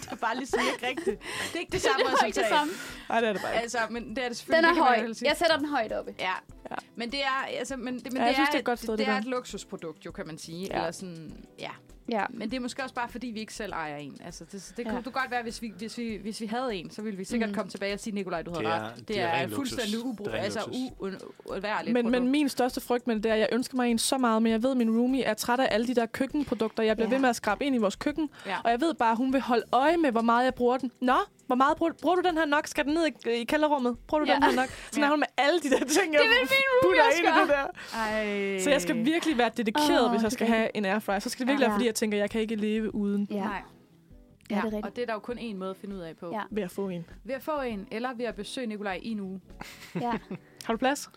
[SPEAKER 4] det er bare ligesom ikke rigtigt. Det er ikke det samme
[SPEAKER 2] Det er jo ikke det
[SPEAKER 4] resultat.
[SPEAKER 2] samme.
[SPEAKER 6] Nej, det er det bare ikke.
[SPEAKER 4] Altså, men det er det
[SPEAKER 2] Den
[SPEAKER 4] selvfølgelig.
[SPEAKER 2] er
[SPEAKER 4] det kan man
[SPEAKER 2] høj.
[SPEAKER 4] jo heller sige.
[SPEAKER 2] Jeg sætter den højt oppe.
[SPEAKER 4] Ja.
[SPEAKER 6] Ja.
[SPEAKER 4] Men det er, altså, men det, men
[SPEAKER 6] Ja, jeg
[SPEAKER 4] det,
[SPEAKER 6] synes,
[SPEAKER 4] er,
[SPEAKER 6] det er et godt sted,
[SPEAKER 4] det,
[SPEAKER 6] det
[SPEAKER 4] er
[SPEAKER 6] der.
[SPEAKER 4] et luksusprodukt, jo, kan man sige.
[SPEAKER 6] Ja.
[SPEAKER 4] Ja. Eller sådan, ja.
[SPEAKER 2] Ja.
[SPEAKER 4] Men det er måske også bare, fordi vi ikke selv ejer en. Altså, det, det
[SPEAKER 6] Ja.
[SPEAKER 4] kunne ja. godt være, hvis vi, hvis, vi, hvis vi havde en, så ville vi sikkert
[SPEAKER 2] Mm.
[SPEAKER 4] mm. komme tilbage og sige, Nikolaj, du havde
[SPEAKER 5] Det er-
[SPEAKER 4] ret.
[SPEAKER 5] det er ren
[SPEAKER 4] fuldstændig
[SPEAKER 5] luksus.
[SPEAKER 4] ubrug,
[SPEAKER 5] Det er ren
[SPEAKER 4] altså
[SPEAKER 5] luksus.
[SPEAKER 4] uundværligt
[SPEAKER 6] Men,
[SPEAKER 4] produkt.
[SPEAKER 6] men min største frygt med det, det er, at jeg ønsker mig en så meget, men jeg ved, at min roomie er træt af alle de der køkkenprodukter, jeg bliver
[SPEAKER 2] Ja.
[SPEAKER 6] ved med at skrabe ind i vores køkken.
[SPEAKER 4] Ja.
[SPEAKER 6] Og jeg ved bare, at hun vil holde øje med, hvor meget jeg bruger den. Nå, hvor meget bruger, bruger du den her nok? Skal den ned i, i kælderrummet? Bruger du
[SPEAKER 2] Ja.
[SPEAKER 6] den her nok? Sådan
[SPEAKER 4] Ja.
[SPEAKER 6] er hun med alle de der ting, jeg
[SPEAKER 2] vil min
[SPEAKER 6] putter
[SPEAKER 2] også
[SPEAKER 6] ind i det der.
[SPEAKER 4] Ej.
[SPEAKER 6] Så jeg skal virkelig være dedikeret,
[SPEAKER 2] Øh, Åh,
[SPEAKER 6] oh, hvis jeg
[SPEAKER 2] det
[SPEAKER 6] skal
[SPEAKER 2] er
[SPEAKER 6] have en airfryer. Så skal det virkelig
[SPEAKER 2] Ja.
[SPEAKER 6] være, fordi jeg tænker, at jeg kan ikke leve uden
[SPEAKER 2] Ja.
[SPEAKER 4] Nej.
[SPEAKER 2] Ja, det er rigtigt.
[SPEAKER 4] og det er der jo kun én måde at finde ud af på.
[SPEAKER 2] Ja.
[SPEAKER 4] Ja.
[SPEAKER 6] ved at få en.
[SPEAKER 4] Ved at få en, eller ved at besøge Nikolaj i en uge.
[SPEAKER 2] ja.
[SPEAKER 6] Har du plads?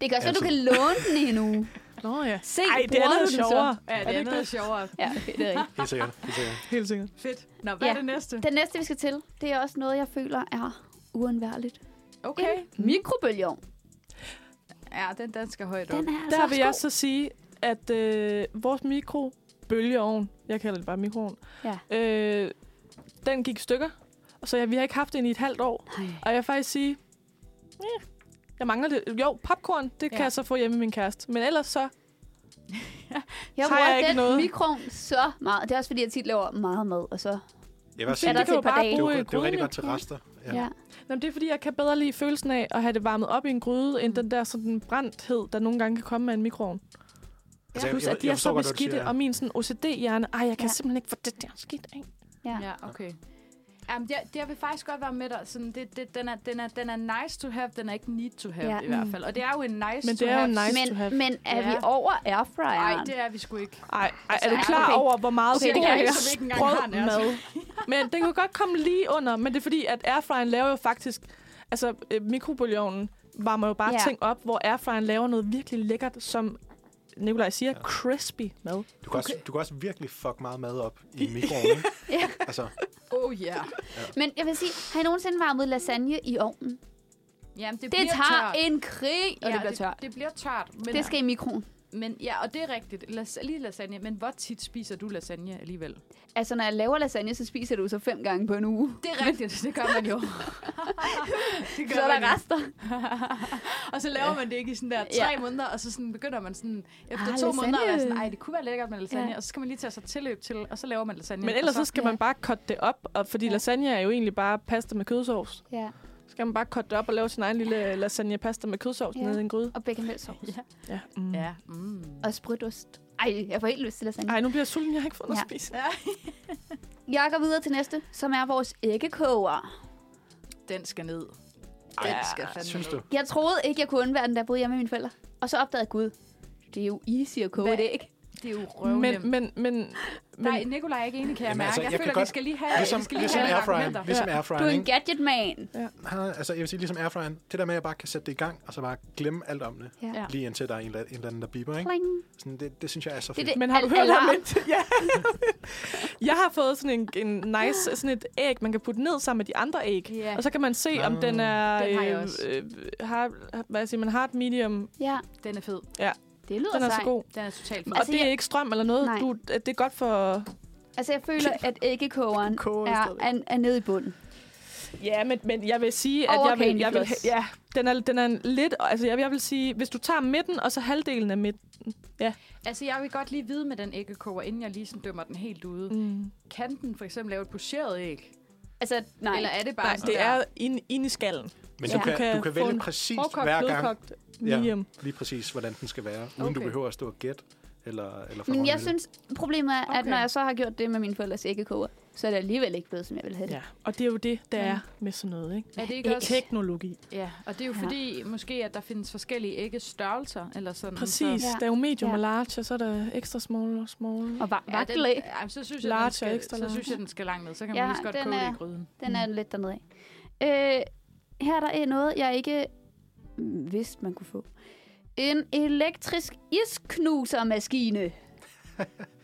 [SPEAKER 2] Det gør så, at du
[SPEAKER 5] Altså-
[SPEAKER 2] kan låne den i en uge.
[SPEAKER 6] Nå ja.
[SPEAKER 2] Se,
[SPEAKER 6] Ej, det
[SPEAKER 2] bruger
[SPEAKER 6] er
[SPEAKER 2] du
[SPEAKER 6] noget
[SPEAKER 2] den så?
[SPEAKER 6] sjovere.
[SPEAKER 4] Ja, det er,
[SPEAKER 6] ikke
[SPEAKER 4] er noget sjovere.
[SPEAKER 2] Ja, okay, det er rigtigt.
[SPEAKER 5] Helt sikkert. Helt sikkert.
[SPEAKER 6] Helt sikkert.
[SPEAKER 4] Fedt. Nå, hvad
[SPEAKER 2] Ja.
[SPEAKER 4] er det næste?
[SPEAKER 2] Den næste, vi skal til, det er også noget, jeg føler er uundværligt.
[SPEAKER 4] Okay.
[SPEAKER 2] En mikrobølgeovn.
[SPEAKER 4] Ja, den, den skal højt op.
[SPEAKER 2] Den er altså
[SPEAKER 6] Der vil
[SPEAKER 2] også
[SPEAKER 6] jeg
[SPEAKER 2] god.
[SPEAKER 6] så sige, at øh, vores mikrobølgeovn, jeg kalder det bare mikroovn,
[SPEAKER 2] Ja.
[SPEAKER 6] øh, den gik i stykker. Og så jeg, vi har ikke haft den i et halvt år.
[SPEAKER 2] Ej.
[SPEAKER 6] Og jeg vil faktisk sige, eh, jeg mangler det. Jo, popcorn, det ja.
[SPEAKER 4] Ja.
[SPEAKER 6] kan jeg så få hjemme med min kæreste. Men ellers så,
[SPEAKER 2] Jeg
[SPEAKER 6] Har jeg
[SPEAKER 2] bruger
[SPEAKER 6] ikke
[SPEAKER 2] den
[SPEAKER 6] noget?
[SPEAKER 2] mikroovn så meget. Det er også, fordi jeg tit laver meget mad, og så...
[SPEAKER 5] Jeg vil også
[SPEAKER 2] Er
[SPEAKER 5] sige,
[SPEAKER 2] der
[SPEAKER 6] det
[SPEAKER 5] det,
[SPEAKER 2] til
[SPEAKER 6] kan du
[SPEAKER 2] et par
[SPEAKER 6] bare
[SPEAKER 2] dage?
[SPEAKER 5] det,
[SPEAKER 6] bruge
[SPEAKER 5] var,
[SPEAKER 6] i
[SPEAKER 5] det var rigtig
[SPEAKER 6] gryden,
[SPEAKER 5] godt til rester.
[SPEAKER 2] Ja.
[SPEAKER 5] Ja.
[SPEAKER 2] ja.
[SPEAKER 6] Jamen, det er fordi, jeg kan bedre lide følelsen af at have det varmet op i en gryde, end den der sådan brændthed, der nogle gange kan komme med en mikroovn.
[SPEAKER 5] Altså,
[SPEAKER 6] Plus, at de er så beskidte, og min sådan OCD-hjerne, ej, jeg kan
[SPEAKER 2] Ja.
[SPEAKER 6] ja. simpelthen ikke få det der skidt af.
[SPEAKER 2] ja.
[SPEAKER 4] Ja, okay. Jamen, jeg, det, jeg vil faktisk godt være med dig. Sådan, det, det, den, er, den, er, den er nice to have, den er ikke need to have
[SPEAKER 2] Ja.
[SPEAKER 4] ja. i hvert fald. Og det er jo en nice
[SPEAKER 6] Men
[SPEAKER 4] to
[SPEAKER 6] det er jo
[SPEAKER 4] have.
[SPEAKER 6] en nice to have.
[SPEAKER 2] Men, men er vi
[SPEAKER 4] Ja.
[SPEAKER 2] over
[SPEAKER 4] Nej,
[SPEAKER 2] airfryeren?
[SPEAKER 4] det er vi sgu ikke.
[SPEAKER 6] Ej, ej, er du
[SPEAKER 2] Ja,
[SPEAKER 6] klar
[SPEAKER 2] okay.
[SPEAKER 6] over, hvor meget
[SPEAKER 2] Okay,
[SPEAKER 6] okay,
[SPEAKER 2] det
[SPEAKER 6] det
[SPEAKER 2] kan
[SPEAKER 6] er
[SPEAKER 2] jeg
[SPEAKER 4] ikke, så vi ikke engang har en
[SPEAKER 6] mad? Men den kan godt komme lige under, men det er fordi, at airfryeren laver jo faktisk... Altså, øh, mikrobølgeovnen varmer jo bare
[SPEAKER 2] Ja.
[SPEAKER 6] yeah. ting op, hvor airfryeren laver noget virkelig lækkert, som Nikolaj siger,
[SPEAKER 5] Ja.
[SPEAKER 6] crispy mad.
[SPEAKER 5] Du kan, okay. også, du kan også virkelig fuck meget mad op i mikroovnen. ikke?
[SPEAKER 2] Ja.
[SPEAKER 5] Altså,
[SPEAKER 4] Oh yeah.
[SPEAKER 2] Men jeg vil sige, har I nogensinde varmet lasagne i ovnen?
[SPEAKER 4] Jamen, det,
[SPEAKER 2] Det
[SPEAKER 4] bliver
[SPEAKER 2] tager
[SPEAKER 4] tørt.
[SPEAKER 2] en krig, og det bliver tørt.
[SPEAKER 4] Det, det bliver tørt. Men,
[SPEAKER 2] Det skal i mikroen.
[SPEAKER 4] men, ja, og det er rigtigt. Las, lige lasagne. Men hvor tit spiser du lasagne alligevel?
[SPEAKER 2] Altså, når jeg laver lasagne, så spiser du så fem gange på en uge.
[SPEAKER 4] Det er rigtigt. det gør man jo. det
[SPEAKER 2] Så er
[SPEAKER 4] man
[SPEAKER 2] der
[SPEAKER 4] jo.
[SPEAKER 2] rester.
[SPEAKER 4] Og så laver man det ikke i sådan der tre
[SPEAKER 2] Ja.
[SPEAKER 4] ja. måneder, og så sådan begynder man sådan efter
[SPEAKER 2] Ah,
[SPEAKER 4] ah, to lasagne. måneder at være sådan,
[SPEAKER 2] lasagne.
[SPEAKER 4] ej, det kunne være lækkert med lasagne,
[SPEAKER 2] Ja.
[SPEAKER 4] ja. og så skal man lige tage sig tilløb til, og så laver man lasagne.
[SPEAKER 6] Men ellers
[SPEAKER 4] og
[SPEAKER 6] så skal man bare kotte det op, og fordi
[SPEAKER 2] Ja.
[SPEAKER 6] lasagne er jo egentlig bare pasta med kødsovs.
[SPEAKER 2] Ja.
[SPEAKER 6] Så skal man bare kotte det op og lave sin egen lille øh, lasagne pasta med kødsovs
[SPEAKER 2] Ja.
[SPEAKER 6] yeah. nede i en gryde.
[SPEAKER 2] Og bækkenbældsovs.
[SPEAKER 4] Ja.
[SPEAKER 6] Ja. Mm.
[SPEAKER 4] Ja. Mm.
[SPEAKER 2] Og sprytost. Ej, jeg får helt lyst til lasagne.
[SPEAKER 6] Ej, nu bliver jeg sulten. Jeg har ikke fået noget
[SPEAKER 2] Ja.
[SPEAKER 6] at spise.
[SPEAKER 2] Jeg går videre til næste, som er vores æggekoger.
[SPEAKER 4] Den skal ned.
[SPEAKER 5] Ej,
[SPEAKER 4] Den skal fandme
[SPEAKER 5] synes
[SPEAKER 4] ned.
[SPEAKER 5] du?
[SPEAKER 2] Jeg troede ikke, jeg kunne undvære den, da jeg boede hjemme med mine forældre. Og så opdagede jeg, gud, det er jo easy at koge
[SPEAKER 4] Hvad?
[SPEAKER 2] et æg.
[SPEAKER 4] Det er jo
[SPEAKER 6] Men,
[SPEAKER 4] røvnemt.
[SPEAKER 6] men, men, men
[SPEAKER 4] Nej, Nicolaj er ikke enig, kan jeg
[SPEAKER 5] Jamen,
[SPEAKER 4] mærke.
[SPEAKER 5] altså,
[SPEAKER 4] jeg,
[SPEAKER 5] jeg kan
[SPEAKER 4] føler, vi
[SPEAKER 5] godt-
[SPEAKER 4] skal lige have,
[SPEAKER 5] Ligesom,
[SPEAKER 4] vi skal lige
[SPEAKER 5] ligesom
[SPEAKER 4] have
[SPEAKER 5] airfryeren.
[SPEAKER 4] argumenter.
[SPEAKER 5] Ligesom
[SPEAKER 6] Ja.
[SPEAKER 2] Du er
[SPEAKER 5] airfryeren,
[SPEAKER 2] en
[SPEAKER 5] ikke?
[SPEAKER 2] gadgetman.
[SPEAKER 5] Han- Altså, jeg vil sige, ligesom airfryeren. Det der med, at jeg bare kan sætte det i gang, og så bare glemme alt om det.
[SPEAKER 2] Ja.
[SPEAKER 4] Ja.
[SPEAKER 5] Lige indtil der er en, eller- en eller anden, der biber, ikke?
[SPEAKER 2] Pling.
[SPEAKER 5] Sådan, det, det synes jeg er så
[SPEAKER 2] Det er
[SPEAKER 5] fedt.
[SPEAKER 2] det.
[SPEAKER 6] Men har du
[SPEAKER 2] Al-
[SPEAKER 6] hørt
[SPEAKER 2] alarm.
[SPEAKER 6] om et? Ja. jeg har fået sådan en, en nice sådan et æg, man kan putte ned sammen med de andre æg.
[SPEAKER 4] Ja.
[SPEAKER 6] Og så kan man se, om
[SPEAKER 5] Nå.
[SPEAKER 6] den er
[SPEAKER 4] Den har jeg
[SPEAKER 6] øh,
[SPEAKER 4] også.
[SPEAKER 6] øh, hard, hvad siger man, hard medium.
[SPEAKER 2] Ja,
[SPEAKER 4] Den er fed.
[SPEAKER 2] det lyder
[SPEAKER 6] Den er så
[SPEAKER 2] sejt.
[SPEAKER 6] god.
[SPEAKER 4] Den er totalt fed.
[SPEAKER 6] Og
[SPEAKER 2] Altså,
[SPEAKER 6] det er
[SPEAKER 2] jeg-
[SPEAKER 6] ikke strøm eller noget.
[SPEAKER 2] Nej.
[SPEAKER 6] Du, øh, det er godt for...
[SPEAKER 2] Altså, jeg føler, at æggekogeren
[SPEAKER 6] Koger i
[SPEAKER 2] er,
[SPEAKER 6] stedet.
[SPEAKER 2] er, er nede i bunden.
[SPEAKER 6] Ja, men, men jeg vil sige, at
[SPEAKER 2] Over
[SPEAKER 6] jeg vil, jeg vil,
[SPEAKER 2] Candyfloss.
[SPEAKER 6] ja, den er, den er en lidt... Altså, jeg, jeg vil sige, hvis du tager midten, og så halvdelen af midten.
[SPEAKER 4] Altså, jeg vil godt lige vide med den æggekoger, inden jeg lige sådan dømmer den helt ude.
[SPEAKER 6] Mm.
[SPEAKER 4] Kan den for eksempel lave et pocheret æg?
[SPEAKER 2] Altså, nej.
[SPEAKER 4] Eller er det bare
[SPEAKER 6] Nej,
[SPEAKER 4] sådan
[SPEAKER 6] det
[SPEAKER 4] der?
[SPEAKER 6] er inde ind i skallen.
[SPEAKER 5] Men
[SPEAKER 2] Ja.
[SPEAKER 5] du, kan,
[SPEAKER 6] Du kan
[SPEAKER 5] du kan
[SPEAKER 6] få en
[SPEAKER 5] vælge præcis
[SPEAKER 6] Hårdkogt,
[SPEAKER 5] hver gang,
[SPEAKER 6] blødkogt,
[SPEAKER 5] Ja.
[SPEAKER 6] medium.
[SPEAKER 5] lige præcis, hvordan den skal være, uden du
[SPEAKER 4] Okay.
[SPEAKER 5] behøver at stå og gætte. Eller, eller
[SPEAKER 2] Men
[SPEAKER 5] forholde
[SPEAKER 2] jeg
[SPEAKER 5] dig.
[SPEAKER 2] synes, problemet er, at
[SPEAKER 4] Okay.
[SPEAKER 2] når jeg så har gjort det med mine forældres æggekoger, så er det alligevel ikke blevet, som jeg ville have det.
[SPEAKER 6] Ja. Og det er jo det, der er med sådan noget, ikke?
[SPEAKER 4] Er det ikke også?
[SPEAKER 6] Teknologi.
[SPEAKER 4] Ja, og det er jo
[SPEAKER 2] Ja.
[SPEAKER 4] ja. fordi, måske, at der findes forskellige æggestørrelser, eller sådan.
[SPEAKER 6] Præcis.
[SPEAKER 2] Ja.
[SPEAKER 6] Ja. Der er jo medium
[SPEAKER 2] Ja.
[SPEAKER 6] ja. og large, og så er der ekstra small og small.
[SPEAKER 2] Og va-
[SPEAKER 4] Så, ja, den,
[SPEAKER 2] vakkelæg,
[SPEAKER 4] ja, så synes jeg,
[SPEAKER 6] Large og
[SPEAKER 4] den skal,
[SPEAKER 6] ekstra
[SPEAKER 4] så
[SPEAKER 6] large.
[SPEAKER 4] synes jeg, den skal langt ned. Så kan
[SPEAKER 2] Ja,
[SPEAKER 4] man lige så godt
[SPEAKER 2] den
[SPEAKER 4] koge
[SPEAKER 2] er-
[SPEAKER 4] det i gryden.
[SPEAKER 2] den er lidt dernede af. Øh, her er der noget, jeg ikke vidste, man kunne få. En elektrisk isknusermaskine.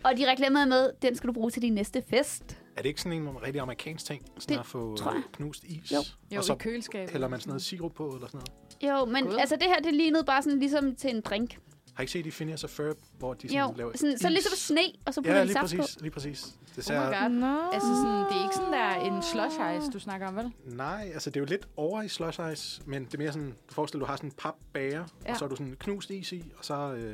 [SPEAKER 2] Og de reklamerede med, den skal du bruge til din næste fest.
[SPEAKER 5] Er det ikke sådan en rigtig amerikansk ting? Sådan
[SPEAKER 2] Det
[SPEAKER 5] at få øh,
[SPEAKER 2] tror jeg.
[SPEAKER 5] knust is?
[SPEAKER 2] Jo.
[SPEAKER 4] Jo,
[SPEAKER 5] og så
[SPEAKER 4] i køleskabet.
[SPEAKER 5] hælder man sådan noget sirup på, eller sådan noget.
[SPEAKER 2] Jo, men
[SPEAKER 4] God.
[SPEAKER 2] altså det her, det lignede bare sådan ligesom til en drink.
[SPEAKER 5] Har I ikke set i Phineas og Ferb, hvor de sådan
[SPEAKER 2] Jo,
[SPEAKER 5] laver
[SPEAKER 2] sådan, så
[SPEAKER 5] is?
[SPEAKER 2] ligesom sne, og så putter
[SPEAKER 5] Ja,
[SPEAKER 2] ja,
[SPEAKER 5] lige
[SPEAKER 2] saft på.
[SPEAKER 5] præcis, lige præcis. Det
[SPEAKER 4] Oh my
[SPEAKER 5] ser,
[SPEAKER 4] god.
[SPEAKER 6] Nå.
[SPEAKER 4] Altså, sådan, det er ikke sådan, der er en slush ice, du snakker om, vel?
[SPEAKER 5] nej, altså det er jo lidt over i slush ice, men det er mere sådan, du forestiller, du har sådan en papbager,
[SPEAKER 4] Ja.
[SPEAKER 5] og så har du sådan knust is i, og så øh,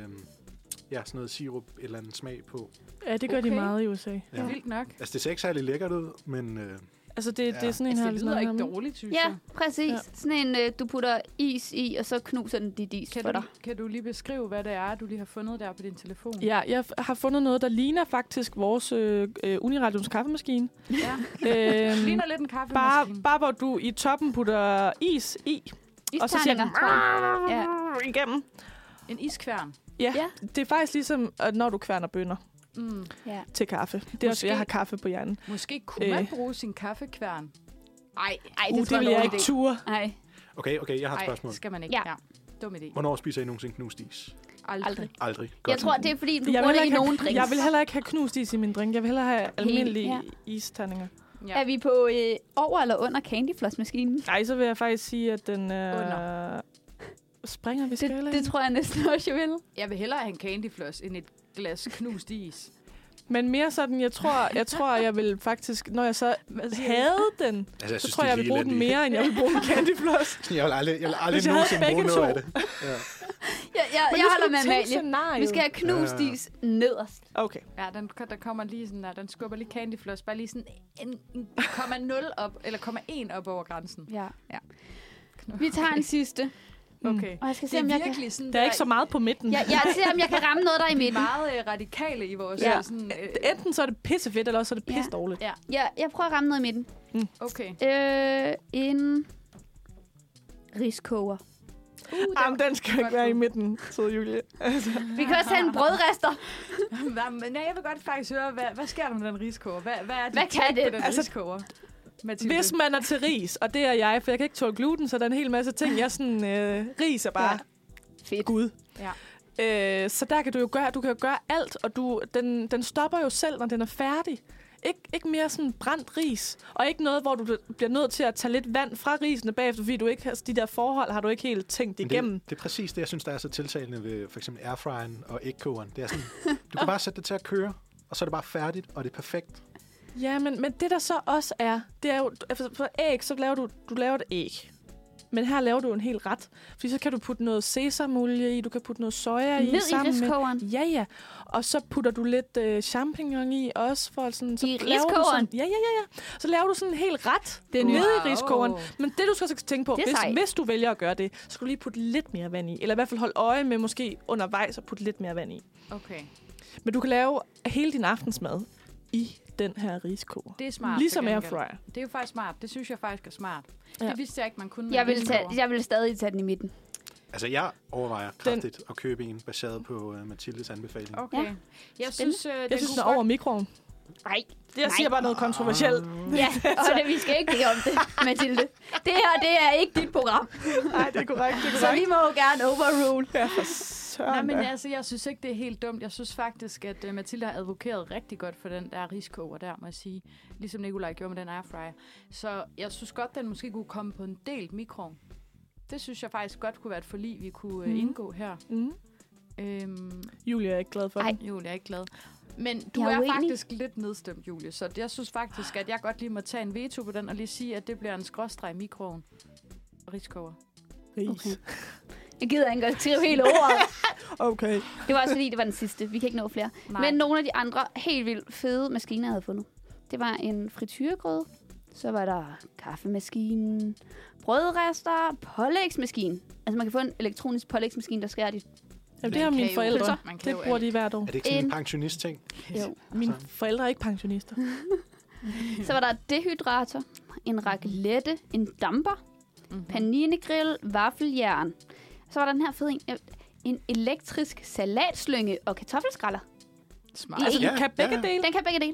[SPEAKER 5] ja, sådan noget sirup et eller andet smag på.
[SPEAKER 6] Ja, det gør okay. de
[SPEAKER 4] Okay.
[SPEAKER 6] meget i USA.
[SPEAKER 5] Ja.
[SPEAKER 4] Vildt nok.
[SPEAKER 5] Altså det ser ikke særlig lækkert ud, men øh,
[SPEAKER 6] Altså, det, ja. det
[SPEAKER 5] Ja.
[SPEAKER 6] er sådan en
[SPEAKER 4] Altså,
[SPEAKER 6] her...
[SPEAKER 4] det lyder ikke
[SPEAKER 6] sådan-
[SPEAKER 4] dårligt, synes
[SPEAKER 2] Ja,
[SPEAKER 4] jeg.
[SPEAKER 2] præcis. Ja.
[SPEAKER 6] Ja.
[SPEAKER 2] Sådan en, øh, du putter is i, og så knuser den dit is
[SPEAKER 4] Kan
[SPEAKER 2] for
[SPEAKER 4] du,
[SPEAKER 2] dig.
[SPEAKER 4] kan du lige beskrive, hvad det er, du lige har fundet der på din telefon?
[SPEAKER 6] Ja, jeg f- har fundet noget, der ligner faktisk vores øh, øh, Uniradions kaffemaskine.
[SPEAKER 4] ja. Det
[SPEAKER 6] øhm,
[SPEAKER 4] ligner lidt en kaffe.
[SPEAKER 6] bare, bare hvor du i toppen putter is i, og så siger den
[SPEAKER 2] Isterninger, tror jeg. Ja.
[SPEAKER 6] igennem.
[SPEAKER 4] En iskværn.
[SPEAKER 6] Ja,
[SPEAKER 2] Ja.
[SPEAKER 6] ja, det er faktisk ligesom, øh, når du kværner bønner
[SPEAKER 4] Mm.
[SPEAKER 2] Ja.
[SPEAKER 6] til kaffe. Det er Måske. også,
[SPEAKER 4] Måske-
[SPEAKER 6] jeg har kaffe på hjernen.
[SPEAKER 4] Måske kunne man
[SPEAKER 6] Øh.
[SPEAKER 4] bruge sin kaffekværn. Ej,
[SPEAKER 2] Ej,
[SPEAKER 6] Uh,
[SPEAKER 2] det,
[SPEAKER 6] det, vil jeg ikke
[SPEAKER 2] turde.
[SPEAKER 6] ture.
[SPEAKER 2] Nej,
[SPEAKER 5] okay, okay, jeg har et
[SPEAKER 4] ej,
[SPEAKER 5] spørgsmål.
[SPEAKER 4] skal man ikke.
[SPEAKER 2] Ja.
[SPEAKER 4] Ja. Dum idé.
[SPEAKER 5] Hvornår spiser I nogensinde knust is?
[SPEAKER 4] Aldrig.
[SPEAKER 2] aldrig.
[SPEAKER 5] Aldrig.
[SPEAKER 2] Jeg tror, det er fordi, du
[SPEAKER 6] Jeg vil,
[SPEAKER 2] bruger det
[SPEAKER 6] heller
[SPEAKER 2] i nogen
[SPEAKER 6] ikke have,
[SPEAKER 2] drinks.
[SPEAKER 6] jeg vil heller ikke have knust is i min drink. Jeg vil hellere have almindelige
[SPEAKER 2] ja.
[SPEAKER 6] ja. isterninger.
[SPEAKER 4] Ja.
[SPEAKER 2] Er vi på øh, over eller under candyfloss-maskinen?
[SPEAKER 6] Ej, så vil jeg faktisk sige, at den øh,
[SPEAKER 4] Under.
[SPEAKER 6] springer vi
[SPEAKER 2] Det,
[SPEAKER 6] skalaen.
[SPEAKER 2] det tror jeg næsten også, jeg vil.
[SPEAKER 4] Jeg vil hellere have en candyfloss end et glas knust is.
[SPEAKER 6] Men mere sådan, jeg tror, jeg tror, jeg vil faktisk, når jeg så havde den,
[SPEAKER 5] Altså, jeg
[SPEAKER 6] så
[SPEAKER 5] synes,
[SPEAKER 6] tror
[SPEAKER 5] de
[SPEAKER 6] jeg,
[SPEAKER 5] er
[SPEAKER 6] jeg vil bruge den
[SPEAKER 5] elendige.
[SPEAKER 6] mere, end jeg vil bruge en candyfloss.
[SPEAKER 5] Sådan, Jeg vil aldrig, jeg vil aldrig
[SPEAKER 6] Hvis jeg havde
[SPEAKER 5] nogensinde bruge
[SPEAKER 6] begge
[SPEAKER 5] noget
[SPEAKER 6] to.
[SPEAKER 5] af det. Ja.
[SPEAKER 2] Jeg, jeg, jeg holder med Amalie.
[SPEAKER 6] Amalie.
[SPEAKER 2] Vi skal have knust
[SPEAKER 5] Ja, ja.
[SPEAKER 2] is nederst.
[SPEAKER 6] Okay.
[SPEAKER 4] Ja, den, der kommer lige sådan der, den skubber lige candyfloss, bare lige sådan en, en komma 0 op, eller komma 1 op over grænsen.
[SPEAKER 2] Ja.
[SPEAKER 4] Ja.
[SPEAKER 2] Vi tager en sidste.
[SPEAKER 4] Okay.
[SPEAKER 2] Og jeg skal
[SPEAKER 4] Mm. Det
[SPEAKER 2] se, om jeg
[SPEAKER 4] er
[SPEAKER 2] kan...
[SPEAKER 4] virkelig sådan...
[SPEAKER 6] Der er ikke så meget på midten.
[SPEAKER 2] Jeg, jeg ser, om jeg kan ramme noget, der er i
[SPEAKER 4] Vi er
[SPEAKER 2] midten.
[SPEAKER 4] meget øh, radikale i vores...
[SPEAKER 2] Ja.
[SPEAKER 4] Ja. Sådan, øh,
[SPEAKER 6] Enten så er det pissefedt, eller også er det
[SPEAKER 2] Ja.
[SPEAKER 6] pisse dårligt.
[SPEAKER 2] Jeg, jeg prøver at ramme noget i midten.
[SPEAKER 4] okay.
[SPEAKER 2] Øh, en riskoger.
[SPEAKER 4] Uh,
[SPEAKER 6] Jamen, den skal
[SPEAKER 4] godt
[SPEAKER 6] ikke være i
[SPEAKER 4] bud.
[SPEAKER 6] midten, så Julie.
[SPEAKER 2] Vi kan også have en brødrester.
[SPEAKER 4] Hvad, men nej, jeg vil godt faktisk høre, hvad, hvad sker der med den riskoger? Hvad, hvad er det
[SPEAKER 2] Hvad kan
[SPEAKER 4] på
[SPEAKER 2] det?
[SPEAKER 4] den altså,
[SPEAKER 6] Altså,
[SPEAKER 4] riskoger? Mathilde?
[SPEAKER 6] Hvis man er til ris, og det er jeg, for jeg kan ikke tåle gluten, så der er en hel masse ting, jeg sådan, øh, ris er bare
[SPEAKER 2] Fedt.
[SPEAKER 6] Gud.
[SPEAKER 4] Ja.
[SPEAKER 6] Øh, så der kan du jo gøre, du kan jo gøre alt, og du, den, den stopper jo selv, når den er færdig. Ik, ikke mere sådan brændt ris, og ikke noget, hvor du bliver nødt til at tage lidt vand fra risene bagefter, fordi du ikke, altså, de der forhold har du ikke helt tænkt
[SPEAKER 5] Men
[SPEAKER 6] igennem.
[SPEAKER 5] Det, det er præcis det, jeg synes, der er så tiltalende ved for eksempel airfryeren og ægkogeren. Det er sådan, du kan bare sætte det til at køre, og så er det bare færdigt, og det er perfekt.
[SPEAKER 6] Ja, men, men det der så også er, det er jo, for, for æg, så laver du, du laver et æg. Men her laver du en hel ret, fordi så kan du putte noget sesamolie i, du kan putte noget soja i
[SPEAKER 2] Ned i
[SPEAKER 6] sammen med.
[SPEAKER 2] riskogeren.
[SPEAKER 6] Ja, ja. Og så putter du lidt øh, champignon i også, for sådan... Så
[SPEAKER 2] I
[SPEAKER 6] laver du
[SPEAKER 2] riskogeren?
[SPEAKER 6] sådan, ja, ja, ja, ja. Så laver du sådan en hel ret
[SPEAKER 2] Det er
[SPEAKER 6] nede
[SPEAKER 4] nyt.
[SPEAKER 6] i riskogeren.
[SPEAKER 4] Wow.
[SPEAKER 6] Men det, du så skal tænke på,
[SPEAKER 2] Det er
[SPEAKER 6] hvis,
[SPEAKER 2] sejt.
[SPEAKER 6] hvis du vælger at gøre det, så skal du lige putte lidt mere vand i. Eller i hvert fald holde øje med måske undervejs og putte lidt mere vand i.
[SPEAKER 4] Okay,
[SPEAKER 6] Men du kan lave hele din aftensmad i den her riskoger.
[SPEAKER 4] det er smart.
[SPEAKER 6] Ligesom
[SPEAKER 4] til gengæld.
[SPEAKER 6] airfryer.
[SPEAKER 4] Det er jo faktisk smart. Det synes jeg faktisk er smart. Ja.
[SPEAKER 6] Ja.
[SPEAKER 4] Det vidste jeg ikke, man kunne med
[SPEAKER 2] Jeg vil,
[SPEAKER 4] riskoger.
[SPEAKER 2] tage, jeg vil stadig tage den i midten.
[SPEAKER 5] Altså, jeg overvejer kraftigt at købe en baseret på uh, Mathildes
[SPEAKER 6] Oh,
[SPEAKER 5] anbefaling.
[SPEAKER 4] Okay. Ja.
[SPEAKER 2] Ja.
[SPEAKER 4] Jeg
[SPEAKER 2] Spændende.
[SPEAKER 4] synes, øh, den
[SPEAKER 6] Jeg synes, den
[SPEAKER 4] kunne
[SPEAKER 6] er over mikroen.
[SPEAKER 2] Nej.
[SPEAKER 6] Jeg siger bare noget kontroversielt.
[SPEAKER 2] Mm. Ja, og det, vi skal ikke bede om det, Mathilde. Det her, det er ikke dit program.
[SPEAKER 6] Nej, det er korrekt. Det er
[SPEAKER 2] Så vi må jo gerne overrule.
[SPEAKER 6] Ja, for
[SPEAKER 4] Nej,
[SPEAKER 6] søren
[SPEAKER 4] men
[SPEAKER 6] da.
[SPEAKER 4] altså, jeg synes ikke, det er helt dumt. Jeg synes faktisk, at uh, Mathilde har advokeret rigtig godt for den der riskoger der, må jeg sige. Ligesom Nikolaj gjorde med den airfryer. Så jeg synes godt, den måske kunne komme på en delt mikro. Det synes jeg faktisk godt kunne være et forlig, vi kunne uh,
[SPEAKER 6] Mhm.
[SPEAKER 4] indgå her.
[SPEAKER 6] Mm.
[SPEAKER 4] Øhm,
[SPEAKER 6] Julie er ikke glad for
[SPEAKER 2] Ej.
[SPEAKER 6] det.
[SPEAKER 4] Julie er ikke glad. Men du
[SPEAKER 2] Jeg er
[SPEAKER 4] er,
[SPEAKER 2] uenig.
[SPEAKER 4] faktisk lidt nedstemt, Julie, så jeg synes faktisk, at jeg godt lige må tage en veto på den og lige sige, at det bliver en skråstreg i mikroven. Riskover.
[SPEAKER 6] Ris.
[SPEAKER 2] Okay. Jeg gider ikke at skrive hele ordet.
[SPEAKER 6] okay.
[SPEAKER 2] Det var også fordi, det var den sidste. Vi kan ikke nå flere.
[SPEAKER 4] Nej.
[SPEAKER 2] Men nogle af de andre helt vildt fede maskiner, jeg havde fundet. Det var en frityregrød, så var der kaffemaskinen, brødrester, pålægsmaskine. Altså man kan få en elektronisk pålægsmaskine, der skærer dit...
[SPEAKER 6] Jamen, det har mine forældre.
[SPEAKER 4] Man kan
[SPEAKER 6] Det
[SPEAKER 4] jo
[SPEAKER 6] bruger
[SPEAKER 4] alt.
[SPEAKER 6] de hvert år.
[SPEAKER 5] Er det ikke sådan en
[SPEAKER 2] En-
[SPEAKER 5] pensionist-ting?
[SPEAKER 2] Jo.
[SPEAKER 6] Mine forældre er ikke pensionister.
[SPEAKER 2] Så var der et dehydrator, en raclette, en damper,
[SPEAKER 4] Mhm.
[SPEAKER 2] paninegrill, vaffeljern. Så var der den her fede en, øh, en elektrisk salatslynge og kartoffelskræller.
[SPEAKER 4] Smart.
[SPEAKER 2] I-
[SPEAKER 6] Altså, du
[SPEAKER 5] Ja,
[SPEAKER 6] kan begge
[SPEAKER 5] ja, ja.
[SPEAKER 6] dele.
[SPEAKER 2] Den kan begge dele.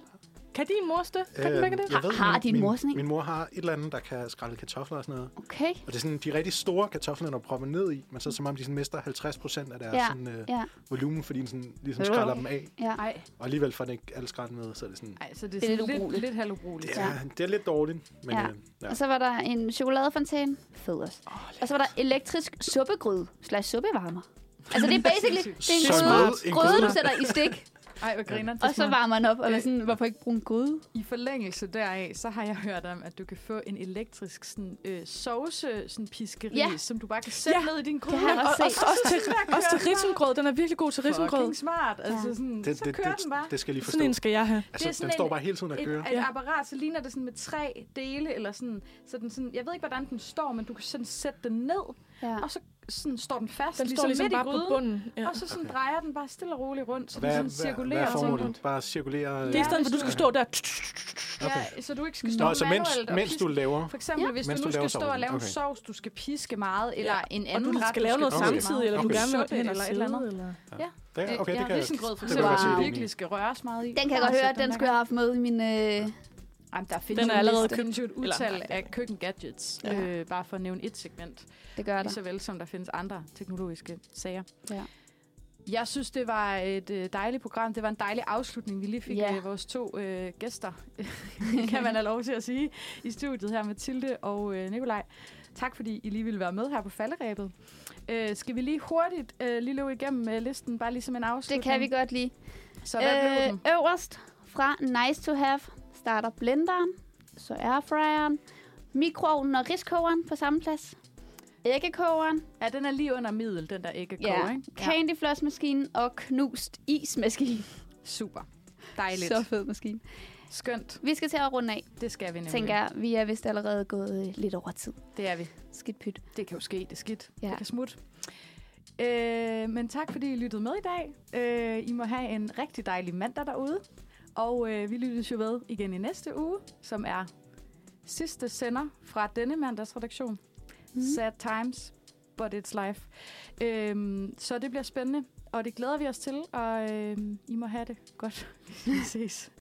[SPEAKER 6] Kan din mor det? Kan den
[SPEAKER 5] Øhm,
[SPEAKER 6] begge dele?
[SPEAKER 5] jeg ved,
[SPEAKER 2] Har
[SPEAKER 5] min-
[SPEAKER 2] din
[SPEAKER 5] min,
[SPEAKER 2] mor sådan en?
[SPEAKER 5] Min mor har et eller andet, der kan skrælle kartofler og sådan noget.
[SPEAKER 2] Okay.
[SPEAKER 5] Og det er sådan de rigtig store kartofler, når du propper ned i, men så er det som om, de sådan mister 50 procent af deres ja.
[SPEAKER 2] Ja,
[SPEAKER 5] sådan, øh,
[SPEAKER 2] Ja,
[SPEAKER 5] volumen, fordi den sådan, ligesom skræller dem af.
[SPEAKER 2] ja.
[SPEAKER 4] Ej,
[SPEAKER 5] Og alligevel får den ikke alt skrællet med, så er det sådan...
[SPEAKER 4] ej, så det er,
[SPEAKER 2] Det er
[SPEAKER 4] sådan
[SPEAKER 2] lidt
[SPEAKER 4] lidt,
[SPEAKER 2] ubrugeligt.
[SPEAKER 4] lidt halvubrugeligt.
[SPEAKER 5] Det
[SPEAKER 4] Ja.
[SPEAKER 5] er, det er lidt dårligt, men ja.
[SPEAKER 2] Ja.
[SPEAKER 5] Øh, ja.
[SPEAKER 2] Og så var der en chokoladefontæne. Fed også. og så var der elektrisk suppegryde slash suppevarmer. Altså det er basically det er en
[SPEAKER 5] Så
[SPEAKER 2] gryde,
[SPEAKER 5] smart. En
[SPEAKER 2] gryde du
[SPEAKER 5] gryde.
[SPEAKER 2] sætter i stik,
[SPEAKER 4] Ej, hvor griner det
[SPEAKER 2] og så varmer den op, og man er sådan, hvorfor ikke bruge en gryde?
[SPEAKER 4] I forlængelse deraf, så har jeg hørt om, at du kan få en elektrisk sådan, øh, sovse, sådan piskeri,
[SPEAKER 2] Ja.
[SPEAKER 4] som du bare kan sætte
[SPEAKER 6] Ja.
[SPEAKER 4] ned i din gryde.
[SPEAKER 2] har jeg
[SPEAKER 6] Og,
[SPEAKER 2] også
[SPEAKER 6] og, også, også, til, også til risengrød. Den er virkelig god til risengrød.
[SPEAKER 4] Fucking smart. Altså,
[SPEAKER 2] Ja.
[SPEAKER 4] sådan,
[SPEAKER 5] Det,
[SPEAKER 4] så
[SPEAKER 5] det,
[SPEAKER 4] kører den bare.
[SPEAKER 5] det, det skal jeg lige forstå.
[SPEAKER 6] Sådan en skal jeg have.
[SPEAKER 5] altså,
[SPEAKER 4] sådan
[SPEAKER 5] den står
[SPEAKER 4] en-
[SPEAKER 5] bare hele tiden og
[SPEAKER 4] et,
[SPEAKER 5] kører.
[SPEAKER 4] et
[SPEAKER 6] Ja.
[SPEAKER 4] apparat, så ligner det sådan med tre dele, eller sådan, så den sådan, jeg ved ikke, hvordan den står, men du kan sådan sætte den ned,
[SPEAKER 2] Ja.
[SPEAKER 4] og så sådan står den fast,
[SPEAKER 6] Den står ligesom
[SPEAKER 4] midt
[SPEAKER 6] bare
[SPEAKER 4] i
[SPEAKER 6] på
[SPEAKER 4] gryden,
[SPEAKER 6] bunden. Ja.
[SPEAKER 4] og så sådan drejer den bare stille og roligt rundt, så
[SPEAKER 5] Hvad,
[SPEAKER 4] den sådan
[SPEAKER 5] hvad, hvad
[SPEAKER 4] cirkulerer.
[SPEAKER 5] er
[SPEAKER 4] rundt.
[SPEAKER 5] formålet? Bare cirkulere...
[SPEAKER 6] Det er i stedet for, at du skal stå der.
[SPEAKER 4] Ja, så du ikke skal stå
[SPEAKER 5] Nå, så mens,
[SPEAKER 4] manuelt og
[SPEAKER 5] mens
[SPEAKER 4] piske.
[SPEAKER 5] du laver...
[SPEAKER 4] For eksempel, ja. hvis
[SPEAKER 5] Mens
[SPEAKER 4] du
[SPEAKER 5] du
[SPEAKER 4] nu
[SPEAKER 5] laver
[SPEAKER 4] skal stå og
[SPEAKER 5] sovsen.
[SPEAKER 4] lave okay. en
[SPEAKER 5] Okay.
[SPEAKER 4] sovs, du skal piske meget, eller
[SPEAKER 6] Ja.
[SPEAKER 4] en
[SPEAKER 6] Og
[SPEAKER 4] anden
[SPEAKER 6] du
[SPEAKER 4] ret,
[SPEAKER 6] skal lave noget
[SPEAKER 5] Okay.
[SPEAKER 6] samtidig, eller du
[SPEAKER 5] Okay.
[SPEAKER 6] gerne
[SPEAKER 4] Suppe
[SPEAKER 6] vil hen og
[SPEAKER 4] eller et
[SPEAKER 6] sidde.
[SPEAKER 4] eller andet.
[SPEAKER 6] Eller...
[SPEAKER 5] Der,
[SPEAKER 4] Ja,
[SPEAKER 5] okay, det kan
[SPEAKER 4] jeg...
[SPEAKER 5] jeg...
[SPEAKER 4] Risengrød, for
[SPEAKER 5] det kan
[SPEAKER 4] eksempel,
[SPEAKER 5] jeg godt se,
[SPEAKER 4] som
[SPEAKER 5] det er
[SPEAKER 4] virkelig skal røres meget i.
[SPEAKER 2] Den kan jeg godt høre, at den skulle jeg have haft med i min... Øh...
[SPEAKER 4] Jamen, der findes
[SPEAKER 6] Den er
[SPEAKER 4] jo en
[SPEAKER 6] allerede
[SPEAKER 4] liste. Der
[SPEAKER 6] købt.
[SPEAKER 4] findes jo et
[SPEAKER 6] Eller-
[SPEAKER 4] udtal af køkken-gadgets,
[SPEAKER 2] Ja.
[SPEAKER 4] øh, bare for at nævne et segment.
[SPEAKER 2] Det gør
[SPEAKER 4] Lige
[SPEAKER 2] der.
[SPEAKER 4] så vel som der findes andre teknologiske sager.
[SPEAKER 2] Ja.
[SPEAKER 4] Jeg synes, det var et øh, dejligt program. Det var en dejlig afslutning, vi lige fik
[SPEAKER 2] Ja.
[SPEAKER 4] af vores to øh, gæster, kan man have lov til at sige, i studiet her, Mathilde og øh, Nikolaj. Tak, fordi I lige ville være med her på falderæbet. Øh, skal vi lige hurtigt øh, lige løbe igennem øh, listen, bare lige som en
[SPEAKER 2] Det
[SPEAKER 4] afslutning?
[SPEAKER 2] kan vi godt lide.
[SPEAKER 4] Så hvad øh, blev den?
[SPEAKER 2] øverst fra nice to have starter blenderen, så airfryeren, mikroovnen og riskogeren på samme plads. Æggekogeren,
[SPEAKER 4] Ja, den er lige under middel, den der æggekog,
[SPEAKER 2] ja,
[SPEAKER 4] ikke?
[SPEAKER 2] candyflossmaskinen og knust ismaskinen.
[SPEAKER 4] Super. Dejligt.
[SPEAKER 2] Så fed maskine.
[SPEAKER 4] Skønt.
[SPEAKER 2] Vi skal til at runde af,
[SPEAKER 4] Det skal vi nemlig.
[SPEAKER 2] tænker jeg. Vi er vist allerede gået øh, lidt over tid.
[SPEAKER 4] Det er vi.
[SPEAKER 2] Skidt pyt.
[SPEAKER 4] Det kan jo ske, det er skidt.
[SPEAKER 2] Ja.
[SPEAKER 4] Ja. Det kan smutte. Øh, men tak, fordi I lyttede med i dag. Øh, I må have en rigtig dejlig mandag derude. Og øh, vi lyttes jo ved igen i næste uge, som er sidste sender fra denne mandags redaktion.
[SPEAKER 2] Mhm.
[SPEAKER 4] Mm. Sad times, but it's life. Øhm, øh, så det bliver spændende, og det glæder vi os til, og øhm, I må have det godt. vi ses.